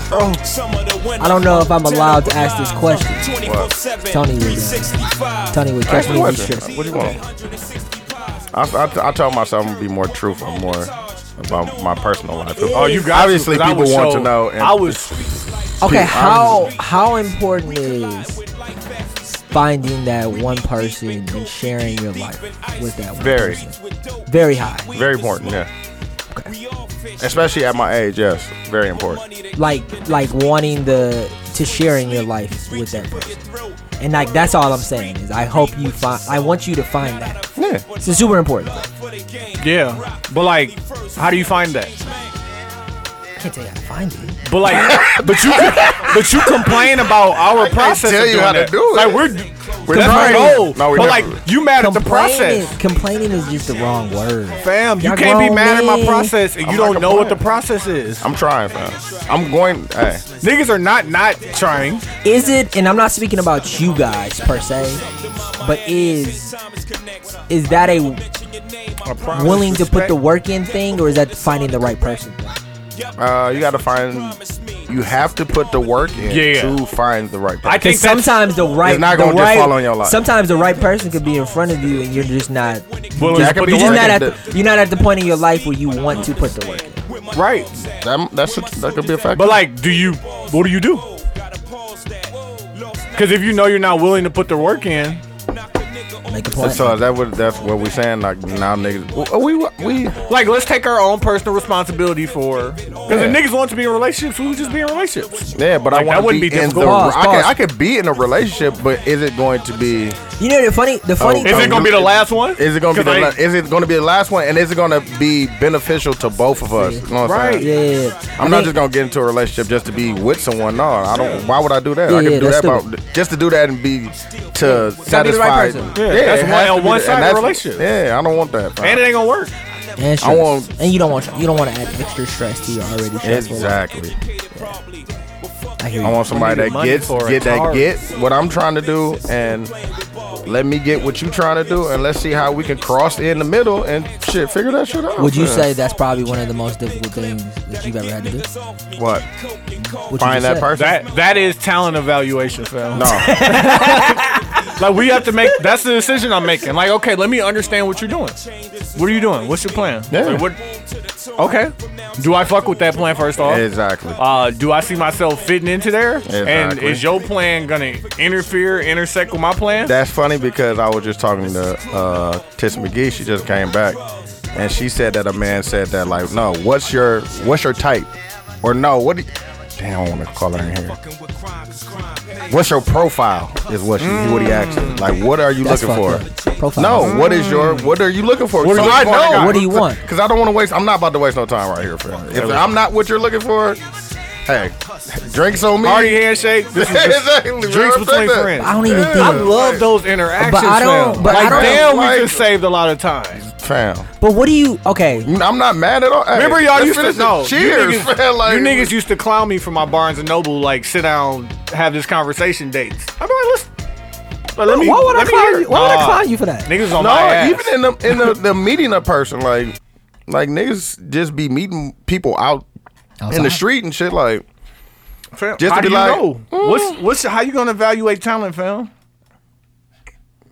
Speaker 2: I don't know if I'm allowed to ask this question.
Speaker 5: Tony
Speaker 2: Tony
Speaker 5: was-
Speaker 2: was.
Speaker 5: Tony would catch
Speaker 1: Ask
Speaker 5: me
Speaker 1: me
Speaker 5: in these
Speaker 1: question.
Speaker 5: trips.
Speaker 1: What do you want? I, I, I tell myself I'm gonna be more truthful, more about my personal life.
Speaker 3: Oh, you got
Speaker 1: Obviously,
Speaker 3: to, 'cause I
Speaker 1: people
Speaker 3: was
Speaker 1: want
Speaker 3: so-
Speaker 1: to know. And
Speaker 3: I was
Speaker 5: Okay,
Speaker 1: I'm
Speaker 5: how how important is finding that one person and sharing your life with that one
Speaker 1: Very.
Speaker 5: person? very high.
Speaker 1: very important. Yeah. Especially at my age, yes, very important.
Speaker 5: Like like wanting the to sharing your life with that person. And like that's all I'm saying is I hope you find I want you to find that.
Speaker 1: Yeah.
Speaker 5: It's super important.
Speaker 3: yeah, but like, how do you find that?
Speaker 5: I can't tell you how to find it.
Speaker 3: But
Speaker 1: *laughs*
Speaker 3: like, but you, but you complain about our process.
Speaker 1: tell
Speaker 3: of
Speaker 1: you
Speaker 3: doing
Speaker 1: how to
Speaker 3: that.
Speaker 1: do it.
Speaker 3: Like we're,
Speaker 1: We're
Speaker 3: that's our
Speaker 1: trying.
Speaker 3: goal.
Speaker 1: No, we
Speaker 3: but
Speaker 1: never-
Speaker 3: like, you mad at the process,
Speaker 5: complaining is just the wrong word.
Speaker 3: fam. You
Speaker 5: Y'all
Speaker 3: can't be
Speaker 5: grown
Speaker 3: mad at my
Speaker 5: men.
Speaker 3: process, and you
Speaker 1: I'm
Speaker 3: don't
Speaker 1: not
Speaker 3: know what the
Speaker 1: complaining.
Speaker 3: process is.
Speaker 1: I'm trying, fam. I'm going. Hey,
Speaker 3: Niggas are not not trying.
Speaker 5: Is it? And I'm not speaking about you guys per se, but is is that a willing to put the work in thing, or is that finding the right person?
Speaker 1: uh, you gotta find. You have to put the work in
Speaker 3: Yeah.
Speaker 1: to find the right person.
Speaker 3: I
Speaker 5: Because
Speaker 3: think that's
Speaker 5: sometimes the right,
Speaker 1: not
Speaker 5: the
Speaker 1: gonna just
Speaker 5: right,
Speaker 1: fall on your lap.
Speaker 5: Sometimes the right person could be in front of you, and you're just not.
Speaker 3: Willing
Speaker 1: That
Speaker 3: to
Speaker 1: could
Speaker 3: put
Speaker 1: be
Speaker 5: You're
Speaker 1: work
Speaker 5: just
Speaker 3: the
Speaker 5: not
Speaker 1: in.
Speaker 5: at.
Speaker 1: That-
Speaker 5: The, you're not at the point in your life where you want to put the work. in.
Speaker 3: work- right.
Speaker 1: That, that's a, that could be a factor.
Speaker 3: But like, do you? What do you do? Because if you know you're not willing to put the work in,
Speaker 5: Make a point.
Speaker 1: so is that what that's what we saying? Like now, niggas, oh, we we we-
Speaker 3: like, let's take our own personal responsibility for. Because if niggas want to be in relationships, we would just be in relationships.
Speaker 1: yeah. But
Speaker 3: Like,
Speaker 1: I
Speaker 3: that
Speaker 1: want to
Speaker 3: wouldn't
Speaker 1: be,
Speaker 3: be
Speaker 1: in the.
Speaker 3: difficult.
Speaker 5: Pause,
Speaker 1: I
Speaker 5: pause.
Speaker 1: can I could be in a relationship, but is it going to be
Speaker 5: You know the funny, the funny.
Speaker 1: Oh,
Speaker 3: Is it gonna be the last one?
Speaker 1: Is it gonna be? The,
Speaker 3: Because I-
Speaker 1: la- is it gonna be the last one? And is it gonna be beneficial to both of us? You know what I'm
Speaker 3: Right.
Speaker 1: saying?
Speaker 5: yeah, yeah, yeah.
Speaker 1: I'm not just gonna get into a relationship just to be with someone. No, I don't. Why would I do that?
Speaker 5: Yeah,
Speaker 1: I
Speaker 5: yeah,
Speaker 1: can do
Speaker 5: that's
Speaker 1: that about, just to do that and be to satisfy.
Speaker 5: person.
Speaker 3: Yeah, that's
Speaker 1: it
Speaker 3: one-
Speaker 1: has
Speaker 3: a
Speaker 1: to be
Speaker 3: one-sided
Speaker 1: that. And that's-
Speaker 3: relationship.
Speaker 1: Yeah, I don't want that. bro.
Speaker 3: And it ain't gonna work.
Speaker 5: And,
Speaker 1: I want-
Speaker 5: stress. and you don't want you don't want to add extra stress to your already stressful. life.
Speaker 1: exactly.
Speaker 5: I hear you.
Speaker 1: I want somebody
Speaker 3: Needed
Speaker 1: that
Speaker 3: money
Speaker 1: gets
Speaker 3: for a
Speaker 1: get
Speaker 3: car.
Speaker 1: that get what I'm trying to do and let me get what you trying to do and let's see how we can cross in the middle and shit figure that shit out.
Speaker 5: Would you
Speaker 1: man.
Speaker 5: say that's probably one of the most difficult things that you've ever had to do?
Speaker 1: what?
Speaker 5: What you
Speaker 1: Find that
Speaker 5: just said.
Speaker 1: person?
Speaker 3: That that is talent evaluation, fam.
Speaker 1: no.
Speaker 3: Like we have to make. That's the decision I'm making. Like, okay, let me understand what you're doing. What are you doing? What's your plan?
Speaker 1: Yeah.
Speaker 3: Like, what, *laughs* okay. Do I fuck with that plan first off?
Speaker 1: exactly.
Speaker 3: Uh, do I see myself fitting into there? And
Speaker 1: Exactly.
Speaker 3: is your plan gonna interfere, intersect with my plan?
Speaker 1: That's funny because I was just talking to uh, Tish McGee. She just came back, and she said that a man said that like, no, what's your what's your type, or no, what? Do you, damn, I want to call her in here. What's your profile? Is what she, what he asked. her. Like, what are you
Speaker 5: That's
Speaker 1: looking for?
Speaker 5: fucked up. Profile.
Speaker 1: No, what is your what are you looking for?
Speaker 3: What do you want?
Speaker 5: What do you want?
Speaker 1: Because I don't want to waste. I'm not about to waste no time right here, friend. If I'm not what you're looking for, hey, drinks on me. *laughs*
Speaker 3: Party handshake. This is just
Speaker 1: Exactly,
Speaker 3: drinks
Speaker 1: bro, take
Speaker 3: between
Speaker 1: that.
Speaker 3: friends.
Speaker 5: I don't even
Speaker 3: I
Speaker 5: think.
Speaker 3: love those interactions.
Speaker 5: But I don't-
Speaker 3: fam.
Speaker 5: but I
Speaker 3: like,
Speaker 5: don't-
Speaker 3: damn,
Speaker 1: like-
Speaker 3: we just saved a lot of time.
Speaker 1: Fam.
Speaker 5: But what do you? Okay,
Speaker 1: I'm not mad at all. Hey,
Speaker 3: Remember y'all
Speaker 1: let's
Speaker 3: used to
Speaker 1: finish it.
Speaker 3: no,
Speaker 1: Cheers,
Speaker 3: You niggas,
Speaker 1: *laughs* man. Like,
Speaker 3: you niggas used to clown me for my Barnes and Noble like sit down, have this conversation dates. I'm like, let's. Like, let me,
Speaker 5: why would I
Speaker 3: let me
Speaker 5: clown
Speaker 3: hear.
Speaker 5: you? Why would I
Speaker 1: Ah.
Speaker 3: Nah.
Speaker 5: clown you for that?
Speaker 3: Niggas on
Speaker 1: no,
Speaker 3: my ass.
Speaker 1: even in the in the, the meeting a person like like niggas just be meeting people out in the
Speaker 5: Outside.
Speaker 1: street and shit. Like
Speaker 3: Fam,
Speaker 1: just
Speaker 3: how
Speaker 1: to be
Speaker 3: do
Speaker 1: like,
Speaker 3: you know? what's what's how you gonna evaluate talent, fam?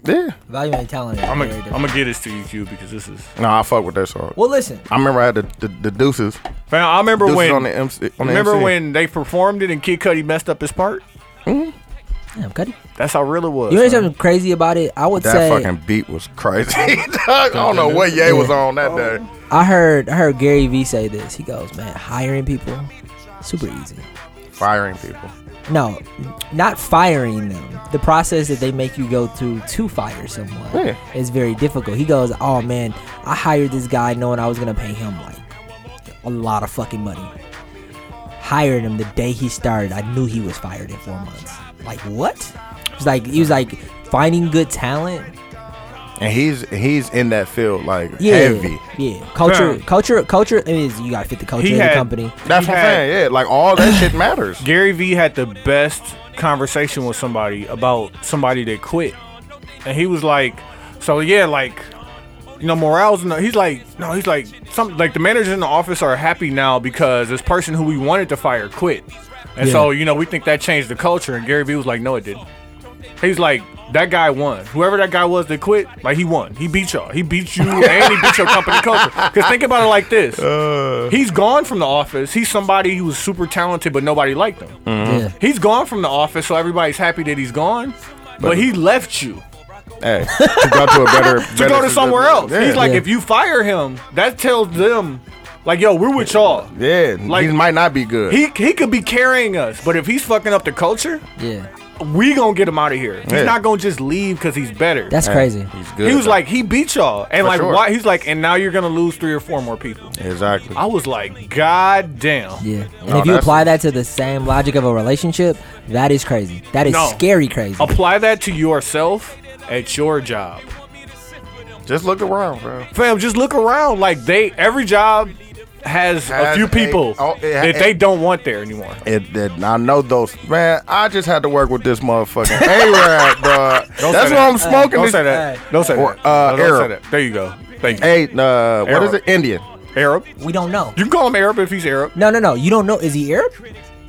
Speaker 1: yeah,
Speaker 5: Evaluating talent. is
Speaker 3: I'm
Speaker 5: very
Speaker 3: gonna
Speaker 5: different.
Speaker 3: I'm gonna get this to you, Q, because this is.
Speaker 1: no, I fuck with that song.
Speaker 5: well, listen.
Speaker 1: I remember I had the the, the deuces.
Speaker 3: Fam, I remember
Speaker 1: Deuces
Speaker 3: when.
Speaker 1: on the MC. On the
Speaker 3: remember
Speaker 1: MC.
Speaker 3: when they performed it and Kid Cudi messed up his part?
Speaker 5: Damn, Cuddy.
Speaker 3: That's how real it was.
Speaker 5: You know
Speaker 3: fam.
Speaker 5: something crazy about it? I would
Speaker 1: that
Speaker 5: say
Speaker 1: fucking beat was crazy? *laughs* I don't know what Ye was on that day.
Speaker 5: I heard I heard Gary Vee say this. He goes, "Man, hiring people, super easy.
Speaker 1: Firing people.
Speaker 5: No, not firing them. The process that they make you go through to fire someone
Speaker 1: Yeah.
Speaker 5: is very difficult." He goes, "Oh man, I hired this guy knowing I was gonna pay him like a lot of fucking money. Hired him the day he started. I knew he was fired in four months. Like what? He was like he was like finding good talent."
Speaker 1: And he's he's in that field like
Speaker 5: Yeah,
Speaker 1: heavy.
Speaker 5: yeah. Culture,
Speaker 3: Fam.
Speaker 5: culture, culture. I mean, it's- you gotta fit the culture
Speaker 3: He
Speaker 5: of
Speaker 3: had-
Speaker 5: the company.
Speaker 1: That's
Speaker 3: He
Speaker 1: what I'm
Speaker 3: had-
Speaker 1: saying. Yeah, like all that shit matters.
Speaker 3: Gary Vee had the best conversation with somebody about somebody that quit. And he was like, so yeah, like, you know, morale's no, he's like, no, he's like, some, like the managers in the office are happy now because this person who we wanted to fire quit. And so, you know, we think that changed the culture. And Gary Vee was like, no, it didn't. He's like, that guy won. Whoever that guy was that quit, like, he won. He beat y'all. He beat you and he beat your company culture. Because think about it like this
Speaker 1: Uh,
Speaker 3: he's gone from the office. He's somebody who was super talented, but nobody liked him.
Speaker 1: Mm-hmm.
Speaker 5: Yeah.
Speaker 3: He's gone from the office, so everybody's happy that he's gone. But he left you
Speaker 1: Hey, to go to a
Speaker 3: *laughs*
Speaker 1: better, better
Speaker 3: to go to somewhere else.
Speaker 1: Yeah.
Speaker 3: He's like,
Speaker 5: Yeah.
Speaker 3: if you fire him, that tells them, like, yo, we're with y'all.
Speaker 1: Yeah,
Speaker 3: *laughs* Like-
Speaker 1: he might not be good.
Speaker 3: He he could be carrying us, but if he's fucking up the culture,
Speaker 5: Yeah,
Speaker 3: we gonna get him out of here. He's
Speaker 1: Yeah.
Speaker 3: not gonna just leave because he's better.
Speaker 5: that's
Speaker 1: Hey,
Speaker 5: crazy.
Speaker 1: He's good.
Speaker 3: he was
Speaker 1: though.
Speaker 3: like, he beat y'all, and
Speaker 1: For
Speaker 3: like,
Speaker 1: sure.
Speaker 3: why? He's like, and now you're gonna lose three or four more people.
Speaker 1: exactly.
Speaker 3: I was like, god damn.
Speaker 5: Yeah, and
Speaker 1: No,
Speaker 5: if you
Speaker 1: that's-
Speaker 5: apply that to the same logic of a relationship, that is crazy. That is
Speaker 3: No.
Speaker 5: scary crazy.
Speaker 3: Apply that to yourself at your job.
Speaker 1: Just look around, bro.
Speaker 3: Fam, just look around. Like they every job has, a
Speaker 1: Has
Speaker 3: few
Speaker 1: a-
Speaker 3: people
Speaker 1: oh, it ha-
Speaker 3: that they don't want there anymore.
Speaker 1: It, it, I know those man. I just had to work with this
Speaker 3: *laughs*
Speaker 1: motherfucking A-Rab, dog. That's
Speaker 3: Don't
Speaker 1: why
Speaker 3: say
Speaker 1: I'm
Speaker 3: that.
Speaker 1: smoking.
Speaker 3: Don't
Speaker 1: this-
Speaker 3: say that. Don't say
Speaker 1: Or,
Speaker 3: that.
Speaker 1: uh,
Speaker 3: No, don't say
Speaker 1: Arab.
Speaker 3: that. There you go. Thank you.
Speaker 1: Hey, uh, what is
Speaker 3: Arab.
Speaker 1: it? Indian.
Speaker 3: Arab.
Speaker 5: we don't know.
Speaker 3: You can call him Arab if he's Arab.
Speaker 5: No, no, no. You don't know. Is he Arab?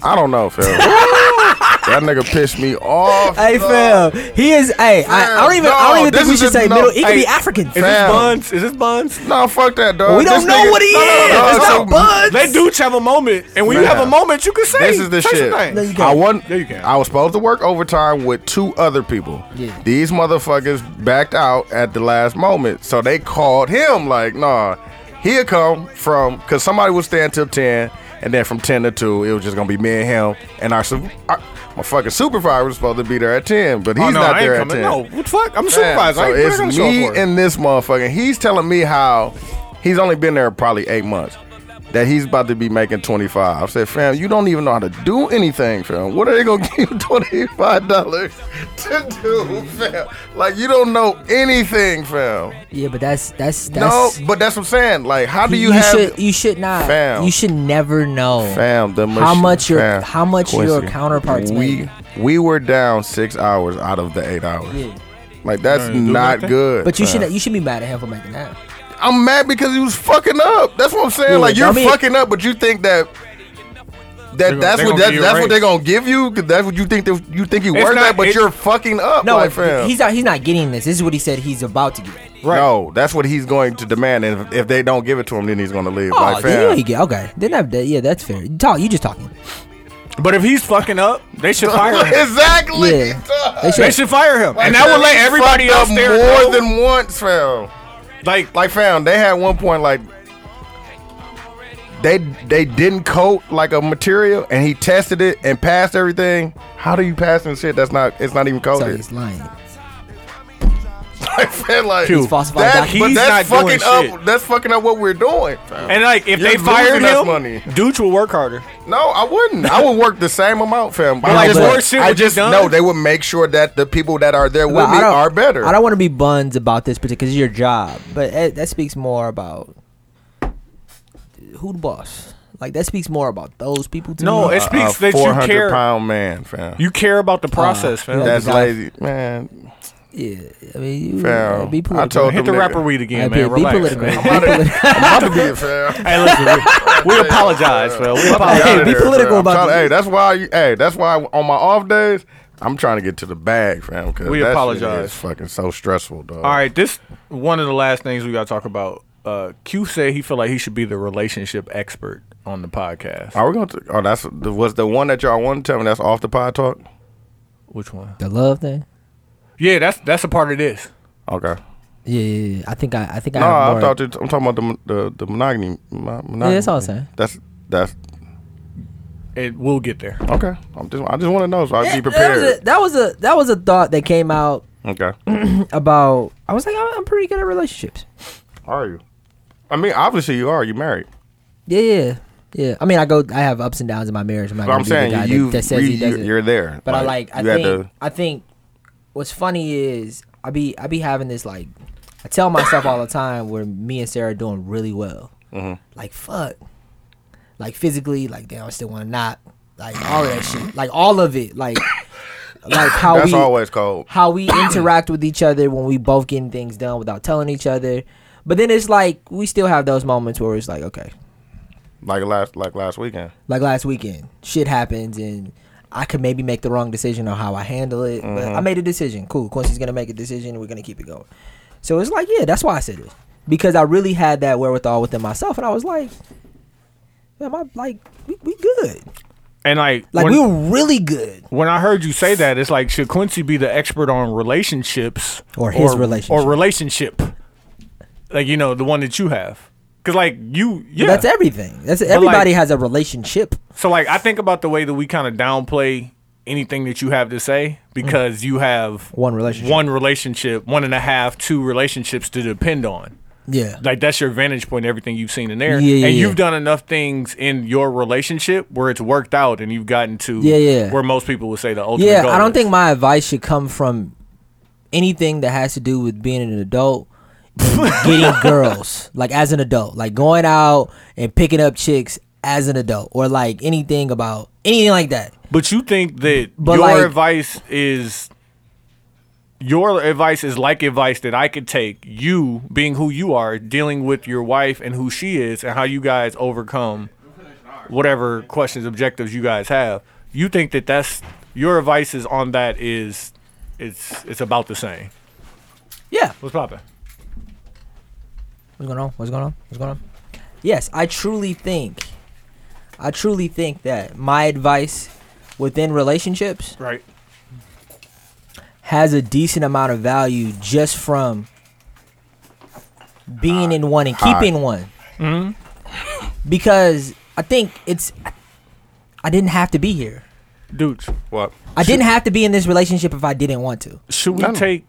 Speaker 1: I don't know,
Speaker 3: *laughs*
Speaker 1: Phil. that nigga pissed me off.
Speaker 5: Hey,
Speaker 1: dog.
Speaker 5: fam. He is. Hey, I, I don't even.
Speaker 1: no,
Speaker 5: I don't even think
Speaker 1: this
Speaker 5: we
Speaker 1: is
Speaker 5: should
Speaker 1: a-
Speaker 5: say
Speaker 1: no,
Speaker 5: middle. He could
Speaker 3: hey,
Speaker 5: be African.
Speaker 3: Is
Speaker 1: Fam.
Speaker 3: this buns? Is this buns?
Speaker 1: No, fuck that, dog.
Speaker 5: We don't
Speaker 1: This
Speaker 5: know
Speaker 1: nigga-
Speaker 5: what he
Speaker 1: No,
Speaker 5: is.
Speaker 1: No,
Speaker 5: It's
Speaker 1: no, no,
Speaker 5: no buds.
Speaker 3: They do have a moment, and when you
Speaker 1: Man.
Speaker 3: have a moment, you can say
Speaker 1: This is the
Speaker 3: say some
Speaker 1: shit.
Speaker 3: things.
Speaker 5: No, you
Speaker 1: I
Speaker 5: can't.
Speaker 1: won.
Speaker 3: Yeah, you can.
Speaker 1: I was supposed to work overtime with two other people.
Speaker 5: Yeah.
Speaker 1: These motherfuckers backed out at the last moment, so they called him like, "Nah, he'll come from because somebody would stay until ten, and then from ten to two, it was just gonna be me and him and our, su- our My fucking supervisor was supposed to be there at 10, but he's
Speaker 3: oh, no,
Speaker 1: not
Speaker 3: I ain't
Speaker 1: there at
Speaker 3: coming.
Speaker 1: 10.
Speaker 3: No, what the fuck? I'm
Speaker 1: Man,
Speaker 3: a supervisor. I
Speaker 1: So
Speaker 3: ain't- what I gotta
Speaker 1: it's
Speaker 3: show up
Speaker 1: me
Speaker 3: for?
Speaker 1: and this motherfucker. He's telling me how he's only been there probably eight months. That he's about to be making twenty five. I said, fam, you don't even know how to do anything, fam. What are they gonna *laughs* give you twenty five dollars to do, fam? Like you don't know anything, fam.
Speaker 5: Yeah, but that's that's
Speaker 1: No,
Speaker 5: that's
Speaker 1: but that's what I'm saying. Like, how do you, have,
Speaker 5: should you should not
Speaker 1: Fam.
Speaker 5: you should never know.
Speaker 1: fam? The
Speaker 5: How
Speaker 1: mach-
Speaker 5: much your-
Speaker 1: fam,
Speaker 5: how much your counterparts
Speaker 1: We
Speaker 5: make.
Speaker 1: we were down six hours out of the eight hours.
Speaker 5: Yeah.
Speaker 1: Like that's
Speaker 3: do
Speaker 1: not
Speaker 3: nothing.
Speaker 1: good.
Speaker 5: But you
Speaker 1: fam.
Speaker 5: should you should be mad at him for making that.
Speaker 1: I'm mad because he was fucking up. That's what I'm saying.
Speaker 5: Yeah,
Speaker 1: like you're
Speaker 5: I mean-
Speaker 1: fucking up, but you think that that
Speaker 3: gonna-
Speaker 1: that's
Speaker 3: they
Speaker 1: what
Speaker 3: gonna
Speaker 1: that,
Speaker 3: give you a
Speaker 1: that's what
Speaker 3: raise.
Speaker 1: they're gonna give you. 'Cause That's what you think that you think you
Speaker 3: It's
Speaker 1: worth
Speaker 3: not-
Speaker 1: that, but
Speaker 3: it-
Speaker 1: you're fucking up,
Speaker 5: No,
Speaker 1: like, fam.
Speaker 5: he's not he's not getting this. This is what he said he's about to get.
Speaker 1: No, that's what he's going to demand, and if, if they don't give it to him, then he's gonna leave.
Speaker 5: Oh,
Speaker 1: like,
Speaker 5: you know
Speaker 1: fam. *laughs*
Speaker 5: he get okay. Then that, that yeah, that's fair. You Talk you just talking.
Speaker 3: But if he's fucking up,
Speaker 1: *laughs*
Speaker 3: they should fire him.
Speaker 1: exactly.
Speaker 5: Yeah.
Speaker 1: dog.
Speaker 5: They
Speaker 3: They
Speaker 5: should
Speaker 3: should fire him,
Speaker 1: Like,
Speaker 3: and that
Speaker 1: fam,
Speaker 3: would let
Speaker 1: he's
Speaker 3: everybody
Speaker 1: fucked
Speaker 3: else
Speaker 1: up
Speaker 3: there
Speaker 1: more
Speaker 3: know.
Speaker 1: than once, fam.
Speaker 3: like
Speaker 1: Like, fam, they had one point like. They they didn't coat like a material, and he tested it and passed everything. How do you pass and shit that's not it's not even
Speaker 5: so
Speaker 1: coated?
Speaker 5: he's lying.
Speaker 1: *laughs* like, fam, like
Speaker 5: He's falsified
Speaker 1: that,
Speaker 5: documents.
Speaker 1: but
Speaker 3: He's
Speaker 1: that's
Speaker 3: not
Speaker 1: fucking
Speaker 3: doing
Speaker 1: up.
Speaker 3: shit.
Speaker 1: That's fucking up what we're doing. fam.
Speaker 3: and like if
Speaker 1: You're
Speaker 3: they fired
Speaker 1: losing us
Speaker 3: him,
Speaker 1: money.
Speaker 3: Dooch will work harder.
Speaker 1: No, I wouldn't. I would work the same amount, fam. I
Speaker 5: like,
Speaker 1: just,
Speaker 5: more
Speaker 3: shit
Speaker 1: I
Speaker 3: would be
Speaker 1: just
Speaker 3: done?
Speaker 1: no. They would make sure that the people that are there with
Speaker 5: Well,
Speaker 1: me
Speaker 5: I don't-
Speaker 1: are better.
Speaker 5: I don't want to be buns about this because it's your job, but eh, that speaks more about who the boss. Like that speaks more about those people. To
Speaker 3: No,
Speaker 5: me.
Speaker 3: it speaks
Speaker 1: a
Speaker 3: that
Speaker 1: four
Speaker 3: you
Speaker 1: hundred
Speaker 3: care.
Speaker 1: pound man, fam.
Speaker 3: You care about the process, fam.
Speaker 5: yeah.
Speaker 1: that's
Speaker 5: Like,
Speaker 1: lazy, man.
Speaker 5: yeah. I mean, you,
Speaker 1: Fam,
Speaker 5: uh, be
Speaker 1: I
Speaker 5: political.
Speaker 1: told them
Speaker 3: Hit the
Speaker 1: nigga.
Speaker 3: rapper weed again,
Speaker 5: Hey,
Speaker 3: man.
Speaker 5: be- be
Speaker 3: Relax.
Speaker 5: political. *laughs*
Speaker 3: man.
Speaker 5: Be political.
Speaker 1: I'm about to be a fam.
Speaker 3: Hey, listen, we, we apologize, fam. We apologize.
Speaker 5: Hey,
Speaker 1: outta
Speaker 5: be
Speaker 1: there,
Speaker 5: political
Speaker 1: fam.
Speaker 5: about
Speaker 1: Tryna-
Speaker 5: this.
Speaker 1: Hey, that's why. You, hey, that's why on my off days, I'm trying to get to the bag, fam. Cause
Speaker 3: We
Speaker 1: that shit
Speaker 3: apologize.
Speaker 1: is fucking so stressful, dog.
Speaker 3: All right, this one of the last things we gotta talk about. Uh, Q said he felt like he should be the relationship expert on the podcast.
Speaker 1: Are we going to? Oh, that's the- was the one that y'all wanted to tell me. That's off the pod talk.
Speaker 3: Which one?
Speaker 5: the love thing.
Speaker 3: Yeah, that's that's a part of this.
Speaker 1: Okay.
Speaker 5: Yeah, yeah, yeah. I think I, I think I.
Speaker 1: No,
Speaker 5: have
Speaker 1: I
Speaker 5: more-
Speaker 1: thought you, I'm talking about the mon- the, the monogamy, mon- monogamy.
Speaker 5: that's all I'm saying.
Speaker 1: That's that's
Speaker 3: It will get there.
Speaker 1: okay. I'm just I just want to know so I
Speaker 5: Eh,
Speaker 1: can be prepared.
Speaker 5: That was, a, that was a that was a thought that came out *clears throat*
Speaker 1: Okay.
Speaker 5: about. I was like, I'm, I'm pretty good at relationships.
Speaker 1: Are you? I mean, obviously you are. You married.
Speaker 5: Yeah, yeah, yeah. I mean, I go. I have ups and downs in my marriage. I'm not
Speaker 1: But
Speaker 5: gonna
Speaker 1: I'm
Speaker 5: be the guy
Speaker 1: saying
Speaker 5: that-
Speaker 1: you
Speaker 5: that says he doesn't.
Speaker 1: you're there.
Speaker 5: But I like I
Speaker 1: you had
Speaker 5: think I think what's funny is I be I be having this like I tell myself all the time where me and Sarah are doing really well.
Speaker 1: Mm-hmm.
Speaker 5: Like fuck, like physically, like damn, I still want to knock, like all of that shit, like all of
Speaker 1: *coughs*
Speaker 5: it, like like how
Speaker 1: That's
Speaker 5: we
Speaker 1: always cold.
Speaker 5: how we interact with each other when we both getting things done without telling each other. But then it's like we still have those moments where it's like okay,
Speaker 1: Like last like last weekend.
Speaker 5: like last weekend shit happens and i could maybe make the wrong decision on how i handle it but
Speaker 3: Mm-hmm.
Speaker 5: i made a decision cool quincy's gonna make a decision we're gonna keep it going so it's like yeah that's why i said it because i really had that wherewithal within myself and i was like man my like we, we good
Speaker 3: And like,
Speaker 5: like
Speaker 3: when,
Speaker 5: we were really good
Speaker 3: when I heard you say that, it's like should Quincy be the expert on relationships
Speaker 5: Or his relationship.
Speaker 3: or relationship? Like you know the one that you have, because like you yeah.
Speaker 5: that's everything that's everybody
Speaker 3: like-
Speaker 5: has a relationship
Speaker 3: So like I think about the way that we kind of downplay anything that you have to say because you have
Speaker 5: One relationship.
Speaker 3: one relationship, one and a half, two relationships to depend on.
Speaker 5: yeah
Speaker 3: Like that's your vantage point, everything you've seen in there,
Speaker 5: Yeah, yeah,
Speaker 3: and
Speaker 5: yeah.
Speaker 3: you've done enough things in your relationship where it's worked out, and you've gotten to
Speaker 5: Yeah, yeah.
Speaker 3: where most people would say the ultimate.
Speaker 5: yeah
Speaker 3: goal
Speaker 5: i don't
Speaker 3: is.
Speaker 5: think my advice should come from anything that has to do with being an adult and getting girls like as an adult like going out and picking up chicks as an adult or like anything about anything like that
Speaker 3: But you think that
Speaker 5: But,
Speaker 3: your
Speaker 5: like-
Speaker 3: advice is your advice is like advice that I could take. You being who you are, dealing with your wife and who she is, and how you guys overcome whatever questions, objectives you guys have. You think that that's your advice is on that is it's it's about the same.
Speaker 5: yeah
Speaker 3: What's poppin'?
Speaker 5: what's going on what's going on what's going on yes i truly think i truly think that my advice within relationships
Speaker 3: Right.
Speaker 5: has a decent amount of value just from being in one and keeping one. *laughs* Because I think it's I didn't have to be here.
Speaker 3: dudes.
Speaker 1: What?
Speaker 5: I didn't have to be in this relationship if I didn't want to.
Speaker 3: Should we
Speaker 1: I know.
Speaker 3: take?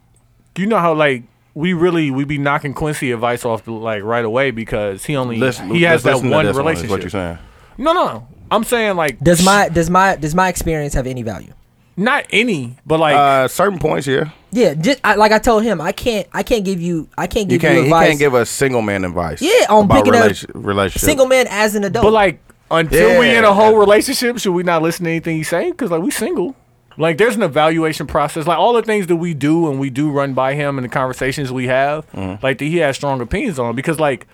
Speaker 3: You know how like we really we be knocking Quincy advice off like right away because he only
Speaker 1: Listen,
Speaker 3: he
Speaker 1: let's
Speaker 3: has that
Speaker 1: listen to
Speaker 3: one
Speaker 1: this is
Speaker 3: relationship.
Speaker 1: what you're saying?
Speaker 3: No, no, no. I'm saying like
Speaker 5: Does my does my does my experience have any value?
Speaker 3: not any, but like
Speaker 1: Uh, certain points, yeah.
Speaker 5: Yeah, just I, like I told him, I can't I can't give you I can't give
Speaker 1: You
Speaker 5: you,
Speaker 1: can't. He
Speaker 5: advice.
Speaker 1: can't give a single man advice.
Speaker 5: Yeah, on
Speaker 1: about
Speaker 5: picking up
Speaker 1: relation- relationship.
Speaker 5: single man as an adult.
Speaker 3: but like until we
Speaker 1: Yeah.
Speaker 3: in a whole relationship, should we not listen to anything he's saying? Because like we single. Like there's an evaluation process. Like all the things that we do and we do run by him and the conversations we have,
Speaker 1: Mm-hmm.
Speaker 3: like that he has strong opinions on. Because like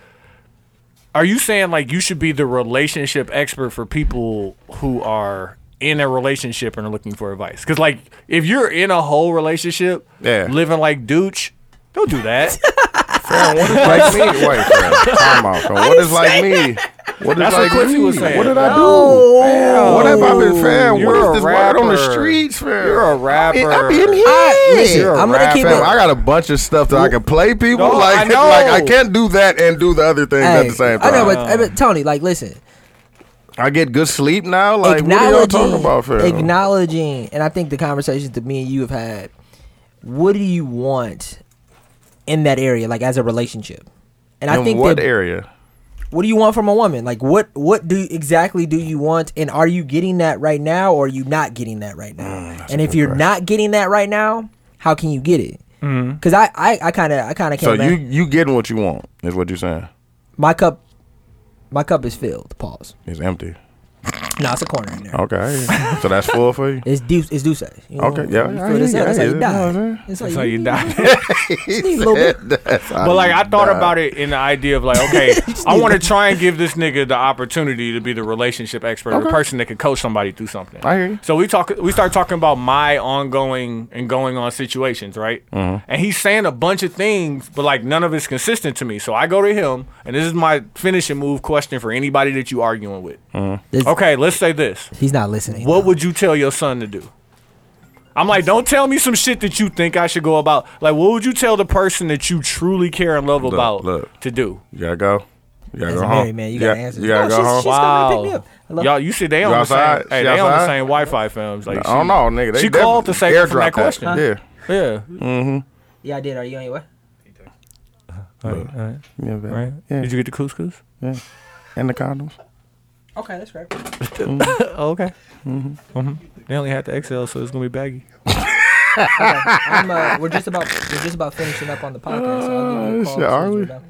Speaker 3: are you saying like you should be the relationship expert for people who are in a relationship and are looking for advice? Because like if you're in a whole relationship,
Speaker 1: Yeah.
Speaker 3: living like douche, don't do
Speaker 1: *laughs*
Speaker 3: that.
Speaker 1: Fam, what is like me? Wait, fam.
Speaker 5: *laughs*
Speaker 1: Time out, fam. What is like me? What is
Speaker 3: That's what
Speaker 1: like
Speaker 3: Quincy
Speaker 1: me?
Speaker 3: was saying.
Speaker 1: What did I do? Fam, what have I been, fam?
Speaker 3: You're
Speaker 1: what
Speaker 3: a
Speaker 1: is this word on
Speaker 3: rapper.
Speaker 1: the streets, fam?
Speaker 3: You're a
Speaker 1: I, I
Speaker 3: rapper.
Speaker 1: be in here.
Speaker 5: I- listen, I'm gonna keep
Speaker 1: fam,
Speaker 5: it-
Speaker 1: I got a bunch of stuff that I can play people.
Speaker 3: No,
Speaker 1: like,
Speaker 3: I know.
Speaker 1: like I can't do that and do the other things at
Speaker 5: Hey,
Speaker 1: the same
Speaker 5: I
Speaker 1: time. I,
Speaker 5: know, but, I- but Tony, like, listen,
Speaker 1: get good sleep now. Like, what are y'all
Speaker 5: acknowledging,
Speaker 1: talking about, fam?
Speaker 5: acknowledging, and I think the conversations that me and you have had. What do you want in that area, like as a relationship? And I
Speaker 1: in
Speaker 5: think
Speaker 1: what
Speaker 5: that,
Speaker 1: area?
Speaker 5: what do you want from a woman? Like, what what do exactly do you want, and are you getting that right now, or are you not getting that right
Speaker 1: Mm,
Speaker 5: now? and if you're not getting that right now, how can you get it? Because I I I kind of I kind of
Speaker 1: So
Speaker 5: can't.
Speaker 1: you you getting what you want is what you're saying.
Speaker 5: my cup, my cup is filled. Pause.
Speaker 1: It's empty.
Speaker 5: No, it's a corner in there.
Speaker 1: Okay,
Speaker 5: *laughs*
Speaker 1: so that's full for you.
Speaker 5: It's deuce. It's deuce. You know,
Speaker 1: Oh. Okay, yeah,
Speaker 5: you
Speaker 1: I
Speaker 5: fill this
Speaker 1: hear
Speaker 5: up,
Speaker 1: you,
Speaker 5: That's
Speaker 1: I
Speaker 5: how
Speaker 1: hear
Speaker 5: you
Speaker 1: you, know what I'm
Speaker 5: die.
Speaker 1: saying?
Speaker 5: That's
Speaker 3: That's how you die.
Speaker 1: *laughs*
Speaker 5: *laughs*
Speaker 1: He
Speaker 5: Just need a little
Speaker 1: said that's how
Speaker 3: But like I
Speaker 1: you
Speaker 3: thought
Speaker 1: die.
Speaker 3: about it in the idea of like,
Speaker 1: *laughs*
Speaker 3: okay, I want to try and give this nigga the opportunity to be the relationship expert, the person that can coach somebody through something.
Speaker 1: I hear you.
Speaker 3: So we talk, we start talking about my ongoing and going on situations, right? And he's saying a bunch of things, but like none of it's consistent to me. So I go to him, and this is my finishing move question for anybody that you arguing with.
Speaker 5: This-
Speaker 3: Okay, let's say this:
Speaker 5: He's not listening.
Speaker 3: What would you tell your son to do? I'm like, don't tell me some shit that you think I should go about. Like, what would you tell the person that you truly care and love about
Speaker 1: look.
Speaker 3: to do?
Speaker 1: You gotta go. You gotta
Speaker 5: As
Speaker 1: go
Speaker 5: a
Speaker 1: home.
Speaker 5: married man, you gotta
Speaker 1: got-
Speaker 5: answer
Speaker 1: You
Speaker 5: this.
Speaker 1: gotta
Speaker 5: No,
Speaker 1: go
Speaker 5: she's-
Speaker 1: home.
Speaker 5: she's- coming to pick me up. I love-
Speaker 3: Y'all, you see, they on
Speaker 1: You
Speaker 3: the same.
Speaker 1: outside?
Speaker 3: Hey,
Speaker 1: She
Speaker 3: they on the
Speaker 1: outside?
Speaker 3: same Wi-Fi films. Like,
Speaker 1: I don't
Speaker 3: she-
Speaker 1: know, nigga. They
Speaker 3: she called to
Speaker 1: definitely
Speaker 3: save her from
Speaker 1: airdropped
Speaker 3: that question.
Speaker 1: Yeah.
Speaker 3: Yeah,
Speaker 5: Yeah, I did. Are you on your way?
Speaker 1: Yeah, baby.
Speaker 3: right.
Speaker 1: yeah.
Speaker 3: Did you get the couscous?
Speaker 1: and the condoms.
Speaker 5: Okay, that's *laughs* great.
Speaker 3: Oh, okay. Mm-hmm. They only had the XL, so it's gonna be baggy.
Speaker 5: I'm, uh, we're just about we're just about finishing up on the podcast. So I'll give you
Speaker 1: Uh, shit,
Speaker 5: a call as soon
Speaker 1: are
Speaker 5: as
Speaker 1: we?
Speaker 5: we're done.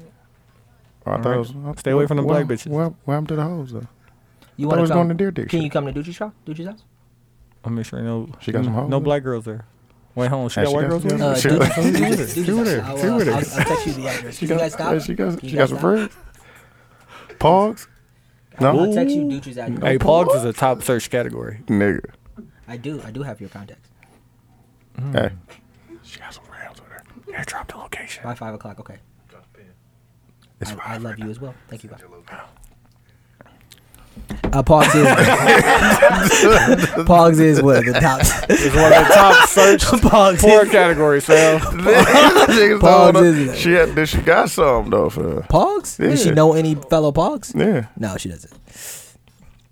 Speaker 1: Oh, I thought it was, I-
Speaker 3: Stay away from them
Speaker 1: well,
Speaker 3: black bitches.
Speaker 1: Well, well, I'm to the hoes though.
Speaker 5: You
Speaker 1: I thought it
Speaker 5: want
Speaker 1: was
Speaker 5: to come?
Speaker 1: going to deer dick.
Speaker 5: Can
Speaker 1: shit.
Speaker 5: you come to Ducey's shop?
Speaker 1: *laughs*
Speaker 5: Ducey's house?
Speaker 3: I'll make sure no.
Speaker 1: She got some hoes
Speaker 3: No
Speaker 1: in it?
Speaker 3: black girls there. Wait, hold on. She
Speaker 1: Hey,
Speaker 3: got
Speaker 1: she
Speaker 3: white
Speaker 1: got-
Speaker 3: girls there.
Speaker 1: yeah.
Speaker 5: Uh,
Speaker 1: She-
Speaker 5: Ducey's house.
Speaker 1: She
Speaker 5: Ducey's
Speaker 1: with
Speaker 5: house.
Speaker 1: her.
Speaker 5: I'll,
Speaker 1: She
Speaker 5: uh,
Speaker 1: with her.
Speaker 5: I'll, I'll text you the address.
Speaker 1: She
Speaker 5: Can you
Speaker 1: got,
Speaker 5: guys stop?
Speaker 1: yeah, she got,
Speaker 5: Can
Speaker 1: she
Speaker 5: you
Speaker 1: got
Speaker 5: guys
Speaker 1: some
Speaker 5: stop?
Speaker 1: friends. Pogs. No,
Speaker 5: I'll text you Ducey's address.
Speaker 3: Hey, Pogs is a top search category.
Speaker 1: nigga.
Speaker 5: I do. I do have your contacts. Hmm.
Speaker 1: Hey, she got some friends with her.
Speaker 3: Airdrop the location.
Speaker 5: By five o'clock. Okay.
Speaker 1: It's
Speaker 5: I, I
Speaker 1: fine.
Speaker 5: love you as well. Thank you. Bye.
Speaker 1: *laughs*
Speaker 5: Uh, Pogs *laughs* is Pogs is what the top. *laughs*
Speaker 3: It's one of the top search
Speaker 5: Pogs
Speaker 3: porn
Speaker 5: is
Speaker 1: *laughs*
Speaker 3: categories, fam.
Speaker 1: Niggas
Speaker 5: Pogs
Speaker 1: told her-
Speaker 5: is it?
Speaker 1: She had- then she got some though. For,
Speaker 5: Pogs. Does she
Speaker 1: Yeah.
Speaker 5: know any fellow Pogs?
Speaker 1: yeah.
Speaker 5: No, she doesn't.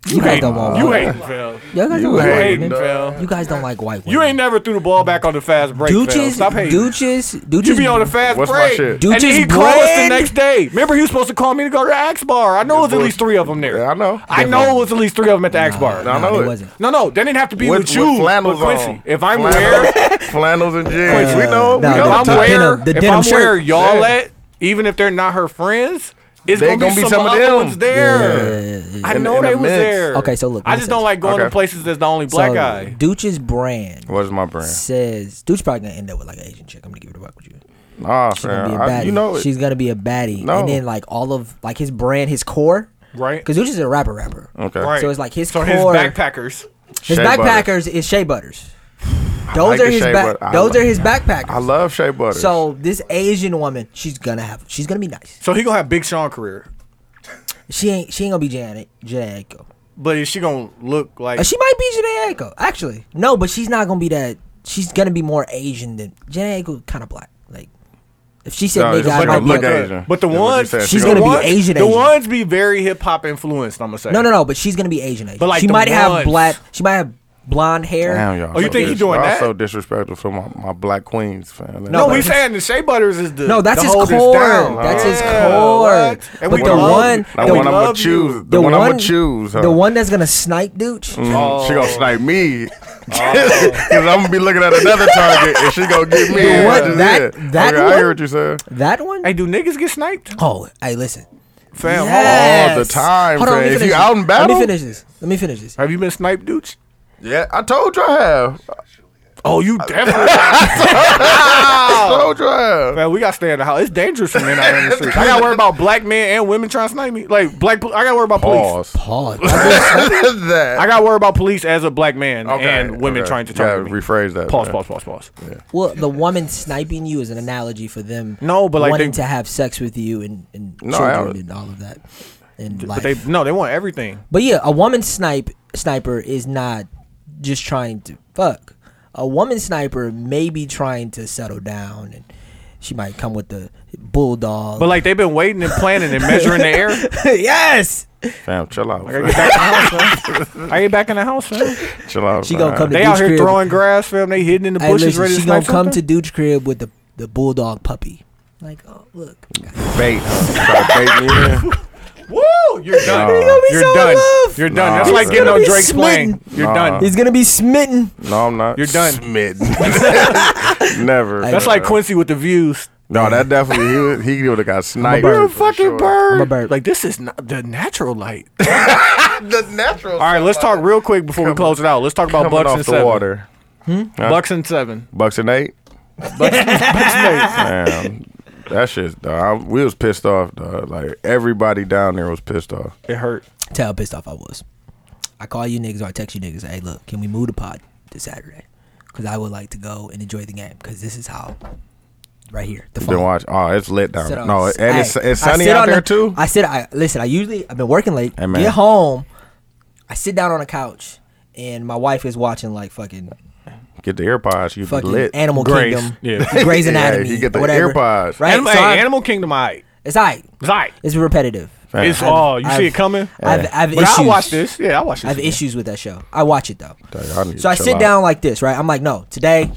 Speaker 5: You, guys don't want
Speaker 3: You
Speaker 5: white
Speaker 3: hating, fam.
Speaker 5: Y'all guys
Speaker 1: You
Speaker 5: don't like white
Speaker 1: hating,
Speaker 5: women.
Speaker 1: dog.
Speaker 5: You guys don't like white women.
Speaker 3: You ain't never threw the ball back on the fast break. fam.
Speaker 5: Dooches,
Speaker 3: Stop hating.
Speaker 5: Dooches, Dooches.
Speaker 3: You be on the fast
Speaker 1: What's my
Speaker 3: break.
Speaker 1: shit?
Speaker 3: And then he
Speaker 5: Dooches
Speaker 3: called us the
Speaker 5: bread?
Speaker 3: next day. Remember, he was supposed to call me to go to the Axe Bar. I know it was at least three of them there.
Speaker 1: Yeah, I know.
Speaker 3: I know it was at least three of them at the Axe Bar.
Speaker 1: I
Speaker 5: No,
Speaker 1: know
Speaker 5: they
Speaker 1: it.
Speaker 5: wasn't.
Speaker 3: No, no, they didn't have to be with, you, but Quincy. If I'm
Speaker 1: flannels,
Speaker 5: *laughs*
Speaker 1: *laughs*
Speaker 3: wearing,
Speaker 1: flannels and jeans, we know. we know.
Speaker 5: no, no, no,
Speaker 3: if I'm
Speaker 5: the
Speaker 1: Top-
Speaker 5: denim-
Speaker 3: wearing,
Speaker 5: the
Speaker 3: if
Speaker 5: denim
Speaker 3: I'm
Speaker 5: shirt.
Speaker 3: wearing y'all
Speaker 1: Yeah.
Speaker 3: at, even if they're not her friends, it's
Speaker 1: They
Speaker 3: gonna, be some, of them. ones there.
Speaker 1: Yeah.
Speaker 3: I
Speaker 1: In the-
Speaker 3: know
Speaker 1: in the
Speaker 3: they was
Speaker 1: mix.
Speaker 3: there.
Speaker 5: Okay, so look,
Speaker 3: I just
Speaker 5: listen.
Speaker 3: don't like going to
Speaker 1: Okay.
Speaker 3: places that's the only black guy.
Speaker 5: Dooches brand
Speaker 1: What's my brand?
Speaker 5: says Dooch probably gonna end up with like an Asian chick. I'm gonna give it a buck with you.
Speaker 1: Ah,
Speaker 5: She's gonna
Speaker 1: fam,
Speaker 5: be a
Speaker 1: I-
Speaker 5: baddie.
Speaker 1: you know it.
Speaker 5: She's gonna be a baddie.
Speaker 1: No.
Speaker 5: And then like all of like his brand, his core,
Speaker 3: Right.
Speaker 5: because Dooch is a rapper rapper.
Speaker 1: okay.
Speaker 3: Right.
Speaker 5: So it's like his core,
Speaker 3: So his backpackers.
Speaker 5: his
Speaker 1: Shea
Speaker 5: backpackers is
Speaker 1: *sighs*
Speaker 5: Shea Butters. Those
Speaker 1: like
Speaker 5: are
Speaker 1: the
Speaker 5: his
Speaker 1: Shea
Speaker 5: back.
Speaker 1: Butter. I
Speaker 5: Those
Speaker 1: like-
Speaker 5: are his backpackers.
Speaker 1: I love Shea Butter.
Speaker 5: So this Asian woman, she's gonna have. She's gonna be nice.
Speaker 3: So he gonna have Big Sean career,
Speaker 5: She ain't. She ain't gonna be Janet. Janet Aiko.
Speaker 3: but is she gonna look like?
Speaker 5: Uh, She might be Janet Aiko, actually. No, but she's not gonna be that. She's gonna be more Asian than Janet Aiko. Kind of black. Like if she said
Speaker 1: No,
Speaker 5: nigga,
Speaker 1: just
Speaker 5: I
Speaker 1: look-
Speaker 5: might
Speaker 1: look
Speaker 5: be. uh, okay.
Speaker 1: Asian.
Speaker 3: But the
Speaker 1: That's what you
Speaker 3: ones
Speaker 1: said.
Speaker 5: She's
Speaker 1: She
Speaker 5: gonna
Speaker 3: the
Speaker 5: be
Speaker 3: ones-
Speaker 5: Asian
Speaker 3: The
Speaker 5: Asian.
Speaker 3: ones be very hip hop influenced. I'm gonna say
Speaker 5: No, no, no. But she's gonna be Asian Asian.
Speaker 3: But, like,
Speaker 5: she
Speaker 3: the
Speaker 5: might have
Speaker 3: ones-
Speaker 5: black. She might have blonde hair.
Speaker 1: Damn, y'all.
Speaker 3: Oh, you
Speaker 1: so
Speaker 3: think he
Speaker 1: dis-
Speaker 3: doing
Speaker 1: y'all
Speaker 3: that?
Speaker 1: so disrespectful for my, my black queens, fam.
Speaker 3: No,
Speaker 5: but-
Speaker 3: we saying the Shea Butters is the
Speaker 5: No, that's
Speaker 3: the
Speaker 5: his
Speaker 3: holders
Speaker 5: core.
Speaker 3: down.
Speaker 5: That's his
Speaker 3: Yeah,
Speaker 5: core.
Speaker 3: what?
Speaker 5: But
Speaker 3: we
Speaker 5: the
Speaker 3: love
Speaker 5: one-
Speaker 3: you.
Speaker 1: the
Speaker 3: We
Speaker 1: one I'm gonna
Speaker 3: love you.
Speaker 1: choose. The, one, I'm gonna choose. Huh?
Speaker 5: The one that's gonna snipe Dooch.
Speaker 1: Mm, She gonna snipe me *laughs* because I'm gonna be looking at another target and she gonna get me.
Speaker 5: Oh. The one-
Speaker 1: That's just
Speaker 5: that-
Speaker 1: it.
Speaker 5: that
Speaker 1: okay, I
Speaker 5: one?
Speaker 1: hear what you said.
Speaker 5: That one?
Speaker 3: Hey, do niggas get sniped?
Speaker 5: Oh, hey, listen.
Speaker 3: Fam,
Speaker 1: All the time.
Speaker 5: Hold on, let
Speaker 1: fam.
Speaker 5: me
Speaker 1: if
Speaker 5: finish
Speaker 1: you
Speaker 5: this.
Speaker 1: out in battle,
Speaker 5: Let me finish this. Let me finish this.
Speaker 3: have you been sniped, dudes?
Speaker 1: yeah, I told you I have.
Speaker 3: Oh, *laughs* you definitely.
Speaker 1: I told you I have.
Speaker 3: Man, we gotta stay out of the house. It's dangerous for men out here in the streets. I gotta worry about black men and women trying to snipe me. Like black, pol- I gotta worry about
Speaker 1: Pause.
Speaker 3: police.
Speaker 5: Pause.
Speaker 1: *laughs* that.
Speaker 3: I gotta worry about police as a black man
Speaker 1: Okay,
Speaker 3: and women
Speaker 1: okay.
Speaker 3: trying to target
Speaker 1: Yeah,
Speaker 3: me.
Speaker 1: rephrase that.
Speaker 3: Pause,
Speaker 1: man.
Speaker 3: pause, pause, pause.
Speaker 5: well, the woman sniping you is an analogy for them.
Speaker 3: No, but, like,
Speaker 5: wanting
Speaker 3: they-
Speaker 5: to have sex with you and, and
Speaker 1: No, I
Speaker 5: children
Speaker 1: don't-
Speaker 5: and all of that. And life.
Speaker 3: But they no, they want everything.
Speaker 5: But yeah, a woman snipe sniper is not just trying to fuck. A woman sniper may be trying to settle down, and she might come with the bulldog.
Speaker 3: But like they've been waiting and planning and measuring the air. I
Speaker 5: *laughs* yes,
Speaker 1: Fam, chill out.
Speaker 3: gotta get
Speaker 1: fam.
Speaker 3: back in the house, fam. I get back in the house, fam.
Speaker 1: Chill out.
Speaker 5: She gonna come
Speaker 1: fam.
Speaker 5: to-
Speaker 3: They out here
Speaker 5: Dude's crib.
Speaker 3: throwing grass, fam. They hidden in the
Speaker 5: hey,
Speaker 3: bushes,
Speaker 5: listen,
Speaker 3: ready to
Speaker 5: she gonna
Speaker 3: snipe
Speaker 5: come to
Speaker 3: something.
Speaker 5: Dude's crib with the the bulldog puppy. Like, oh look, *laughs*
Speaker 1: bait. Try to bait me in.
Speaker 3: Woo! You're done.
Speaker 1: Nah. He gonna
Speaker 5: be
Speaker 3: You're
Speaker 5: so in
Speaker 3: done.
Speaker 5: love.
Speaker 3: You're done.
Speaker 1: Nah,
Speaker 3: That's like
Speaker 1: fam.
Speaker 3: getting
Speaker 5: He's
Speaker 3: on
Speaker 5: gonna be
Speaker 3: Drake's
Speaker 5: smitten.
Speaker 3: plane. You're
Speaker 1: Nah.
Speaker 3: done.
Speaker 5: he's gonna be smitten.
Speaker 1: No, I'm not.
Speaker 3: You're done. *laughs*
Speaker 1: Smitten. Never.
Speaker 3: That's like Quincy with the views.
Speaker 1: No, that definitely he would- he would have got sniped.
Speaker 5: bird.
Speaker 1: for
Speaker 5: You're a
Speaker 3: Fucking
Speaker 1: sure.
Speaker 3: bird.
Speaker 5: I'm a bird.
Speaker 3: Like this is not the
Speaker 1: *laughs*
Speaker 3: natural light.
Speaker 1: The natural.
Speaker 3: All right, let's talk real quick before we close it out. Let's talk about
Speaker 1: Coming
Speaker 3: Bucks
Speaker 1: off
Speaker 3: and
Speaker 1: the
Speaker 3: seven.
Speaker 1: water.
Speaker 3: Bucks and seven.
Speaker 1: Bucks and eight. *laughs* Man, that shit's. dawg, I, we was pissed off. Dog. Like everybody down there was pissed off.
Speaker 3: It hurt.
Speaker 5: Tell how pissed off I was. I call you niggas or I text you niggas. Hey, look, can we move the pod to Saturday? Because I would like to go and enjoy the game. Because this is how, right here, the
Speaker 1: Then
Speaker 5: phone.
Speaker 1: watch. Oh, it's lit down.
Speaker 5: Sit
Speaker 1: there.
Speaker 5: on-
Speaker 1: No, and it's,
Speaker 5: Hey,
Speaker 1: it's
Speaker 5: I
Speaker 1: sunny
Speaker 5: sit
Speaker 1: out
Speaker 5: on
Speaker 1: there
Speaker 5: the-
Speaker 1: too.
Speaker 5: I sit. I listen. I usually I've been working late.
Speaker 1: Hey, man.
Speaker 5: Get home. I sit down on the couch, and my wife is watching like fucking
Speaker 1: Get the AirPods. You
Speaker 5: fucking
Speaker 1: lit.
Speaker 5: Animal
Speaker 3: Grace.
Speaker 5: Kingdom, *laughs*
Speaker 3: Yeah.
Speaker 5: Grey's
Speaker 1: Yeah,
Speaker 5: Anatomy,
Speaker 1: you get the
Speaker 5: or whatever.
Speaker 1: AirPods.
Speaker 5: right?
Speaker 3: Animal,
Speaker 5: So
Speaker 3: hey,
Speaker 5: I-
Speaker 3: Animal Kingdom, all right.
Speaker 5: it's alright.
Speaker 3: It's all right.
Speaker 5: It's repetitive.
Speaker 1: Fam.
Speaker 3: It's all. You see
Speaker 5: I've-
Speaker 3: it coming?
Speaker 5: I've, I've
Speaker 3: But
Speaker 5: issues.
Speaker 3: I watch this. Yeah, I watch
Speaker 5: I
Speaker 3: this.
Speaker 5: have issues with that show. I watch it though.
Speaker 1: Dog, y'all need
Speaker 5: So
Speaker 1: to
Speaker 5: I
Speaker 1: chill
Speaker 5: sit
Speaker 1: out.
Speaker 5: down like this, right? I'm like, no, today,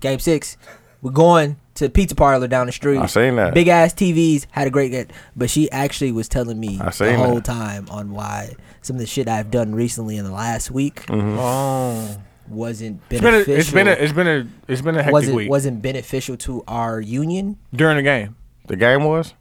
Speaker 5: game six, we're going to the pizza parlor down the street.
Speaker 1: I seen that.
Speaker 5: Big ass TVs had a great get, but she actually was telling me
Speaker 1: I
Speaker 5: the
Speaker 1: seen
Speaker 5: whole
Speaker 1: that.
Speaker 5: time on why some of the shit I've done recently in the last week
Speaker 1: Mm-hmm.
Speaker 3: Oh.
Speaker 5: wasn't
Speaker 3: It's been, a,
Speaker 5: beneficial.
Speaker 3: it's been a it's been a it's been a hectic
Speaker 5: wasn't
Speaker 3: week
Speaker 5: wasn't beneficial to our union
Speaker 3: during the game
Speaker 1: The game was.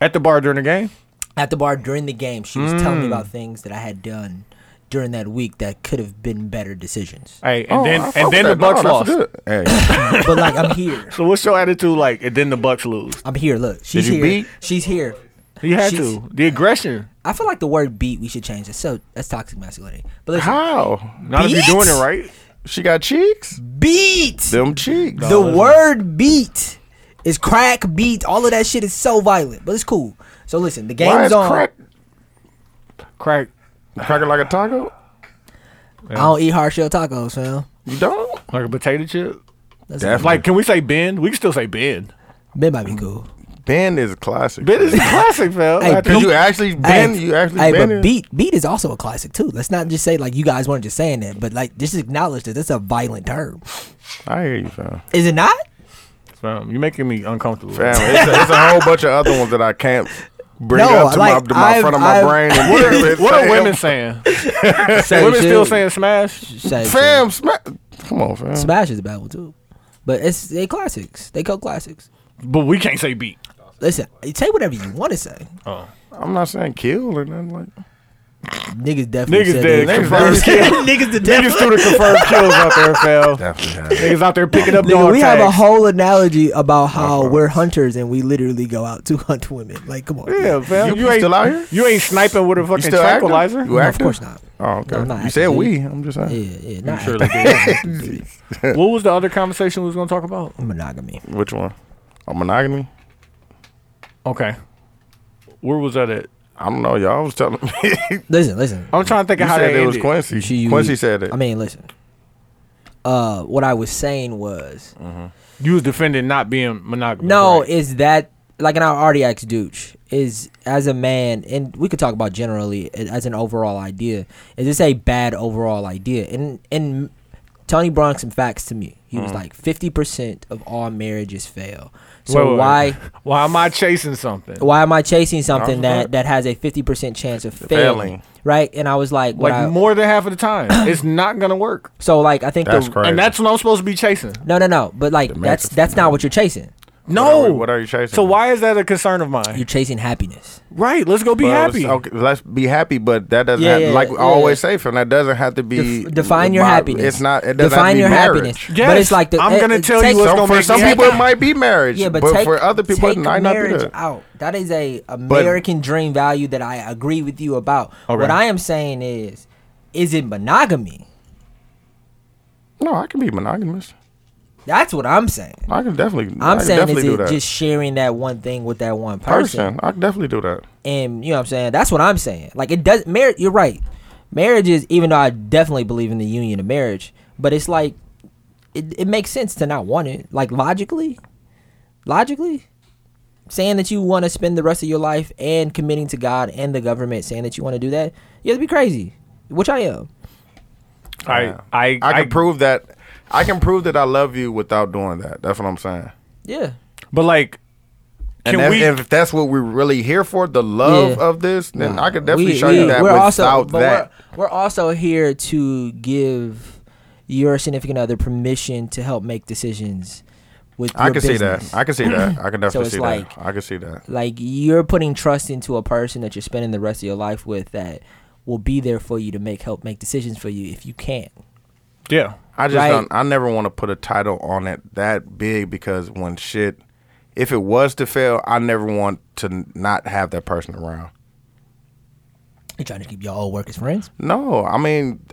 Speaker 3: at the bar during the game.
Speaker 5: at the bar during the game. She was telling me
Speaker 1: Mm.
Speaker 5: about things that I had done during that week that could have been better decisions.
Speaker 3: Hey, and
Speaker 1: Oh, I
Speaker 3: then
Speaker 1: fuck
Speaker 3: and then
Speaker 1: with
Speaker 3: the
Speaker 1: that. No,
Speaker 3: Bucks
Speaker 1: that's
Speaker 3: lost.
Speaker 1: good. Hey,
Speaker 5: but like, I'm here.
Speaker 3: So what's your attitude like? And then the Bucks lose.
Speaker 5: I'm here. Look, she's
Speaker 1: you
Speaker 5: here.
Speaker 1: beat?
Speaker 5: She's here.
Speaker 3: You had
Speaker 5: She's-
Speaker 3: to the aggression.
Speaker 5: I feel like the word beat we should change. That's so that's toxic masculinity. But
Speaker 1: *laughs*
Speaker 5: listen,
Speaker 1: how?
Speaker 3: Not if you're
Speaker 5: Beat?
Speaker 3: doing it right.
Speaker 1: She got cheeks.
Speaker 5: beat.
Speaker 1: Them cheeks.
Speaker 5: the word beat is crack beat. All of that shit is so violent, but it's cool. So listen, the
Speaker 1: Why
Speaker 5: game's
Speaker 1: is
Speaker 5: on.
Speaker 1: crack
Speaker 3: Crack.
Speaker 1: cracking like a taco?
Speaker 5: I don't eat hard shell tacos, fam.
Speaker 1: You don't.
Speaker 3: Like a potato chip.
Speaker 5: That's
Speaker 1: Definitely.
Speaker 3: Like, can we say Ben? We can still say Ben.
Speaker 5: Ben might be cool.
Speaker 1: Ben is a classic.
Speaker 3: Ben is a classic, fam.
Speaker 5: Hey,
Speaker 1: *laughs*
Speaker 3: I
Speaker 1: Because
Speaker 3: think-
Speaker 1: you actually Ben, you actually
Speaker 5: hey,
Speaker 1: Ben.
Speaker 5: but
Speaker 1: is-
Speaker 5: beat beat is also a classic too. Let's not just say like you guys weren't just saying that, but like just acknowledge that that's a violent term.
Speaker 1: I hear you, fam.
Speaker 5: Is
Speaker 1: *laughs*
Speaker 5: it not?
Speaker 3: Fam, you're making me uncomfortable.
Speaker 1: Fam, it's a, it's a whole bunch of other ones that I can't bring
Speaker 5: No,
Speaker 1: up to
Speaker 5: like,
Speaker 1: my, to my
Speaker 5: I've-
Speaker 1: front of my
Speaker 5: I've-
Speaker 1: brain. And
Speaker 5: *laughs*
Speaker 3: What
Speaker 1: hear it
Speaker 3: are, what are
Speaker 1: say,
Speaker 3: women saying?
Speaker 5: Same
Speaker 3: women
Speaker 5: shit.
Speaker 3: still saying smash.
Speaker 5: Same shit.
Speaker 1: Fam, sma- come on, fam.
Speaker 5: Smash Mm-hmm. is a bad one too, but it's they classics. They co classics.
Speaker 3: But we can't say beat.
Speaker 5: Listen, you say whatever you want to say.
Speaker 1: I'm not saying kill or nothing like.
Speaker 5: Niggas definitely
Speaker 3: Niggas
Speaker 5: said
Speaker 3: did.
Speaker 5: that.
Speaker 1: Niggas
Speaker 3: Confirmed kill. *laughs*
Speaker 5: Niggas the
Speaker 3: Niggas threw the confirmed kills out
Speaker 5: *laughs*
Speaker 3: there, fam.
Speaker 1: Definitely.
Speaker 3: Niggas out there picking up
Speaker 5: Nigga,
Speaker 3: dog
Speaker 5: we
Speaker 3: tags.
Speaker 5: have a whole analogy about how
Speaker 1: Uh-huh.
Speaker 5: we're hunters and we literally go out to hunt women. Like, come on.
Speaker 3: Yeah, fam.
Speaker 1: You-
Speaker 3: You,
Speaker 1: you
Speaker 3: ain't
Speaker 1: still out here?
Speaker 3: You ain't sniping with a fucking
Speaker 1: still active?
Speaker 3: tranquilizer.
Speaker 1: You
Speaker 5: No, of
Speaker 1: active?
Speaker 5: course not.
Speaker 1: Oh, okay.
Speaker 5: No, not
Speaker 1: you said
Speaker 5: active.
Speaker 1: we. I'm just saying.
Speaker 5: Yeah, yeah. Not
Speaker 3: surely
Speaker 5: active.
Speaker 3: What was the other conversation we was gonna talk about?
Speaker 5: *laughs* monogamy.
Speaker 1: Which one? Oh, monogamy.
Speaker 3: Okay, where was that at?
Speaker 1: I don't know, y'all. I was telling me. *laughs* you
Speaker 5: Listen, listen.
Speaker 3: I'm trying to think of how
Speaker 1: said
Speaker 3: that
Speaker 1: it was
Speaker 3: ended.
Speaker 1: Quincy.
Speaker 5: She- you-
Speaker 1: Quincy said it.
Speaker 5: I mean, listen. Uh, what I was saying was
Speaker 3: You was defending not being monogamous.
Speaker 5: no,
Speaker 3: right?
Speaker 5: is that like and I already asked Dooch is as a man, and we could talk about generally a- as an overall idea. Is this a bad overall idea? And and Tony brought some facts to me. He was like fifty percent of all marriages fail. So
Speaker 3: Wait, wait,
Speaker 5: why
Speaker 3: wait. Why am I chasing something?
Speaker 5: why am I chasing something
Speaker 1: Awesome.
Speaker 5: that that has a fifty percent chance of failing,
Speaker 1: Failing.
Speaker 5: Right? And I was like, what
Speaker 3: like
Speaker 5: I-
Speaker 3: more than half of
Speaker 5: *clears throat*
Speaker 3: the time, it's not gonna work.
Speaker 5: so like I think
Speaker 1: That's
Speaker 5: the,
Speaker 1: crazy.
Speaker 3: And that's what I'm supposed to be chasing.
Speaker 5: no no no, but like that's
Speaker 1: matrix.
Speaker 5: that's not what you're chasing.
Speaker 3: No.
Speaker 1: What are we- what are you chasing?
Speaker 3: So why is that a concern of
Speaker 5: You're
Speaker 3: mine?
Speaker 5: chasing happiness.
Speaker 3: Right. Let's go be
Speaker 1: Well,
Speaker 3: happy.
Speaker 1: it's- Okay, let's be happy, but that doesn't
Speaker 5: Yeah,
Speaker 1: have,
Speaker 5: yeah,
Speaker 1: like
Speaker 5: yeah.
Speaker 1: I always say, Phil. That doesn't have to be
Speaker 5: Def- define your
Speaker 1: by-
Speaker 5: happiness.
Speaker 1: It's not. It doesn't
Speaker 5: define
Speaker 1: have to be
Speaker 5: your
Speaker 1: marriage.
Speaker 5: happiness. but it's like the, eh,
Speaker 3: I'm
Speaker 5: it-
Speaker 3: gonna
Speaker 5: it
Speaker 3: tell
Speaker 5: takes-
Speaker 3: you what's
Speaker 1: Some-
Speaker 3: gonna
Speaker 1: for
Speaker 3: make
Speaker 1: some
Speaker 3: me
Speaker 1: people
Speaker 3: happy.
Speaker 1: it might be marriage.
Speaker 5: Yeah, but, take,
Speaker 1: for other people it
Speaker 5: take
Speaker 1: might not be
Speaker 5: marriage
Speaker 1: that.
Speaker 5: out. That is a American dream value that I agree with you about. What I am saying is, is it monogamy?
Speaker 1: No, I can be monogamous.
Speaker 5: That's what I'm saying.
Speaker 1: I can definitely. i
Speaker 5: I'm
Speaker 1: can
Speaker 5: saying is
Speaker 1: definitely do
Speaker 5: it
Speaker 1: that.
Speaker 5: just sharing that one thing with that one person?
Speaker 1: person. I can definitely do that.
Speaker 5: and you know what I'm saying. That's what I'm saying. Like it does. Marriage. You're right. Marriage is even though I definitely believe in the union of marriage, but it's like it, it makes sense to not want it. Like logically, logically, saying that you want to spend the rest of your life and committing to God and the government, saying that you want to do that, you have to be crazy, which I am.
Speaker 3: I, I,
Speaker 1: I
Speaker 3: I,
Speaker 1: can prove that. I can prove that I love you without doing that. That's what I'm saying.
Speaker 5: Yeah.
Speaker 3: but like,
Speaker 1: And
Speaker 3: can
Speaker 1: if,
Speaker 3: we?
Speaker 1: if that's what we're really here for, the love
Speaker 5: Yeah.
Speaker 1: of this, then I could
Speaker 5: We-
Speaker 1: definitely show
Speaker 5: we-
Speaker 1: you that
Speaker 5: we're
Speaker 1: without
Speaker 5: also- but
Speaker 1: that.
Speaker 5: We're, we're also here to give your significant other permission to help make decisions with.
Speaker 1: I
Speaker 5: your
Speaker 1: can see
Speaker 5: business.
Speaker 1: that. I can see that. I can
Speaker 5: *clears throat*
Speaker 1: definitely
Speaker 5: it's
Speaker 1: see
Speaker 5: like-
Speaker 1: that. I can see that.
Speaker 5: like you're putting trust into a person that you're spending the rest of your life with that will be there for you to make help make decisions for you if you can't.
Speaker 3: yeah.
Speaker 1: I just
Speaker 5: Right.
Speaker 1: don't. I never want to put a title on it that big because when shit, if it was to fail, I never want to n- not have that person around.
Speaker 5: You're trying to keep your old work as friends.
Speaker 1: No, I mean,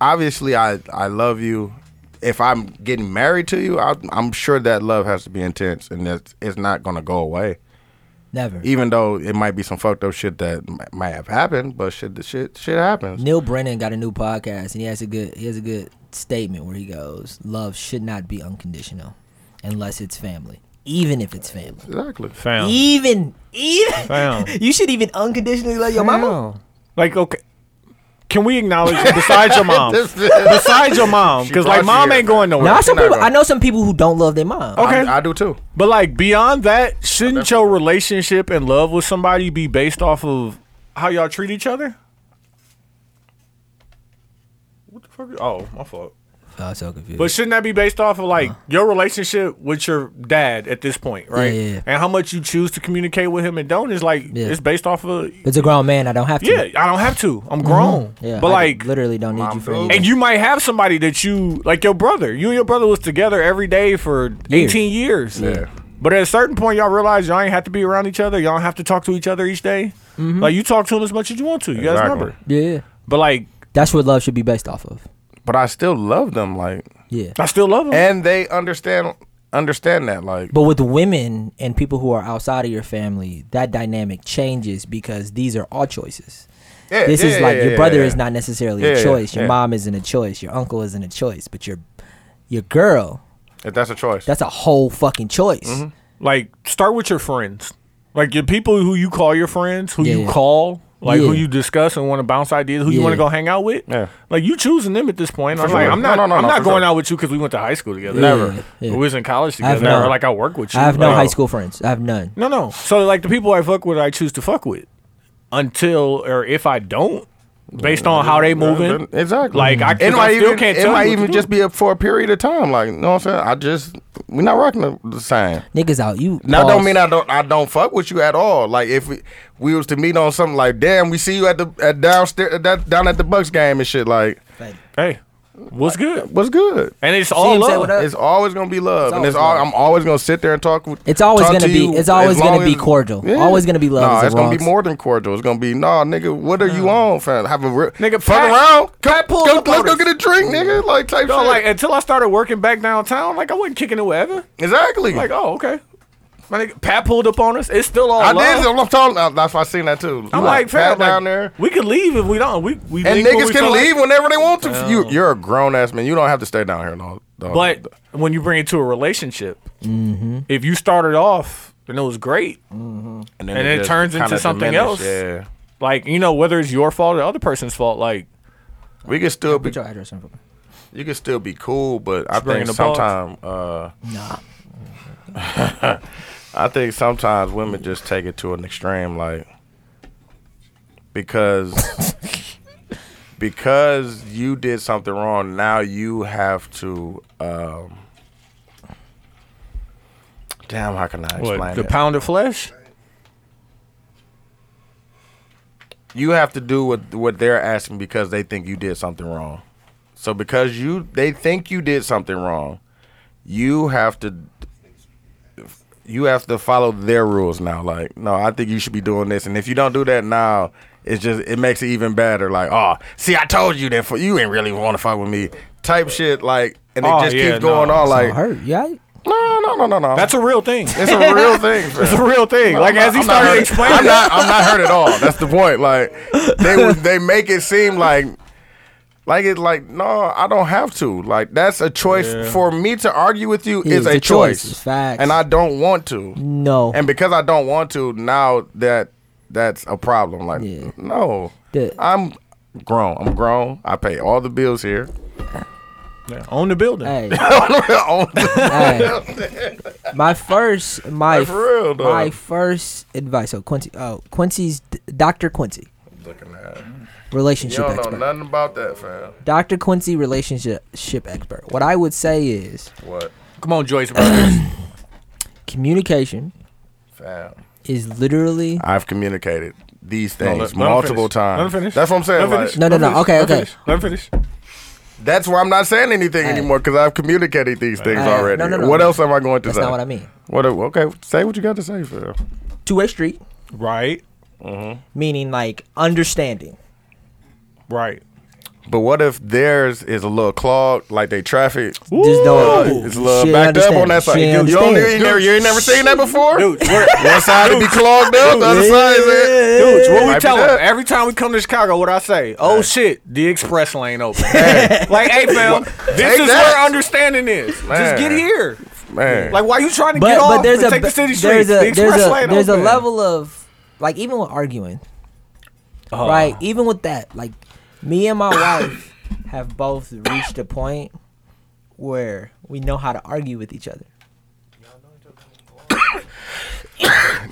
Speaker 1: obviously, I I love you. If I'm getting married to you, I, I'm sure that love has to be intense, and that it's not gonna go away.
Speaker 5: Never.
Speaker 1: Even though it might be some fucked up shit that m- might have happened, but shit, the shit, shit happens.
Speaker 5: Neil Brennan got a new podcast and he has a good he has a good statement where he goes, "Love should not be unconditional unless it's family, even if it's family."
Speaker 1: Exactly.
Speaker 3: Found.
Speaker 5: Even even
Speaker 3: Found.
Speaker 5: *laughs* you should even unconditionally love your mama.
Speaker 3: Like, okay. Can we acknowledge
Speaker 1: *laughs*
Speaker 3: besides your
Speaker 1: *laughs*
Speaker 3: mom?
Speaker 1: This-
Speaker 3: *laughs*
Speaker 1: *laughs*
Speaker 3: besides your mom,
Speaker 1: She
Speaker 3: because
Speaker 1: brought
Speaker 3: like
Speaker 1: you
Speaker 3: mom
Speaker 1: here.
Speaker 3: ain't going nowhere.
Speaker 5: Now some
Speaker 1: You're not
Speaker 5: people
Speaker 1: gonna- Oh.
Speaker 5: I know some people who don't love their mom.
Speaker 3: Okay.
Speaker 1: I, I do too.
Speaker 3: But like beyond that, shouldn't your relationship and love with somebody be based off of how y'all treat each other? What the fuck? Oh, my fault.
Speaker 5: I'm so confused.
Speaker 3: But shouldn't that be based off of like your relationship with your dad at this point, right?
Speaker 5: Yeah, yeah, yeah.
Speaker 3: And how much you choose to communicate with him and don't is like
Speaker 5: Yeah.
Speaker 3: it's based off of
Speaker 5: it's a grown man. I don't have to.
Speaker 3: yeah. I don't have to. I'm grown.
Speaker 5: Mm-hmm. Yeah,
Speaker 3: but
Speaker 5: I
Speaker 3: like
Speaker 5: literally don't need
Speaker 1: Mom
Speaker 5: you for
Speaker 1: feels-
Speaker 5: anything.
Speaker 3: and you might have somebody that you like your brother. You and your brother was together every day for
Speaker 5: Years.
Speaker 3: 18 years.
Speaker 1: Yeah.
Speaker 3: But at a certain point, y'all realize y'all ain't have to be around each other. Y'all don't have to talk to each other each day.
Speaker 5: Mm-hmm.
Speaker 3: Like you talk to them as much as you want to. You guys
Speaker 1: Exactly.
Speaker 3: remember.
Speaker 5: Yeah.
Speaker 3: But like,
Speaker 5: That's what love should be based off of.
Speaker 1: But I still love them, like,
Speaker 5: Yeah.
Speaker 3: I still love them.
Speaker 1: and they understand understand that, like,
Speaker 5: But with women and people who are outside of your family, that dynamic changes because these are all choices.
Speaker 1: Yeah,
Speaker 5: This
Speaker 1: yeah,
Speaker 5: is
Speaker 1: yeah,
Speaker 5: like
Speaker 1: yeah,
Speaker 5: your
Speaker 1: yeah,
Speaker 5: brother
Speaker 1: yeah.
Speaker 5: is not necessarily
Speaker 1: Yeah,
Speaker 5: a
Speaker 1: yeah,
Speaker 5: choice. Your
Speaker 1: yeah.
Speaker 5: mom isn't a choice. Your uncle isn't a choice. But your your girl,
Speaker 1: If that's a choice.
Speaker 5: that's a whole fucking choice.
Speaker 1: Mm-hmm.
Speaker 3: like, start with your friends. Like your people who you call your friends, who you
Speaker 5: Yeah.
Speaker 3: call, like who
Speaker 5: Yeah.
Speaker 3: you discuss and want to bounce ideas, who you want to
Speaker 5: Yeah.
Speaker 3: go hang out with.
Speaker 1: Yeah.
Speaker 3: Like you choosing them at this point. I'm
Speaker 1: sure.
Speaker 3: like, I'm
Speaker 1: No,
Speaker 3: not,
Speaker 1: no, no,
Speaker 3: I'm
Speaker 1: no,
Speaker 3: not
Speaker 1: for
Speaker 3: going
Speaker 1: sure.
Speaker 3: out with you because we went to high school together.
Speaker 1: Never.
Speaker 5: Yeah.
Speaker 3: We was in college
Speaker 5: I have
Speaker 3: together.
Speaker 5: no-
Speaker 3: or like I work with you.
Speaker 5: I have no
Speaker 3: Like,
Speaker 5: high school friends. I have none.
Speaker 3: No, no. So like the people I fuck with, I choose to fuck with until or if I don't, based on how they moving.
Speaker 1: Exactly.
Speaker 3: Like, I- 'cause I
Speaker 1: it might
Speaker 3: still
Speaker 1: even,
Speaker 3: can't
Speaker 1: it
Speaker 3: tell you
Speaker 1: might
Speaker 3: what to
Speaker 1: even
Speaker 3: do.
Speaker 1: just be a, for a period of time. Like, you know what I'm saying? I just we're not rocking the, the same.
Speaker 5: Niggas out. You
Speaker 1: Now
Speaker 5: pause.
Speaker 1: don't mean I don't I don't fuck with you at all. Like if we, we was to meet on something like, damn, we see you at the at downstairs at that, down at the Bucks game and shit. Like,
Speaker 3: Hey, what's good?
Speaker 1: what's good?
Speaker 3: And it's all
Speaker 5: him say what
Speaker 3: love.
Speaker 5: up?
Speaker 1: It's always gonna be love, and
Speaker 5: always
Speaker 1: it's all.
Speaker 5: love.
Speaker 1: I'm always gonna sit there and talk. with-
Speaker 5: It's always
Speaker 1: talk
Speaker 5: gonna
Speaker 1: to
Speaker 5: be-
Speaker 1: you
Speaker 5: it's always
Speaker 1: as long
Speaker 5: gonna be
Speaker 1: as-
Speaker 5: cordial. Always gonna be love
Speaker 1: Nah,
Speaker 5: is a
Speaker 1: it's gonna be
Speaker 5: wrong-
Speaker 1: more than cordial. It's gonna be nah, nigga. What are you on, fam? Have a real
Speaker 3: Nigga,
Speaker 1: fuck
Speaker 3: Pat-
Speaker 1: around. Come,
Speaker 3: Pat pulls
Speaker 1: go,
Speaker 3: up
Speaker 1: let's go
Speaker 3: on us.
Speaker 1: get a drink, nigga. Like type
Speaker 3: No,
Speaker 1: shit.
Speaker 3: like until I started working back downtown, like I wasn't kicking it with Evan.
Speaker 1: exactly.
Speaker 3: Like, oh, okay. My nigga Pat pulled up on us. It's still all
Speaker 1: I
Speaker 3: love.
Speaker 1: did. I'm talking. uh, That's why I seen that too.
Speaker 3: I'm like, fam,
Speaker 1: Pat
Speaker 3: like,
Speaker 1: down there.
Speaker 3: We could leave if we don't. We we
Speaker 1: And
Speaker 3: link when
Speaker 1: niggas
Speaker 3: we
Speaker 1: can
Speaker 3: feel like-
Speaker 1: leave whenever they want to. You, you're a grown ass man. You don't have to stay down here, no. no. Mm-hmm.
Speaker 3: But when you bring it to a relationship, if you started off then it was great.
Speaker 1: And
Speaker 3: And it
Speaker 1: just
Speaker 3: turns into
Speaker 1: kinda
Speaker 3: something
Speaker 1: diminished,
Speaker 3: else.
Speaker 1: Yeah.
Speaker 3: Like you know, whether it's your fault or the other person's fault, like
Speaker 1: We can still be
Speaker 5: Put your address in.
Speaker 1: you can still be cool, but I
Speaker 3: bringing
Speaker 1: think
Speaker 3: the balls.
Speaker 1: sometimes uh
Speaker 5: Nah.
Speaker 1: I think sometimes women just take it to an extreme, like because because you did something wrong. Now you have to. Um, damn, how can I explain
Speaker 3: what, the
Speaker 1: it?
Speaker 3: pound of flesh.
Speaker 1: you have to do what what they're asking because they think you did something wrong. So because you they think you did something wrong, you have to you have to follow their rules now. Like, no, I think you should be doing this, and if you don't do that now, it's just it makes it even better. Like, oh, see, I told you that for you ain't really want to fuck with me, type shit. Like, and it
Speaker 3: Oh,
Speaker 1: just
Speaker 3: yeah,
Speaker 1: keeps going
Speaker 3: no.
Speaker 1: on.
Speaker 5: Like,
Speaker 1: Like,
Speaker 5: hurt. Yeah.
Speaker 1: no, no, no, no, no.
Speaker 3: That's a real *laughs* thing.
Speaker 1: it's a real thing. fam.
Speaker 3: *laughs* It's a real thing. Like as he
Speaker 1: I'm not
Speaker 3: started
Speaker 1: hurt.
Speaker 3: explaining,
Speaker 1: I'm not, I'm not hurt at all. That's the point. Like *laughs* they they make it seem like like it's like no, I don't have to. Like that's a choice for me to argue with you is
Speaker 5: It's
Speaker 1: a
Speaker 5: a choice.
Speaker 1: choice.
Speaker 5: It's facts.
Speaker 1: And I don't want to.
Speaker 5: No.
Speaker 1: And because I don't want to, now that that's a problem. Like
Speaker 5: Yeah.
Speaker 1: no,
Speaker 5: The-
Speaker 1: I'm grown. I'm grown. I pay all the bills here. *laughs*
Speaker 3: Yeah, own the building.
Speaker 5: hey.
Speaker 1: Own the-
Speaker 5: Hey. my first, my
Speaker 1: Like, for real, though.
Speaker 5: my first advice. So Quincy, oh Quincy's Doctor Quincy,
Speaker 1: Looking at it. You
Speaker 5: relationship
Speaker 1: don't know
Speaker 5: expert.
Speaker 1: nothing about that, fam.
Speaker 5: Doctor Quincy, relationship ship expert. What I would say is
Speaker 1: What,
Speaker 3: Come on, Joyce Brothers.
Speaker 5: communication
Speaker 1: fam?
Speaker 5: is literally
Speaker 1: I've communicated these things
Speaker 3: let- let him
Speaker 1: multiple
Speaker 3: finish.
Speaker 1: times.
Speaker 3: Let him finish.
Speaker 1: That's what I'm saying.
Speaker 3: Let him
Speaker 1: like,
Speaker 3: finish.
Speaker 5: no, no,
Speaker 3: Let him
Speaker 5: no.
Speaker 3: finish.
Speaker 5: Okay,
Speaker 3: Let him
Speaker 5: okay.
Speaker 3: finish. Let him finish.
Speaker 1: that's why I'm not saying anything
Speaker 5: Hey.
Speaker 1: anymore because I've communicated these things
Speaker 5: Hey,
Speaker 1: already.
Speaker 5: no, no, no.
Speaker 1: What else am I going to
Speaker 5: that's
Speaker 1: say?
Speaker 5: not what I mean.
Speaker 1: What? Okay, say what you got to say, Phil.
Speaker 5: Two way street,
Speaker 3: Right,
Speaker 5: meaning like understanding.
Speaker 3: right.
Speaker 1: But what if theirs is a little clogged, like they traffic?
Speaker 5: Just don't.
Speaker 1: It's a little
Speaker 5: She
Speaker 1: backed up
Speaker 5: understand.
Speaker 1: on that
Speaker 5: She
Speaker 1: side. You, you, don't,
Speaker 5: understand.
Speaker 1: you, ain't never, you ain't never seen that before.
Speaker 3: Dude,
Speaker 1: One side to be clogged up, the other side is it.
Speaker 3: Dudes, what
Speaker 1: Might
Speaker 3: we
Speaker 1: be
Speaker 3: tell
Speaker 1: that.
Speaker 3: them every time we come to Chicago, what I say? Oh shit, the express lane *laughs* open. like, hey fam, this
Speaker 1: Take
Speaker 3: is
Speaker 1: that.
Speaker 3: where understanding is.
Speaker 1: Man.
Speaker 3: Just get here.
Speaker 1: Man,
Speaker 3: Like, why you trying to
Speaker 5: But
Speaker 3: get
Speaker 5: but
Speaker 3: off
Speaker 5: there's
Speaker 3: and
Speaker 5: a
Speaker 3: take the
Speaker 5: ba-
Speaker 3: city streets?
Speaker 5: there's
Speaker 3: the
Speaker 5: a
Speaker 3: express
Speaker 5: there's a
Speaker 3: lane
Speaker 5: there's a
Speaker 3: open.
Speaker 5: level of like even with arguing,
Speaker 3: Oh,
Speaker 1: Oh.
Speaker 5: right? Even with that, like me and my wife *coughs* have both reached a point where we know how to argue with each other.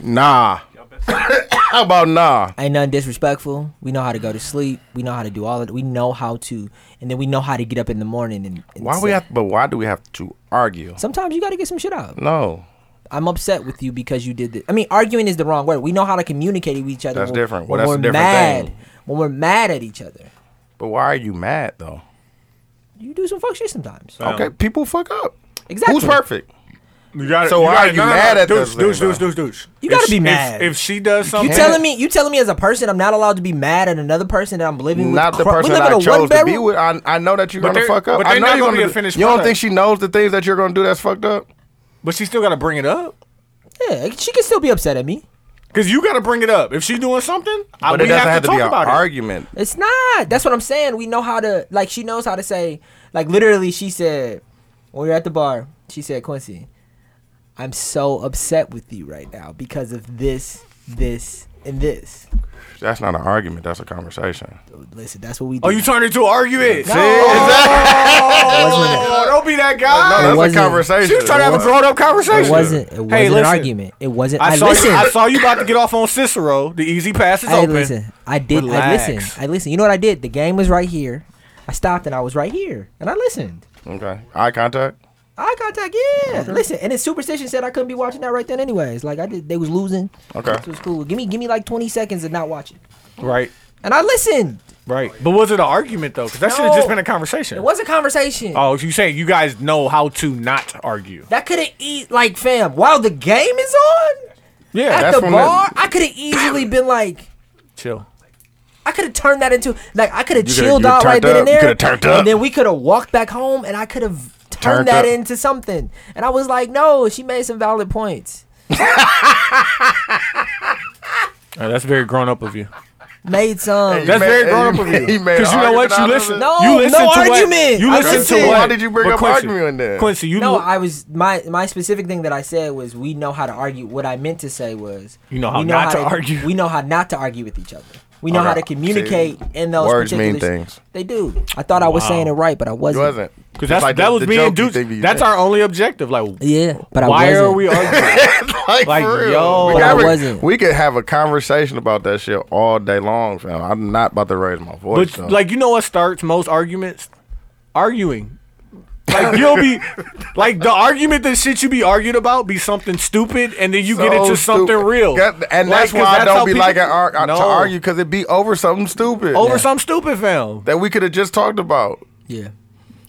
Speaker 1: nah. *coughs* How about nah?
Speaker 5: Ain't nothing disrespectful. We know how to go to sleep. We know how to do all of it. We know how to, and then we know how to get up in the morning. And, and
Speaker 1: Why we
Speaker 5: say-
Speaker 1: have? But why do we have to argue?
Speaker 5: Sometimes you got to get some shit out.
Speaker 1: No,
Speaker 5: I'm upset with you because you did this. I mean, arguing is the wrong word. We know how to communicate with each other.
Speaker 1: That's
Speaker 5: when-
Speaker 1: different.
Speaker 5: When
Speaker 1: Well, that's
Speaker 5: we're
Speaker 1: a different
Speaker 5: mad,
Speaker 1: thing.
Speaker 5: when we're mad at each other,
Speaker 1: but why are you mad though?
Speaker 5: you do some fuck shit sometimes.
Speaker 1: Okay, people fuck up.
Speaker 5: Exactly.
Speaker 1: Who's perfect?
Speaker 3: You gotta,
Speaker 1: So why are you mad at
Speaker 3: dudes,
Speaker 1: this
Speaker 3: dudes,
Speaker 1: thing,
Speaker 3: dudes,
Speaker 1: though?
Speaker 3: dudes, dudes?
Speaker 5: You
Speaker 3: If
Speaker 5: gotta
Speaker 3: sh-
Speaker 5: be
Speaker 3: if-
Speaker 5: mad.
Speaker 3: If she does
Speaker 1: Uh,
Speaker 3: something,
Speaker 5: You telling me? You telling me as a person, I'm not allowed to be mad at another person that I'm living with.
Speaker 1: Not the
Speaker 5: Cro- we
Speaker 1: person
Speaker 5: live
Speaker 1: that
Speaker 5: in
Speaker 1: I
Speaker 5: a
Speaker 1: chose to be
Speaker 5: one-bedroom-
Speaker 1: with. I, I know that you're
Speaker 3: But
Speaker 1: gonna
Speaker 3: they're-
Speaker 1: fuck up.
Speaker 3: but
Speaker 1: I
Speaker 3: they're
Speaker 1: know
Speaker 3: not
Speaker 1: you're
Speaker 3: gonna be
Speaker 1: gonna.
Speaker 3: a finished
Speaker 1: do, you don't
Speaker 3: product.
Speaker 1: think she knows the things that you're gonna do that's fucked up?
Speaker 3: But she still gotta bring it up.
Speaker 5: Yeah, she can still be upset at me.
Speaker 3: Cause you gotta bring it up. If she doing something, I,
Speaker 1: But
Speaker 3: we
Speaker 1: it doesn't
Speaker 3: have
Speaker 1: have
Speaker 3: to
Speaker 1: to be
Speaker 3: talk
Speaker 1: an
Speaker 3: about it.
Speaker 1: argument.
Speaker 5: It's not. That's what I'm saying. We know how to like. She knows how to say like literally. She said when we were at the bar. She said Quincy, I'm so upset with you right now because of this, this, and this.
Speaker 1: That's not an argument. That's a conversation.
Speaker 5: Listen, that's what we. Do.
Speaker 3: Oh, you turned into an argument.
Speaker 5: No.
Speaker 1: *laughs*
Speaker 3: *laughs* Oh, don't be that guy.
Speaker 1: No, that's a
Speaker 5: wasn't-
Speaker 1: conversation.
Speaker 3: She was trying to have a grown up conversation.
Speaker 5: It wasn't. It wasn't
Speaker 3: Hey,
Speaker 5: an
Speaker 3: listen.
Speaker 5: argument. It wasn't.
Speaker 3: I,
Speaker 5: I,
Speaker 3: saw
Speaker 5: listen.
Speaker 3: you. I saw you about to get off on Cicero. The easy pass is
Speaker 5: I
Speaker 3: open.
Speaker 5: listen. I did.
Speaker 3: Relax.
Speaker 5: I listened. I listened. You know what I did? The game was right here. I stopped and I was right here and I listened.
Speaker 1: Okay. Eye contact.
Speaker 5: Eye contact, yeah. Listen, and then superstition said I couldn't be watching that right then, anyways. Like I did, they was losing.
Speaker 1: Okay.
Speaker 5: so it's cool. Give me, give me like twenty seconds and not watch it.
Speaker 3: Right,
Speaker 5: And I listened.
Speaker 3: right. But was it an argument though? Because that should have just
Speaker 5: No.
Speaker 3: been a conversation.
Speaker 5: It was a conversation.
Speaker 3: Oh, you saying you guys know how to not argue?
Speaker 5: That could have eat like fam. While the game is on
Speaker 3: Yeah,
Speaker 5: at
Speaker 1: that's
Speaker 5: the
Speaker 1: when
Speaker 5: bar, I could have easily been like.
Speaker 3: chill.
Speaker 5: I could have turned that into like I could have
Speaker 1: You coulda-
Speaker 5: chilled
Speaker 1: you
Speaker 5: out
Speaker 1: turned
Speaker 5: right then
Speaker 1: up.
Speaker 5: and
Speaker 1: You
Speaker 5: there,
Speaker 1: coulda turned up.
Speaker 5: and then we could have walked back home, and I could have turned,
Speaker 1: Turned
Speaker 5: that
Speaker 1: up.
Speaker 5: into something. And I was like, no, she made some valid points.
Speaker 3: that's very Uh, grown up of you.
Speaker 5: made some.
Speaker 1: made-
Speaker 3: That's very grown up of
Speaker 1: he
Speaker 3: you.
Speaker 1: made
Speaker 3: Because you know what? You
Speaker 1: argument out of
Speaker 3: listen.
Speaker 1: it?
Speaker 5: No,
Speaker 3: you listen
Speaker 5: no
Speaker 3: to what-
Speaker 5: argument.
Speaker 3: You
Speaker 5: I
Speaker 3: listen
Speaker 5: just
Speaker 3: to
Speaker 5: said-
Speaker 3: what?
Speaker 1: Why did you bring
Speaker 3: but
Speaker 1: up
Speaker 3: Quincy,
Speaker 1: argument in there?
Speaker 3: Quincy, you
Speaker 5: No,
Speaker 3: know.
Speaker 5: I was my my specific thing that I said was we know how to argue. What I meant to say was
Speaker 3: You know how
Speaker 5: we
Speaker 3: not to argue.
Speaker 5: We know how not to argue with each other. We know how
Speaker 1: Okay,
Speaker 5: to communicate
Speaker 1: see,
Speaker 5: in those
Speaker 1: words
Speaker 5: particular
Speaker 1: mean things.
Speaker 5: They do. I thought I was
Speaker 3: Wow.
Speaker 5: saying it right, but I
Speaker 1: You
Speaker 5: wasn't.
Speaker 1: wasn't. Just
Speaker 3: because that's
Speaker 1: like
Speaker 3: that
Speaker 1: the-
Speaker 3: was
Speaker 1: the
Speaker 3: me and
Speaker 1: joke you
Speaker 3: Duke.
Speaker 1: think you
Speaker 3: That's
Speaker 1: said.
Speaker 3: our only objective. Like,
Speaker 5: Yeah, but I
Speaker 3: why
Speaker 5: wasn't. *laughs*
Speaker 3: are we arguing?
Speaker 1: *laughs* like,
Speaker 3: Like,
Speaker 1: for real.
Speaker 3: yo.
Speaker 1: we,
Speaker 5: But I
Speaker 1: gotta-
Speaker 5: wasn't.
Speaker 1: we could have a conversation about that shit all day long, fam. I'm not about to raise my voice.
Speaker 3: But
Speaker 1: though.
Speaker 3: like you know what starts most arguments? Arguing. Like
Speaker 1: *laughs*
Speaker 3: you'll be like the argument that shit you be argued about be something stupid and then you get
Speaker 1: So
Speaker 3: into something
Speaker 1: stupid.
Speaker 3: real.
Speaker 1: Got- and
Speaker 3: Like,
Speaker 1: that's
Speaker 3: 'cause
Speaker 1: why I
Speaker 3: how
Speaker 1: don't be
Speaker 3: people-
Speaker 1: like an ar- uh,
Speaker 3: No.
Speaker 1: to argue because it be over something stupid
Speaker 3: over some stupid film.
Speaker 1: that we could have just talked about.
Speaker 5: Yeah.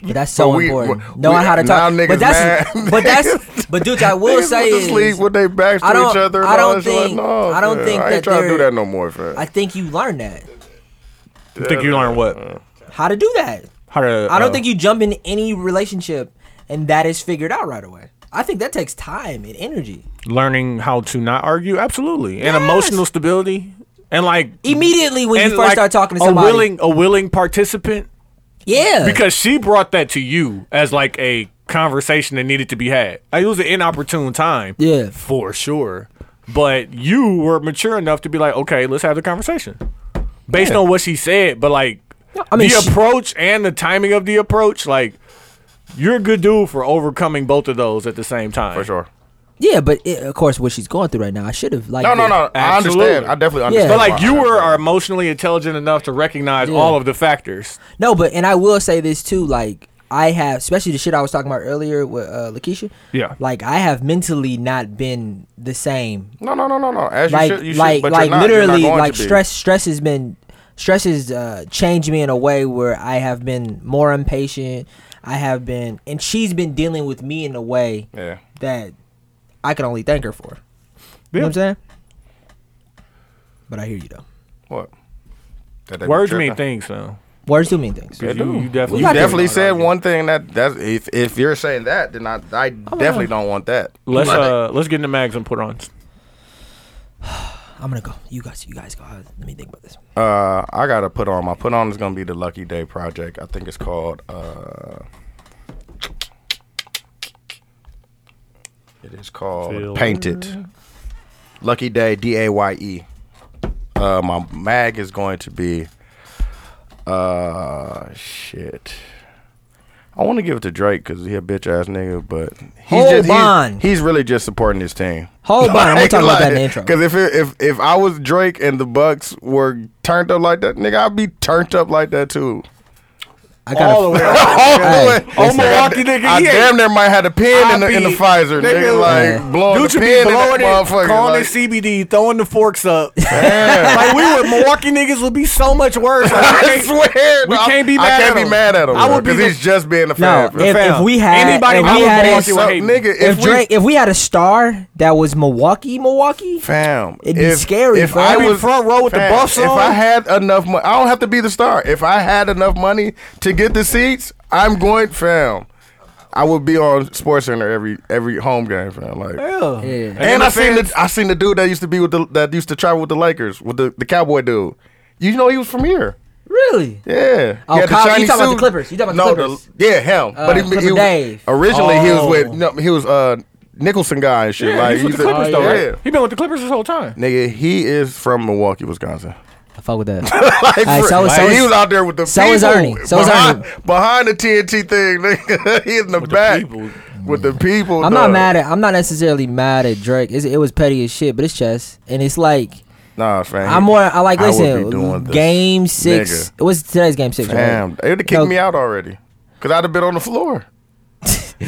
Speaker 5: But that's so
Speaker 1: we-
Speaker 5: important.
Speaker 1: we-
Speaker 5: Knowing how to
Speaker 1: now
Speaker 5: talk.
Speaker 1: niggas
Speaker 5: But that's
Speaker 1: mad.
Speaker 5: *laughs*
Speaker 1: *laughs*
Speaker 5: but that's but dude, I will
Speaker 1: Niggas
Speaker 5: say
Speaker 1: went to sleep
Speaker 5: is,
Speaker 1: with their backs to
Speaker 5: I don't-
Speaker 1: each other. and
Speaker 5: I
Speaker 1: all
Speaker 5: don't
Speaker 1: that shit. Like,
Speaker 5: think-
Speaker 1: no,
Speaker 5: I don't
Speaker 1: fam,
Speaker 5: think
Speaker 1: I ain't
Speaker 5: that
Speaker 1: trying to do
Speaker 5: they're-
Speaker 1: that no more, fam.
Speaker 5: I think you learn that
Speaker 3: I think you learn what?
Speaker 5: how to do that.
Speaker 3: How to,
Speaker 5: I don't
Speaker 3: uh,
Speaker 5: think you jump in any relationship and that is figured out right away. I think that takes time and energy.
Speaker 3: learning how to not argue. Absolutely, and
Speaker 5: Yes.
Speaker 3: emotional stability. And like
Speaker 5: Immediately when
Speaker 3: and
Speaker 5: you first
Speaker 3: like
Speaker 5: start talking to
Speaker 3: a
Speaker 5: somebody,
Speaker 3: willing a willing participant
Speaker 5: yeah,
Speaker 3: because she brought that to you as like a conversation that needed to be had. Like, It was an inopportune time.
Speaker 5: Yeah.
Speaker 3: for sure. But you were mature enough to be like, okay, let's have the conversation based on what she said. But like,
Speaker 5: I mean,
Speaker 3: the
Speaker 5: she-
Speaker 3: approach and the timing of the approach, like, you're a good dude for overcoming both of those at the same time.
Speaker 1: for sure.
Speaker 5: yeah, but it, of course, what she's going through right now, I should have like
Speaker 1: No, no, no. I
Speaker 3: Absolutely.
Speaker 1: understand. I definitely understand.
Speaker 3: But
Speaker 5: Yeah.
Speaker 3: like,
Speaker 1: why.
Speaker 3: you were are emotionally intelligent enough to recognize
Speaker 5: Yeah.
Speaker 3: all of the factors.
Speaker 5: No, but and I will say this too, like I have, especially the shit I was talking about earlier with uh, Lakeisha.
Speaker 3: Yeah.
Speaker 5: like I have mentally not been the same.
Speaker 1: No, no, no, no, no. As you
Speaker 5: Like,
Speaker 1: should, you should,
Speaker 5: like,
Speaker 1: but you're
Speaker 5: like
Speaker 1: not, You're not
Speaker 5: literally,
Speaker 1: going
Speaker 5: like
Speaker 1: to be.
Speaker 5: stress. Stress has been, stress has uh, changed me in a way where I have been more impatient. I have been, and she's been dealing with me in a way
Speaker 1: Yeah.
Speaker 5: that I can only thank her for. You know what I'm saying? But I hear you though.
Speaker 1: What? That they be
Speaker 3: Words
Speaker 1: tripping.
Speaker 3: mean things, man.
Speaker 5: Words do mean things.
Speaker 1: They
Speaker 3: You,
Speaker 1: do.
Speaker 3: you definitely,
Speaker 5: We
Speaker 1: You
Speaker 5: got
Speaker 1: definitely
Speaker 5: this.
Speaker 1: said one thing that that's if if you're saying that, then I I definitely don't want that.
Speaker 3: Let's
Speaker 1: Like,
Speaker 3: uh, let's get in the mags and put on.
Speaker 5: I'm gonna go. You guys, you guys go. Let me think about this.
Speaker 1: Uh, I gotta put on my put on is gonna be the Lucky Day project. I think it's called. Uh, it is called
Speaker 3: Feel-
Speaker 1: Painted. Lucky Day, D A Y E. Uh, my mag is going to be. Uh, shit. I want to give it to Drake because he a bitch ass nigga, but he's
Speaker 5: Hold
Speaker 1: just
Speaker 5: on.
Speaker 1: he's, he's really just supporting his team. *laughs*
Speaker 5: Hold on, I'm gonna talk about that in the intro.
Speaker 1: Because if it, if if I was Drake and the Bucks were turned up like that, nigga, I'd be turned up like that
Speaker 5: *laughs*
Speaker 1: too.
Speaker 5: I got
Speaker 3: All the way.
Speaker 1: Oh,
Speaker 5: Hey,
Speaker 1: boy.
Speaker 3: Oh, Milwaukee nigga,
Speaker 1: I
Speaker 3: he
Speaker 1: damn
Speaker 3: ain't-
Speaker 1: near might have the pen in the, in the
Speaker 3: be-
Speaker 1: Pfizer, nigga,
Speaker 3: nigga,
Speaker 1: like
Speaker 5: yeah.
Speaker 1: blowing
Speaker 3: Dude
Speaker 1: the
Speaker 3: should
Speaker 1: pen
Speaker 3: be
Speaker 1: in that
Speaker 3: blowing it, calling
Speaker 1: motherfucker.
Speaker 3: it
Speaker 1: like,
Speaker 3: CBD, throwing the
Speaker 5: *laughs*
Speaker 3: forks up. *laughs* like we were Milwaukee niggas would be so much worse.
Speaker 5: *laughs*
Speaker 3: Like,
Speaker 1: *laughs*
Speaker 3: we
Speaker 1: I
Speaker 3: can't-
Speaker 1: swear,
Speaker 3: we
Speaker 1: I-
Speaker 3: can't be
Speaker 1: I
Speaker 3: mad
Speaker 1: can't
Speaker 3: at
Speaker 1: be
Speaker 3: him.
Speaker 1: mad at him.
Speaker 3: I
Speaker 1: I
Speaker 3: would be the-
Speaker 1: he's just being a
Speaker 5: No,
Speaker 1: fan. fam.
Speaker 5: if, if we had
Speaker 3: Anybody
Speaker 5: if
Speaker 3: I
Speaker 5: we
Speaker 3: would
Speaker 5: had
Speaker 1: Fam,
Speaker 5: a-
Speaker 3: be Milwaukee
Speaker 1: so,
Speaker 3: would hate me.
Speaker 1: nigga, if,
Speaker 5: if
Speaker 1: we,
Speaker 5: Drake if we had a star that was Milwaukee, Milwaukee,
Speaker 1: Fam,
Speaker 5: It'd be scary,
Speaker 1: If
Speaker 5: fam.
Speaker 1: I
Speaker 5: I'd be
Speaker 1: was
Speaker 3: front row with the
Speaker 1: fam,
Speaker 3: buffs
Speaker 1: if
Speaker 3: on.
Speaker 1: I had enough money, I don't have to be the star. If I had enough money to get the seats, I'm going, fam. I would be on Sports Center every every home game, fam. Like,
Speaker 3: Yeah.
Speaker 5: Yeah.
Speaker 1: and I
Speaker 3: the
Speaker 1: seen
Speaker 3: fans-
Speaker 1: the I seen the dude that used to be with the that used to travel with the Lakers with the, the cowboy dude. You know he was from here.
Speaker 5: really?
Speaker 1: Yeah.
Speaker 5: Oh,
Speaker 1: He had
Speaker 5: Kyle- you
Speaker 1: shiny
Speaker 5: talking about the
Speaker 1: suit.
Speaker 5: Clippers. You talking about the Clippers. Uh,
Speaker 1: The, yeah, him. but he,
Speaker 5: Clipper
Speaker 1: he was,
Speaker 5: Dave.
Speaker 1: originally he was with
Speaker 5: Oh.
Speaker 1: no, he was uh Nicholson guy and shit.
Speaker 3: Yeah,
Speaker 1: like
Speaker 3: he's with the
Speaker 1: a-
Speaker 3: Clippers though,
Speaker 1: yeah.
Speaker 3: right? He been with the Clippers this whole time.
Speaker 1: Nigga, he is from Milwaukee, Wisconsin.
Speaker 5: I fuck
Speaker 1: *laughs*
Speaker 5: with that.
Speaker 1: Like,
Speaker 5: right,
Speaker 1: for-
Speaker 5: so is- so
Speaker 1: like, he
Speaker 5: is-
Speaker 1: was out there with the
Speaker 5: so
Speaker 1: people
Speaker 5: is Ernie. So is
Speaker 1: behind,
Speaker 5: Ernie.
Speaker 1: behind the TNT thing. Nigga. *laughs* he in the
Speaker 3: With the
Speaker 1: back
Speaker 3: people.
Speaker 1: with the people.
Speaker 5: I'm not mad at I'm not necessarily mad at Drake. It's, it was petty as shit, but it's chess, and it's like
Speaker 1: Nah, fam.
Speaker 5: I'm more. I like
Speaker 1: I would
Speaker 5: listen.
Speaker 1: be doing this.
Speaker 5: game six.
Speaker 1: Nigga.
Speaker 5: It was today's game six.
Speaker 1: Damn,
Speaker 5: right?
Speaker 1: they would have kicked
Speaker 5: No,
Speaker 1: me out already. Cause I'd have been on the
Speaker 5: *laughs*
Speaker 1: floor.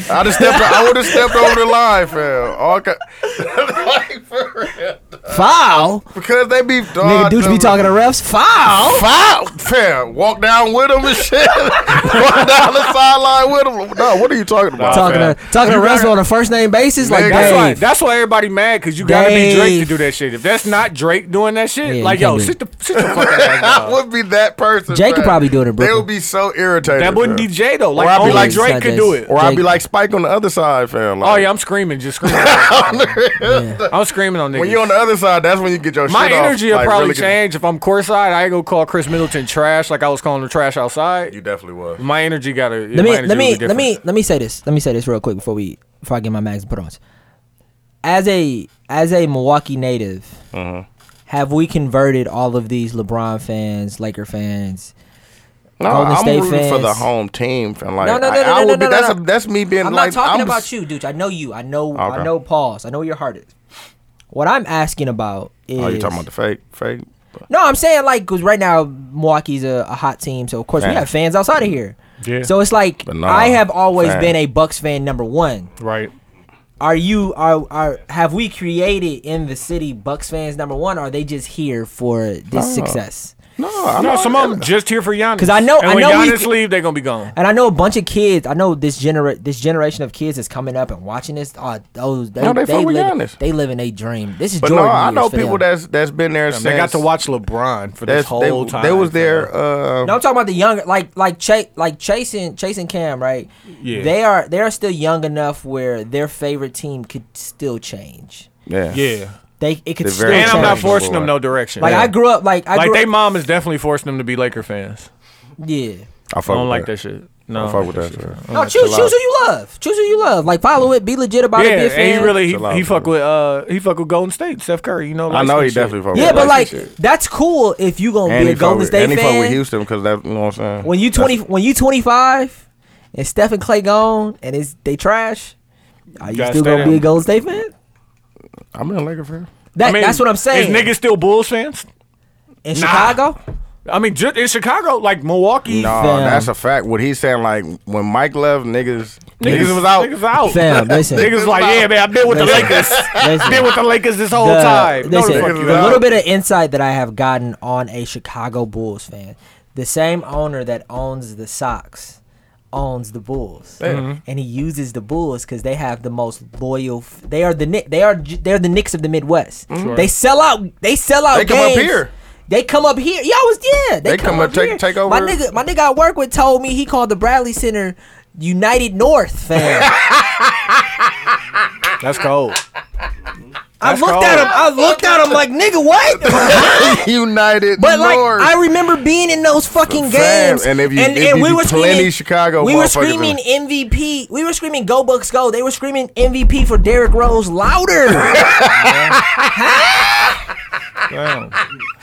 Speaker 1: I'd have stepped. I would have stepped over the line, fam. All ki- like, for real.
Speaker 5: Foul.
Speaker 1: Because they be
Speaker 5: Nigga, douche be talking to refs. Foul.
Speaker 1: foul, fair. Walk down with him and shit. *laughs* Walk down the sideline with him. No, what are you talking about?
Speaker 5: talking
Speaker 1: fam?
Speaker 5: to talking to
Speaker 1: You
Speaker 5: Russell on
Speaker 1: gotta-
Speaker 5: a first name basis, like
Speaker 1: Nigga,
Speaker 3: That's why.
Speaker 5: Dave.
Speaker 3: That's why everybody mad because you gotta
Speaker 5: Dave.
Speaker 3: be Drake to do that shit. If that's not Drake doing that shit,
Speaker 5: Yeah,
Speaker 3: like
Speaker 5: you
Speaker 3: yo,
Speaker 5: can't do
Speaker 3: sit the sit the
Speaker 5: *laughs*
Speaker 3: fuck
Speaker 1: *laughs*
Speaker 3: ass
Speaker 1: I
Speaker 3: down.
Speaker 1: would be that person.
Speaker 5: Jay could
Speaker 1: fam.
Speaker 5: probably do it in
Speaker 1: They
Speaker 5: Brooklyn.
Speaker 1: would be so irritated.
Speaker 3: That wouldn't be
Speaker 1: fam.
Speaker 3: Jay though. Like
Speaker 1: I'd be
Speaker 3: only
Speaker 1: like-
Speaker 3: Drake could do it.
Speaker 1: Or I'd be
Speaker 5: Jake.
Speaker 1: like Spike on the other side, fam. Like,
Speaker 3: Oh yeah, I'm screaming. Just
Speaker 1: *laughs*
Speaker 3: screaming. I'm screaming on niggas.
Speaker 1: When you're on the other side, that's when you get your
Speaker 3: My
Speaker 1: shit off,
Speaker 3: energy will
Speaker 1: like,
Speaker 3: probably
Speaker 1: really get-
Speaker 3: change if I'm courtside. I ain't gonna call Chris Middleton trash like I was calling him trash outside.
Speaker 1: You definitely was.
Speaker 3: My energy gotta.
Speaker 5: Let me let me let me let me say this. Let me say this real quick before we before I get my mags and put on. As a as a Milwaukee native,
Speaker 1: Mm-hmm.
Speaker 5: have we converted all of these LeBron fans, Laker fans?
Speaker 1: No,
Speaker 5: Golden
Speaker 1: I'm
Speaker 5: State
Speaker 1: rooting for the
Speaker 5: fans.
Speaker 1: home team. Fam. Like,
Speaker 5: No, no, no,
Speaker 1: I,
Speaker 5: no,
Speaker 1: I
Speaker 5: no,
Speaker 1: would
Speaker 5: no,
Speaker 1: be,
Speaker 5: no,
Speaker 1: that's,
Speaker 5: no.
Speaker 1: A, that's me being
Speaker 5: I'm
Speaker 1: like.
Speaker 5: not talking
Speaker 1: I'm,
Speaker 5: about you, dude. I know you. I know.
Speaker 1: Okay.
Speaker 5: I know. Pause. I know where your heart is. What I'm asking about is.
Speaker 1: Oh, you talking about the fake, fake?
Speaker 5: No, I'm saying like because right now Milwaukee's a, a hot team, so of course we
Speaker 1: Fans.
Speaker 5: have fans outside of here.
Speaker 3: Yeah.
Speaker 5: So it's like
Speaker 1: But nah,
Speaker 5: I have always
Speaker 1: fans.
Speaker 5: been a Bucks fan number one.
Speaker 3: Right.
Speaker 5: Are you are are have we created in the city Bucks fans number one? Or are they just here for
Speaker 1: Uh,
Speaker 5: this success?
Speaker 1: No, I'm
Speaker 3: No,
Speaker 1: not-
Speaker 3: some of them just here for Giannis.
Speaker 5: 'Cause I know-
Speaker 3: and
Speaker 5: I
Speaker 3: when
Speaker 5: know we
Speaker 3: Giannis
Speaker 5: c-
Speaker 3: leave, they gonna be gone.
Speaker 5: And I know a bunch of kids. I know this gener this generation of kids is coming up and watching this. Oh, those they
Speaker 1: No, they
Speaker 5: they,
Speaker 1: fuck with
Speaker 5: live,
Speaker 1: Giannis.
Speaker 5: they living a dream. This is
Speaker 1: But
Speaker 5: Jordan
Speaker 1: no, I
Speaker 5: years
Speaker 1: know
Speaker 5: for them.
Speaker 1: people that's that's been there since
Speaker 3: They got to watch LeBron for this
Speaker 1: that's- they-
Speaker 3: whole time.
Speaker 1: They was there. Uh,
Speaker 5: No, I'm talking about the younger, like like Chase, like chasing chasing Cam, right?
Speaker 3: Yeah.
Speaker 5: They are they are still young enough where their favorite team could still change.
Speaker 1: yeah,
Speaker 3: Yeah.
Speaker 5: They it could
Speaker 1: They're
Speaker 5: still
Speaker 1: very
Speaker 3: And I'm not
Speaker 5: change.
Speaker 1: for-
Speaker 3: forcing them no direction.
Speaker 5: like
Speaker 3: Yeah.
Speaker 5: I grew up like I
Speaker 3: like
Speaker 5: grew
Speaker 3: they
Speaker 5: up,
Speaker 3: mom is definitely forcing them to be Laker fans.
Speaker 5: yeah.
Speaker 1: I
Speaker 3: I
Speaker 1: fuck
Speaker 3: don't
Speaker 1: with
Speaker 3: like that shit. No,
Speaker 1: I fuck with that. shit.
Speaker 5: No, Oh, choose choose who you love. Choose who you love. Like follow it. Be legit about
Speaker 3: Yeah,
Speaker 5: it. Be a fan.
Speaker 3: and he really
Speaker 1: Chill out,
Speaker 3: he, he fuck
Speaker 1: bro.
Speaker 3: with uh he fuck with Golden State, Steph Curry. You know,
Speaker 1: I know he
Speaker 3: light-skinned shit.
Speaker 1: definitely fuck with
Speaker 5: yeah, but
Speaker 1: that
Speaker 5: like
Speaker 1: shit.
Speaker 5: that's cool if you gonna
Speaker 1: And
Speaker 5: be
Speaker 1: he
Speaker 5: a
Speaker 1: fuck
Speaker 5: Golden
Speaker 1: with-
Speaker 5: State
Speaker 1: and he fuck with
Speaker 5: fan.
Speaker 1: Houston because that you know what I'm saying.
Speaker 5: When you
Speaker 1: That's-
Speaker 5: twenty when you twenty five and Steph and Clay gone and it's they trash, are you
Speaker 3: Gotta
Speaker 5: still
Speaker 3: stay
Speaker 5: gonna
Speaker 3: down.
Speaker 5: be a Golden State fan?
Speaker 1: I'm in a Laker fan.
Speaker 5: That,
Speaker 3: I mean,
Speaker 5: that's what I'm saying.
Speaker 3: Is niggas still Bulls fans?
Speaker 5: in
Speaker 1: *laughs*
Speaker 5: Chicago,
Speaker 3: I mean, ju- in Chicago, like Milwaukee,
Speaker 1: No,
Speaker 5: Fam.
Speaker 1: that's a fact. What he's saying, like when Mike left, niggas, niggas, was
Speaker 3: Niggas
Speaker 1: out.
Speaker 3: out.
Speaker 5: fam. Listen,
Speaker 3: Niggas like, yeah, man, I've been with the
Speaker 5: Listen.
Speaker 3: Lakers.
Speaker 5: Listen.
Speaker 3: Been with the Lakers this whole
Speaker 5: the-
Speaker 3: time. No,
Speaker 5: listen,
Speaker 3: the fuck
Speaker 1: the
Speaker 3: you
Speaker 5: the
Speaker 1: out.
Speaker 5: little bit of insight that I have gotten on a Chicago Bulls fan, the same owner that owns the Sox owns the Bulls, and he uses the Bulls because they have the most loyal. f- They are the Knick- they are j- they're the Knicks of the Midwest. They sell out. They sell out.
Speaker 1: They come up
Speaker 5: games.
Speaker 1: here.
Speaker 5: They come up here. Y'all was yeah. They, come, up,
Speaker 1: take-
Speaker 5: here.
Speaker 1: take over.
Speaker 5: My nigga, my nigga I work with told me he called the Bradley Center United North fan.
Speaker 3: That's cold.
Speaker 5: I
Speaker 3: That's
Speaker 5: looked at
Speaker 3: cold.
Speaker 5: him. I looked at him like nigga, what?
Speaker 1: *laughs* United,
Speaker 5: But like
Speaker 1: North.
Speaker 5: I remember being in those fucking
Speaker 1: Fam,
Speaker 5: games,
Speaker 1: and if you- if you plenty Chicago
Speaker 5: we were
Speaker 1: motherfuckers
Speaker 5: screaming MVP. We were screaming "Go Bucks, go!" They were screaming MVP for Derrick
Speaker 1: *laughs*
Speaker 5: Rose louder.
Speaker 3: Damn.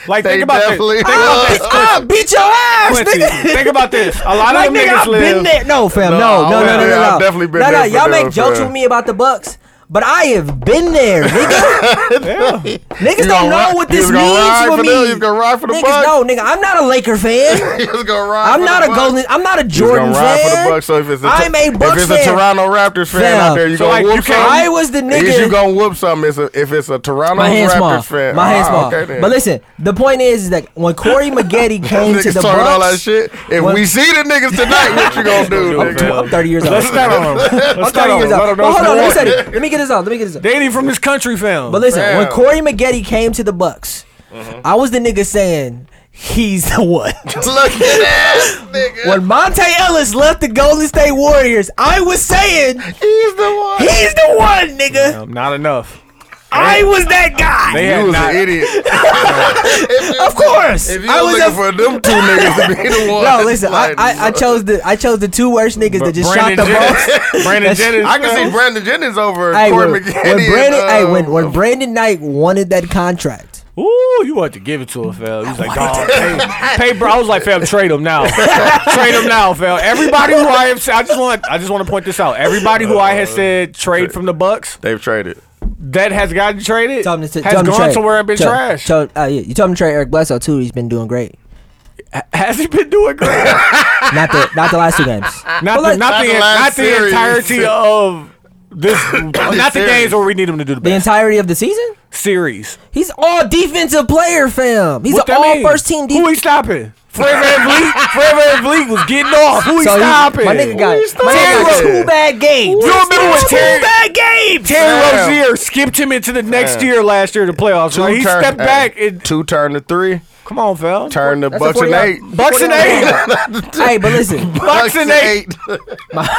Speaker 3: Like,
Speaker 1: they
Speaker 3: think about
Speaker 1: definitely.
Speaker 3: this.
Speaker 5: I beat your ass,
Speaker 3: Quincy,
Speaker 1: *laughs*
Speaker 5: nigga.
Speaker 3: think about this. A lot
Speaker 5: Like
Speaker 3: of them
Speaker 5: nigga,
Speaker 3: niggas
Speaker 5: I've
Speaker 3: live.
Speaker 5: been there. No, fam, no,
Speaker 1: No, I've
Speaker 5: no, no, no, no,
Speaker 1: been
Speaker 5: no.
Speaker 1: there. I've definitely been
Speaker 5: no,
Speaker 1: there
Speaker 5: No,
Speaker 1: for
Speaker 5: y'all
Speaker 1: them,
Speaker 5: make jokes
Speaker 1: fam.
Speaker 5: with me about the Bucks, but I have been
Speaker 1: *laughs*
Speaker 5: there, nigga.
Speaker 3: Yeah.
Speaker 5: Niggas don't know what this
Speaker 1: you gonna
Speaker 5: means
Speaker 1: ride
Speaker 5: for
Speaker 1: for
Speaker 5: me.
Speaker 1: Them, you gonna ride for the
Speaker 5: Niggas,
Speaker 1: Bucks.
Speaker 5: no, nigga, I'm not a Laker
Speaker 1: *laughs*
Speaker 5: fan.
Speaker 1: You was gonna ride.
Speaker 5: I'm
Speaker 1: for
Speaker 5: not
Speaker 1: the
Speaker 5: a
Speaker 1: Bucks.
Speaker 5: Golden. I'm not a
Speaker 1: You was
Speaker 5: Jordan
Speaker 1: gonna ride for
Speaker 5: fan.
Speaker 1: the Bucks. So if it's a,
Speaker 5: I'm a Bucks
Speaker 1: if it's a
Speaker 5: fan.
Speaker 1: Toronto Raptors fan
Speaker 5: Fam.
Speaker 1: out there, you
Speaker 3: So,
Speaker 1: gonna
Speaker 3: like,
Speaker 1: whoop
Speaker 3: you
Speaker 1: something.
Speaker 3: can't-
Speaker 5: I was the
Speaker 1: Is
Speaker 5: nigga.
Speaker 1: you gonna whoop something? It's a, if it's a Toronto
Speaker 5: My hand's
Speaker 1: Raptors
Speaker 5: small.
Speaker 1: fan.
Speaker 5: My hand's
Speaker 1: Ah,
Speaker 5: small.
Speaker 1: Okay, then.
Speaker 5: but listen, the point is, is that
Speaker 1: *laughs*
Speaker 5: when Corey Maggette came to
Speaker 1: niggas
Speaker 5: the
Speaker 1: talking all that
Speaker 5: Bucks,
Speaker 1: shit. If
Speaker 5: When-
Speaker 1: we see the niggas tonight, what you
Speaker 5: *laughs*
Speaker 1: gonna do?
Speaker 3: I'm
Speaker 1: nigga?
Speaker 5: I'm 30 years old.
Speaker 3: Let's
Speaker 1: *laughs*
Speaker 3: start on them. Let's
Speaker 5: I'm
Speaker 3: start
Speaker 5: 30
Speaker 3: on
Speaker 5: years
Speaker 3: them.
Speaker 5: old. But hold on, let me,
Speaker 1: Warren.
Speaker 5: say this. let me get this out. Let me get this out.
Speaker 3: They ain't even from this country, fam.
Speaker 5: But listen,
Speaker 1: Fam.
Speaker 5: when Corey Maggette came to the Bucks,
Speaker 1: Mm-hmm.
Speaker 5: I was the nigga saying he's the one. *laughs*
Speaker 1: Look at that nigga.
Speaker 5: when Monte Ellis left the Golden State Warriors, I was
Speaker 1: He's
Speaker 5: saying
Speaker 1: the one.
Speaker 5: he's the one, nigga.
Speaker 3: Um, not enough.
Speaker 5: I was that guy.
Speaker 3: They
Speaker 1: You
Speaker 3: had
Speaker 1: was
Speaker 3: not.
Speaker 1: an
Speaker 5: *laughs*
Speaker 1: idiot. If you-
Speaker 5: Of course,
Speaker 1: If you
Speaker 5: I
Speaker 1: was
Speaker 5: was
Speaker 1: looking
Speaker 5: a
Speaker 1: for them two niggas to be
Speaker 5: *laughs*
Speaker 1: the one.
Speaker 5: no. Listen, I,
Speaker 1: like,
Speaker 5: I, I chose the I chose the two worst niggas that just shot the
Speaker 3: Jennings.
Speaker 5: Bucks.
Speaker 3: Brandon
Speaker 5: That's-
Speaker 3: Jennings.
Speaker 1: I can see Brandon Jennings over
Speaker 5: Hey,
Speaker 1: Corey
Speaker 5: when,
Speaker 1: McGinty.
Speaker 5: when Brandon,
Speaker 1: and,
Speaker 5: hey,
Speaker 1: um,
Speaker 5: when, when Brandon Knight wanted that contract,
Speaker 3: Ooh, you want to give it to him, fam. He's like, dog, pay, pay, bro. I was like, fam, trade him now. trade him now, fam. Everybody who I have said, I just want, I just want to point this out. Everybody who I have said trade from the Bucks
Speaker 1: they've traded.
Speaker 3: that has gotten traded
Speaker 5: tell him to
Speaker 3: has
Speaker 5: tell him to
Speaker 3: gone
Speaker 5: trade.
Speaker 3: to where and been
Speaker 5: Tell-
Speaker 3: trash.
Speaker 5: tell- uh, yeah, you told him to trade Eric Bledsoe too. He's been doing great.
Speaker 3: has he been
Speaker 5: *laughs*
Speaker 3: doing great?
Speaker 5: Not the not the last two
Speaker 3: *laughs*
Speaker 5: games.
Speaker 3: not, the,
Speaker 5: like-
Speaker 3: not,
Speaker 1: Not
Speaker 3: the,
Speaker 1: the
Speaker 3: not
Speaker 1: last
Speaker 3: the
Speaker 1: series. *laughs*
Speaker 3: entirety of this, not the
Speaker 1: series.
Speaker 3: games where we need him to do the
Speaker 5: The
Speaker 3: best
Speaker 5: entirety of the season,
Speaker 3: series.
Speaker 5: he's all defensive player, fam. He's
Speaker 3: What
Speaker 5: an
Speaker 3: that
Speaker 5: all
Speaker 3: mean?
Speaker 5: first team
Speaker 3: Who
Speaker 5: defense.
Speaker 3: he stopping?
Speaker 1: Fred Van Vliet, Fred Van Vliet was getting off. Who he
Speaker 5: So he-
Speaker 1: stopping?
Speaker 5: my nigga got, my nigga got
Speaker 1: stopping?
Speaker 5: two bad games.
Speaker 1: You remember when Terry,
Speaker 3: bad game.
Speaker 1: Damn.
Speaker 3: Terry Rozier skipped him into the next
Speaker 1: Damn.
Speaker 3: year last year to playoffs. Like, he
Speaker 1: turn-
Speaker 3: stepped
Speaker 1: hey,
Speaker 3: back. And,
Speaker 1: two turn to three,
Speaker 3: come on, fell.
Speaker 1: turn to
Speaker 5: That's a
Speaker 1: Bucks and
Speaker 5: 40
Speaker 1: eight.
Speaker 3: Bucks
Speaker 1: *laughs*
Speaker 3: and eight.
Speaker 5: hey, but listen,
Speaker 3: *laughs* Bucks and eight.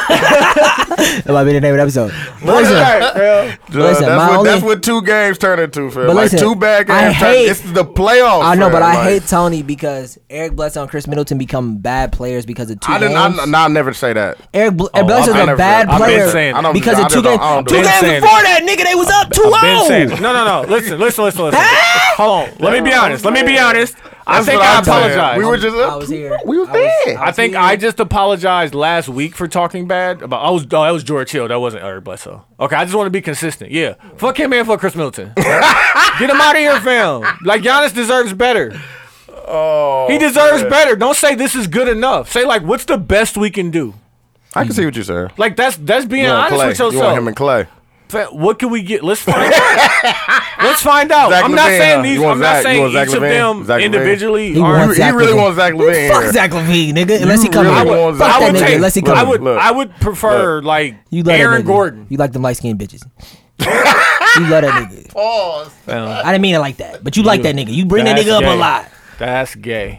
Speaker 5: that might be the name of the episode. But
Speaker 3: Bucks
Speaker 5: listen,
Speaker 3: and *laughs* eight, fell.
Speaker 1: that's,
Speaker 5: Listen, my
Speaker 1: what,
Speaker 5: only-
Speaker 1: that's what two games turn into, fam.
Speaker 5: But
Speaker 1: like
Speaker 5: listen,
Speaker 1: two bad
Speaker 5: I
Speaker 1: games. turn-
Speaker 5: hate-
Speaker 1: This is the playoffs.
Speaker 5: I know,
Speaker 1: fam.
Speaker 5: but I
Speaker 1: Like,
Speaker 5: hate Tony because Eric Bledsoe and Chris Middleton become bad players because of two
Speaker 1: I didn't.
Speaker 5: games.
Speaker 1: I, nah, I never say that.
Speaker 5: Eric Bl-
Speaker 3: I've
Speaker 5: Eric Bledsoe's
Speaker 1: been-
Speaker 5: a bad
Speaker 3: I've been
Speaker 5: player
Speaker 3: saying- I
Speaker 1: don't-
Speaker 5: because
Speaker 1: I
Speaker 5: of two
Speaker 1: don't-
Speaker 5: games.
Speaker 1: I don't
Speaker 5: Two
Speaker 1: do that.
Speaker 5: games before
Speaker 3: Been saying
Speaker 5: that, nigga, they was up two
Speaker 3: Ben Simmons.
Speaker 5: zero.
Speaker 3: No, no, no. Listen, listen, listen, *laughs* listen. Hold on. Let me be honest. Let me be honest. I
Speaker 1: That's
Speaker 3: think
Speaker 1: what
Speaker 3: I
Speaker 1: I'm saying.
Speaker 3: apologize.
Speaker 1: We were just. uh,
Speaker 5: I was here.
Speaker 1: We was
Speaker 5: I was-
Speaker 1: there.
Speaker 3: I think
Speaker 5: here.
Speaker 3: I just apologized last week for talking bad about. I was oh, that was George Hill. That wasn't Eric Bledsoe. Okay, I just want to be consistent. Yeah, fuck him and fuck Chris Middleton. Get him out of here, fam. Like Giannis deserves better.
Speaker 1: oh,
Speaker 3: He deserves better. Don't say this is good enough. Say like, what's the best we can do?
Speaker 1: I can see what you said.
Speaker 3: Like that's that's being
Speaker 1: You want
Speaker 3: honest
Speaker 1: Clay.
Speaker 3: with
Speaker 1: You want him
Speaker 3: yourself.
Speaker 1: and Clay.
Speaker 3: Fa- What can we get? Let's find
Speaker 1: *laughs*
Speaker 3: out. Let's find out.
Speaker 1: Zach
Speaker 3: I'm not
Speaker 1: Levine,
Speaker 3: saying
Speaker 1: huh?
Speaker 3: these.
Speaker 1: You want
Speaker 3: I'm
Speaker 1: Zach-
Speaker 3: not
Speaker 1: you
Speaker 3: saying
Speaker 1: want Zach
Speaker 3: each of
Speaker 1: Levine?
Speaker 3: them
Speaker 1: Zach Levine?
Speaker 3: indivially
Speaker 5: He
Speaker 3: are.
Speaker 5: wants
Speaker 1: You, he
Speaker 5: Zach
Speaker 1: really
Speaker 5: Levine.
Speaker 1: wants Zach Levine.
Speaker 5: Fuck
Speaker 1: here.
Speaker 5: Zach Levine, nigga. Unless he
Speaker 1: You
Speaker 5: come
Speaker 1: really
Speaker 5: in.
Speaker 1: want
Speaker 5: Fuck
Speaker 1: Zach
Speaker 5: that
Speaker 1: Levine.
Speaker 5: nigga. Unless he
Speaker 1: Look,
Speaker 5: come
Speaker 3: I
Speaker 5: in.
Speaker 3: would.
Speaker 1: Look.
Speaker 3: I would prefer like
Speaker 5: You love that
Speaker 3: Aaron
Speaker 5: nigga.
Speaker 3: Gordon.
Speaker 5: You like them light skinned bitches. you love that nigga.
Speaker 1: *laughs*
Speaker 5: I didn't mean it like that, but you like that nigga. You bring that
Speaker 3: That's
Speaker 5: nigga up a
Speaker 3: gay. *laughs*
Speaker 5: lot.
Speaker 3: That's gay.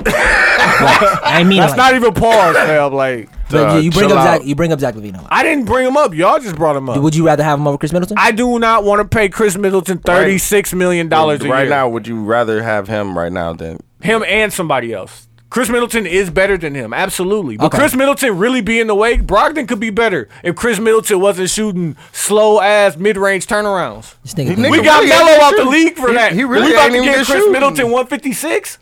Speaker 5: I didn't mean
Speaker 3: That's
Speaker 5: it like
Speaker 3: not even pause, fam. Like
Speaker 5: that. But
Speaker 1: Uh,
Speaker 5: you, you bring
Speaker 1: chill
Speaker 5: up
Speaker 1: out.
Speaker 5: Zach. You bring up Zach Levine a lot.
Speaker 3: I didn't bring him up. Y'all just brought him up.
Speaker 5: Would you rather have him over Chris Middleton?
Speaker 3: I do not want to pay Chris Middleton thirty six million dollars a
Speaker 1: right
Speaker 3: year.
Speaker 1: now, would you rather have him right now than
Speaker 3: him and somebody else. Chris Middleton is better than him, absolutely. But
Speaker 5: Okay.
Speaker 3: Chris Middleton really be in the way. Brogdon could be better if Chris Middleton wasn't shooting slow ass mid range turnarounds.
Speaker 5: This nigga.
Speaker 1: Nigga,
Speaker 3: We got
Speaker 1: really ain't
Speaker 3: Melo out
Speaker 1: shoot.
Speaker 3: the league for
Speaker 1: He-
Speaker 3: that.
Speaker 1: he really
Speaker 3: we about
Speaker 1: ain't
Speaker 3: to
Speaker 1: even
Speaker 3: get
Speaker 1: been
Speaker 3: Chris
Speaker 1: shooting.
Speaker 3: Middleton one fifty six.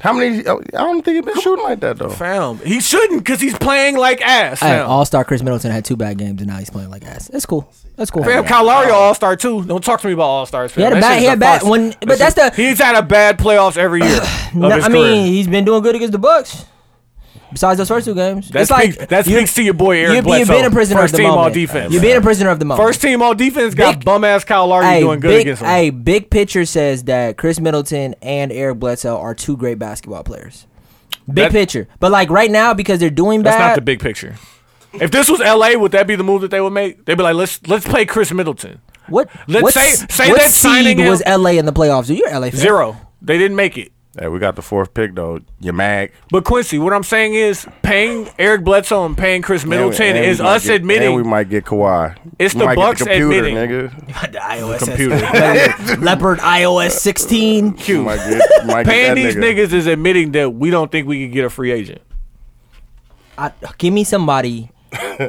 Speaker 1: how many? oh, I don't think he's been shooting like that though.
Speaker 3: Fam, he shouldn't because he's playing like ass.
Speaker 5: Hey,
Speaker 3: Fam,
Speaker 5: All Star Chris Middleton had two bad games and now he's playing like ass. That's cool. That's cool.
Speaker 3: fam Kyle Lowry All Star too. Don't talk to me about All Stars.
Speaker 5: He had a bad- he had bad- when- but that's the-
Speaker 3: he's had a bad playoffs every
Speaker 5: *sighs*
Speaker 3: year. of
Speaker 5: No,
Speaker 3: his
Speaker 5: I
Speaker 3: career.
Speaker 5: mean, he's been doing good against the Bucks. Besides those first two games,
Speaker 3: That
Speaker 5: it's like
Speaker 3: speaks, that
Speaker 5: you-
Speaker 3: speaks to your boy Eric
Speaker 5: you've,
Speaker 3: Bledsoe.
Speaker 5: you've been a prisoner
Speaker 3: First
Speaker 5: of the
Speaker 3: team
Speaker 5: moment.
Speaker 3: all defense.
Speaker 5: You've been a prisoner of the moment.
Speaker 3: First team all defense got
Speaker 5: Big-
Speaker 3: bum ass Kyle Lowry
Speaker 5: Hey,
Speaker 3: doing good
Speaker 5: big,
Speaker 3: against him.
Speaker 5: hey, big picture says that Chris Middleton and Eric Bledsoe are two great basketball players. Big
Speaker 3: That-
Speaker 5: picture, but like right now because they're doing
Speaker 3: That's
Speaker 5: bad.
Speaker 3: not the big picture. If this was LA, would that be the move that they would make? They'd be like, let's let's play Chris Middleton.
Speaker 5: What?
Speaker 3: Let's
Speaker 5: what,
Speaker 3: say-
Speaker 5: s-
Speaker 3: say
Speaker 5: what
Speaker 3: that
Speaker 5: seed
Speaker 3: signing him-
Speaker 5: was LA in the playoffs. You're LA fan.
Speaker 3: Zero. They didn't make it.
Speaker 1: Hey, we got the fourth pick though. You mag?
Speaker 3: But Quincy, what I'm saying is paying Eric Bledsoe and paying Chris Middleton
Speaker 1: And we- and
Speaker 3: is
Speaker 1: we might
Speaker 3: us
Speaker 1: get- and we
Speaker 3: admitting
Speaker 1: might get Kawhi.
Speaker 3: It's
Speaker 1: We
Speaker 3: the
Speaker 1: might get
Speaker 3: Bucks
Speaker 1: computer,
Speaker 3: admitting.
Speaker 1: nigga.
Speaker 5: *laughs* the iOS
Speaker 3: Computer.
Speaker 5: Leopard iOS 16.
Speaker 1: We might get, might get
Speaker 3: paying
Speaker 1: that
Speaker 3: these
Speaker 1: nigga.
Speaker 3: niggas is admitting that we don't think we could get a free agent.
Speaker 5: I, give
Speaker 1: *laughs*
Speaker 5: me somebody.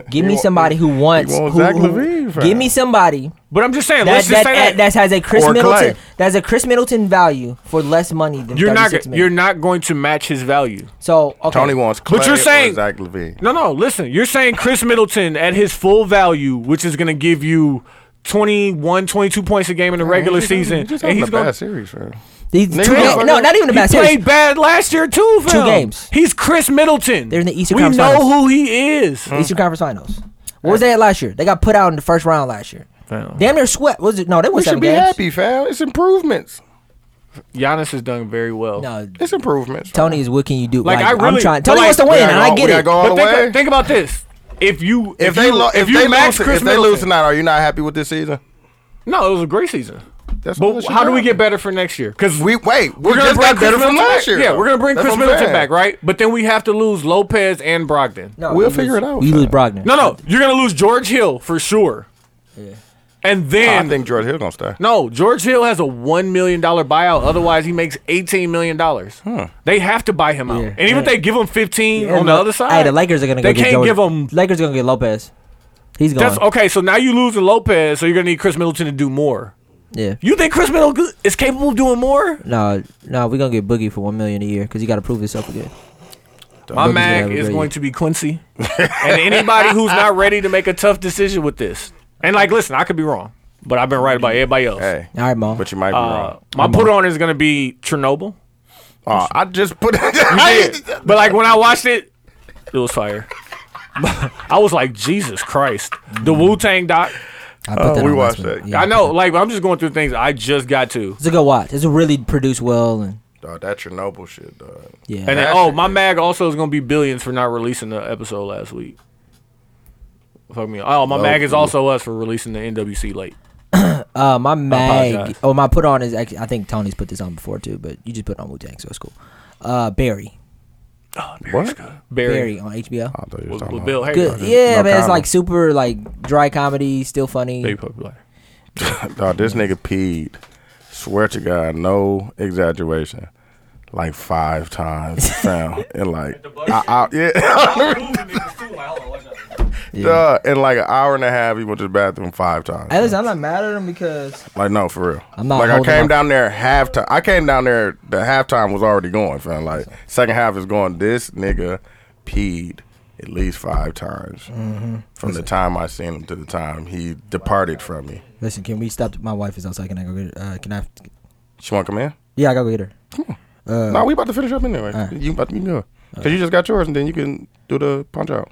Speaker 5: Give me somebody who wants.
Speaker 1: want
Speaker 5: who-
Speaker 1: Zach
Speaker 5: who-
Speaker 1: Levine, fam.
Speaker 5: give me somebody
Speaker 3: But I'm just saying,
Speaker 5: that
Speaker 3: let's
Speaker 5: that,
Speaker 3: just say
Speaker 5: that,
Speaker 3: that,
Speaker 5: that has a Chris
Speaker 1: Or
Speaker 5: Middleton
Speaker 1: Clay.
Speaker 5: that has a Chris Middleton value for less money than
Speaker 3: you're not
Speaker 5: 36 million.
Speaker 3: you're not going to match his value.
Speaker 5: So okay.
Speaker 1: Tony wants Clay
Speaker 3: But you're saying-
Speaker 1: or Zach Levine.
Speaker 3: No, no. Listen, you're saying Chris Middleton at his full value, which is going to give you 21, 22 points a game in the regular season,
Speaker 1: He's just
Speaker 3: and
Speaker 1: having
Speaker 3: he's
Speaker 1: a
Speaker 3: going.
Speaker 1: bad series, man.
Speaker 5: These
Speaker 1: Nigga,
Speaker 5: two
Speaker 1: yeah,
Speaker 5: games,
Speaker 1: fuck
Speaker 5: no,
Speaker 1: it.
Speaker 5: not even a
Speaker 3: He
Speaker 5: bad series.
Speaker 3: played bad last year too. Phil.
Speaker 5: games.
Speaker 3: He's Chris Middleton.
Speaker 5: They're in the Eastern
Speaker 3: We
Speaker 5: Conference
Speaker 3: know
Speaker 5: Finals.
Speaker 3: who he is.
Speaker 1: Hmm.
Speaker 5: Eastern Conference Finals. What was they at last year? They got put out in the first round last year.
Speaker 3: Fam.
Speaker 5: Damn near swept. Was it? No, they won
Speaker 1: We
Speaker 5: seven
Speaker 1: should be
Speaker 5: games.
Speaker 1: happy, fam. It's improvements.
Speaker 3: Giannis has done very well.
Speaker 5: No,
Speaker 1: It's improvements. fam.
Speaker 5: Tony is. What can you do?
Speaker 3: Like,
Speaker 5: Like,
Speaker 3: I
Speaker 5: I'm
Speaker 3: really-
Speaker 5: trying.
Speaker 3: but
Speaker 5: Tony
Speaker 3: like,
Speaker 5: wants to
Speaker 1: we
Speaker 5: win,
Speaker 1: gotta
Speaker 5: and
Speaker 1: go-
Speaker 5: I
Speaker 1: we
Speaker 5: get
Speaker 1: gotta
Speaker 5: it.
Speaker 1: go all
Speaker 3: but
Speaker 1: the
Speaker 3: think,
Speaker 1: way.
Speaker 3: think about this: if you
Speaker 1: If, they
Speaker 3: you,
Speaker 1: lo- if,
Speaker 3: you
Speaker 1: they
Speaker 3: max
Speaker 1: lose,
Speaker 3: Chris
Speaker 1: if they lose
Speaker 3: Middleton,
Speaker 1: tonight, are you not happy with this season?
Speaker 3: no, it was a great season.
Speaker 1: That's all
Speaker 3: But
Speaker 1: that should
Speaker 3: how do we
Speaker 1: happen.
Speaker 3: get better for next year? Because
Speaker 1: We wait. We
Speaker 3: We're gonna
Speaker 1: just
Speaker 3: bring
Speaker 1: got
Speaker 3: Chris
Speaker 1: better from
Speaker 3: Middleton
Speaker 1: last
Speaker 3: back.
Speaker 1: year.
Speaker 3: Yeah,
Speaker 1: though.
Speaker 3: we're gonna bring
Speaker 1: That's
Speaker 3: Chris
Speaker 1: what I'm
Speaker 3: Middleton
Speaker 1: saying.
Speaker 3: back, right? But then we have to lose Lopez and Brogdon. No,
Speaker 5: No,
Speaker 1: We'll
Speaker 5: you
Speaker 1: figure
Speaker 5: lose-
Speaker 1: it out,
Speaker 5: You lose
Speaker 1: fam.
Speaker 5: Brogdon.
Speaker 3: no, you're gonna lose George Hill for sure. And then
Speaker 1: Oh, I think George Hill gonna stay.
Speaker 3: no, George Hill has a one million dollar buyout. Otherwise, he makes eighteen million dollars. They have to buy him out.
Speaker 5: Yeah.
Speaker 3: And even if they give him fifteen on
Speaker 5: And
Speaker 3: the
Speaker 5: look,
Speaker 3: other side,
Speaker 5: Hey, the Lakers are gonna.
Speaker 3: They
Speaker 5: go get
Speaker 3: can't
Speaker 5: Jordan.
Speaker 3: give him.
Speaker 5: Lakers are gonna get Lopez. He's gone.
Speaker 3: That's okay. So now you lose Lopez. So you're gonna need Chris Middleton to do more.
Speaker 5: Yeah.
Speaker 3: You think Chris Middleton is capable of doing more?
Speaker 5: No, no, we're gonna get Boogie for one million a year because he got to prove himself again.
Speaker 3: My
Speaker 5: Booker's
Speaker 3: mag
Speaker 5: gonna have a
Speaker 3: is
Speaker 5: great
Speaker 3: going to be Quincy. and anybody who's not ready to make a tough decision with this. And like listen, I could be wrong, but I've been right about everybody else.
Speaker 1: Hey,
Speaker 5: All right, Mo.
Speaker 1: but you might be
Speaker 3: Uh,
Speaker 1: wrong.
Speaker 3: my put on is gonna be Chernobyl.
Speaker 1: Oh, I just put. *laughs*
Speaker 3: I did. But like when I watched it, it was fire. *laughs* I was like, Jesus Christ. The Wu Tang doc.
Speaker 5: I put
Speaker 1: uh, we
Speaker 5: on
Speaker 1: watched
Speaker 5: last week.
Speaker 1: that.
Speaker 5: Yeah.
Speaker 3: I know, like I'm just going through things I just got to.
Speaker 5: It's a good watch. It's really produced well and
Speaker 1: Dog, that Chernobyl shit, dog.
Speaker 5: Yeah.
Speaker 3: And then,
Speaker 1: That
Speaker 3: oh,
Speaker 1: shit
Speaker 3: my
Speaker 1: is-
Speaker 3: mag also is gonna be billions for not releasing the episode last week. Fuck me. Oh, my
Speaker 1: No,
Speaker 3: mag is
Speaker 1: fool.
Speaker 3: also us for releasing the NWC late.
Speaker 5: Uh, my mag.
Speaker 3: apologize.
Speaker 5: Oh, my put on is actually. I think Tony's put this on before too, but you just put on Wu Tang, so it's cool. Uh, Barry.
Speaker 1: What?
Speaker 3: Barry,
Speaker 5: Barry on HBO.
Speaker 1: I thought you was
Speaker 3: with,
Speaker 1: talking
Speaker 3: with
Speaker 1: about-
Speaker 3: Bill Hader.
Speaker 5: Good.
Speaker 1: Uh, no
Speaker 5: Yeah, man. It's
Speaker 1: comment.
Speaker 5: like super like dry comedy, still funny.
Speaker 3: Baby Puppy Black.
Speaker 1: Dog, this
Speaker 5: Mm.
Speaker 1: nigga peed. Swear to God, no exaggeration. Like five times,
Speaker 5: *laughs*
Speaker 1: fam, and like, I, I, *laughs* yeah, Dog, in like an hour and a half, he went to the bathroom five times.
Speaker 5: At least I'm not mad at him because
Speaker 1: Like no, for real.
Speaker 5: I'm not
Speaker 1: like I
Speaker 5: holding
Speaker 1: came
Speaker 5: my-
Speaker 1: down there halftime. I came down there. The halftime was already going, fam. Like second half is going. This nigga peed at least five times
Speaker 5: Mm-hmm.
Speaker 1: from the time I seen him to the time he departed from me.
Speaker 5: listen, can we stop? My wife is outside. Can I go get? her? Uh, can I?
Speaker 1: She want to come in?
Speaker 5: Yeah, I gotta go get her. Uh,
Speaker 1: no, we about to finish up anyway. You about to be good because you just got yours, and then you can do the punch out.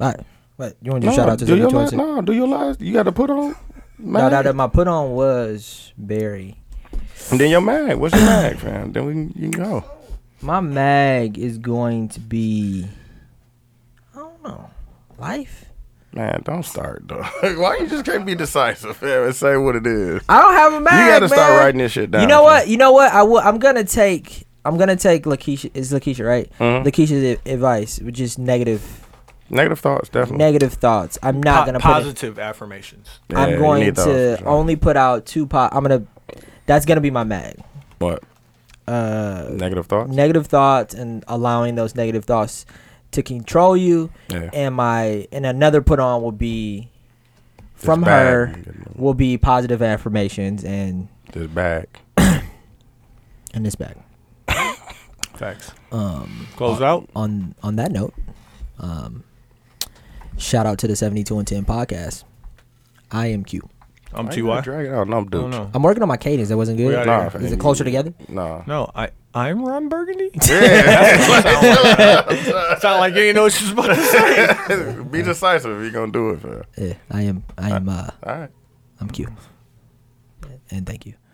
Speaker 5: All right. What you want to
Speaker 1: No,
Speaker 5: do? shout out to
Speaker 1: do
Speaker 5: the
Speaker 1: your
Speaker 5: choice?
Speaker 1: last,
Speaker 5: No,
Speaker 1: no, do your last. You got to put on.
Speaker 5: no,
Speaker 1: Mag.
Speaker 5: no, My put on was Barry.
Speaker 1: And then your mag. What's your mag, fam? Then we can, you can go.
Speaker 5: My mag is going to be. I don't know. Life.
Speaker 1: Man, don't start, dog. *laughs* Why you just can't be decisive, fam, and say what it is?
Speaker 5: I don't have a mag.
Speaker 1: you gotta start
Speaker 5: man.
Speaker 1: writing this shit down.
Speaker 5: You know what? You know what? I will. I'm gonna take. I'm gonna take Lakeisha. Is Lakeisha right?
Speaker 1: Mm-hmm.
Speaker 5: Lakeisha's a- advice, which is negative,
Speaker 1: Negative thoughts, definitely.
Speaker 5: negative thoughts. I'm not
Speaker 3: Po-
Speaker 5: gonna put.
Speaker 3: positive affirmations.
Speaker 5: It,
Speaker 1: Yeah,
Speaker 5: I'm
Speaker 1: you
Speaker 5: going
Speaker 1: need
Speaker 5: to
Speaker 1: those for sure.
Speaker 5: only put out two po I'm gonna. That's gonna be my mag.
Speaker 1: what?
Speaker 5: Uh,
Speaker 1: Negative thoughts.
Speaker 5: negative thoughts and allowing those negative thoughts to control you.
Speaker 1: Yeah.
Speaker 5: And my and another put on will be
Speaker 1: This
Speaker 5: from
Speaker 1: bag
Speaker 5: her
Speaker 1: you get-
Speaker 5: will be positive affirmations and
Speaker 1: This bag.
Speaker 5: and this bag.
Speaker 3: Facts. Um, Close
Speaker 1: Uh,
Speaker 3: out.
Speaker 5: on on that note, um, shout out to the seventy two and ten podcast. I am Q.
Speaker 3: I'm
Speaker 1: Why
Speaker 3: Ty.
Speaker 1: you gotta Drag it out. No, I'm
Speaker 3: I
Speaker 1: dude.
Speaker 3: don't know.
Speaker 5: I'm working on my cadence. That wasn't good.
Speaker 3: We
Speaker 1: Nah,
Speaker 5: Is
Speaker 1: fam.
Speaker 5: it closer together?
Speaker 1: Nah.
Speaker 3: No, I I'm Ron Burgundy.
Speaker 1: Yeah.
Speaker 3: *laughs* Sound like you ain't know what you was about to say.
Speaker 1: *laughs* be decisive if you're gonna do it, fam.
Speaker 5: Yeah, I am. I am. Uh,
Speaker 1: All right.
Speaker 5: I'm Q. And thank you.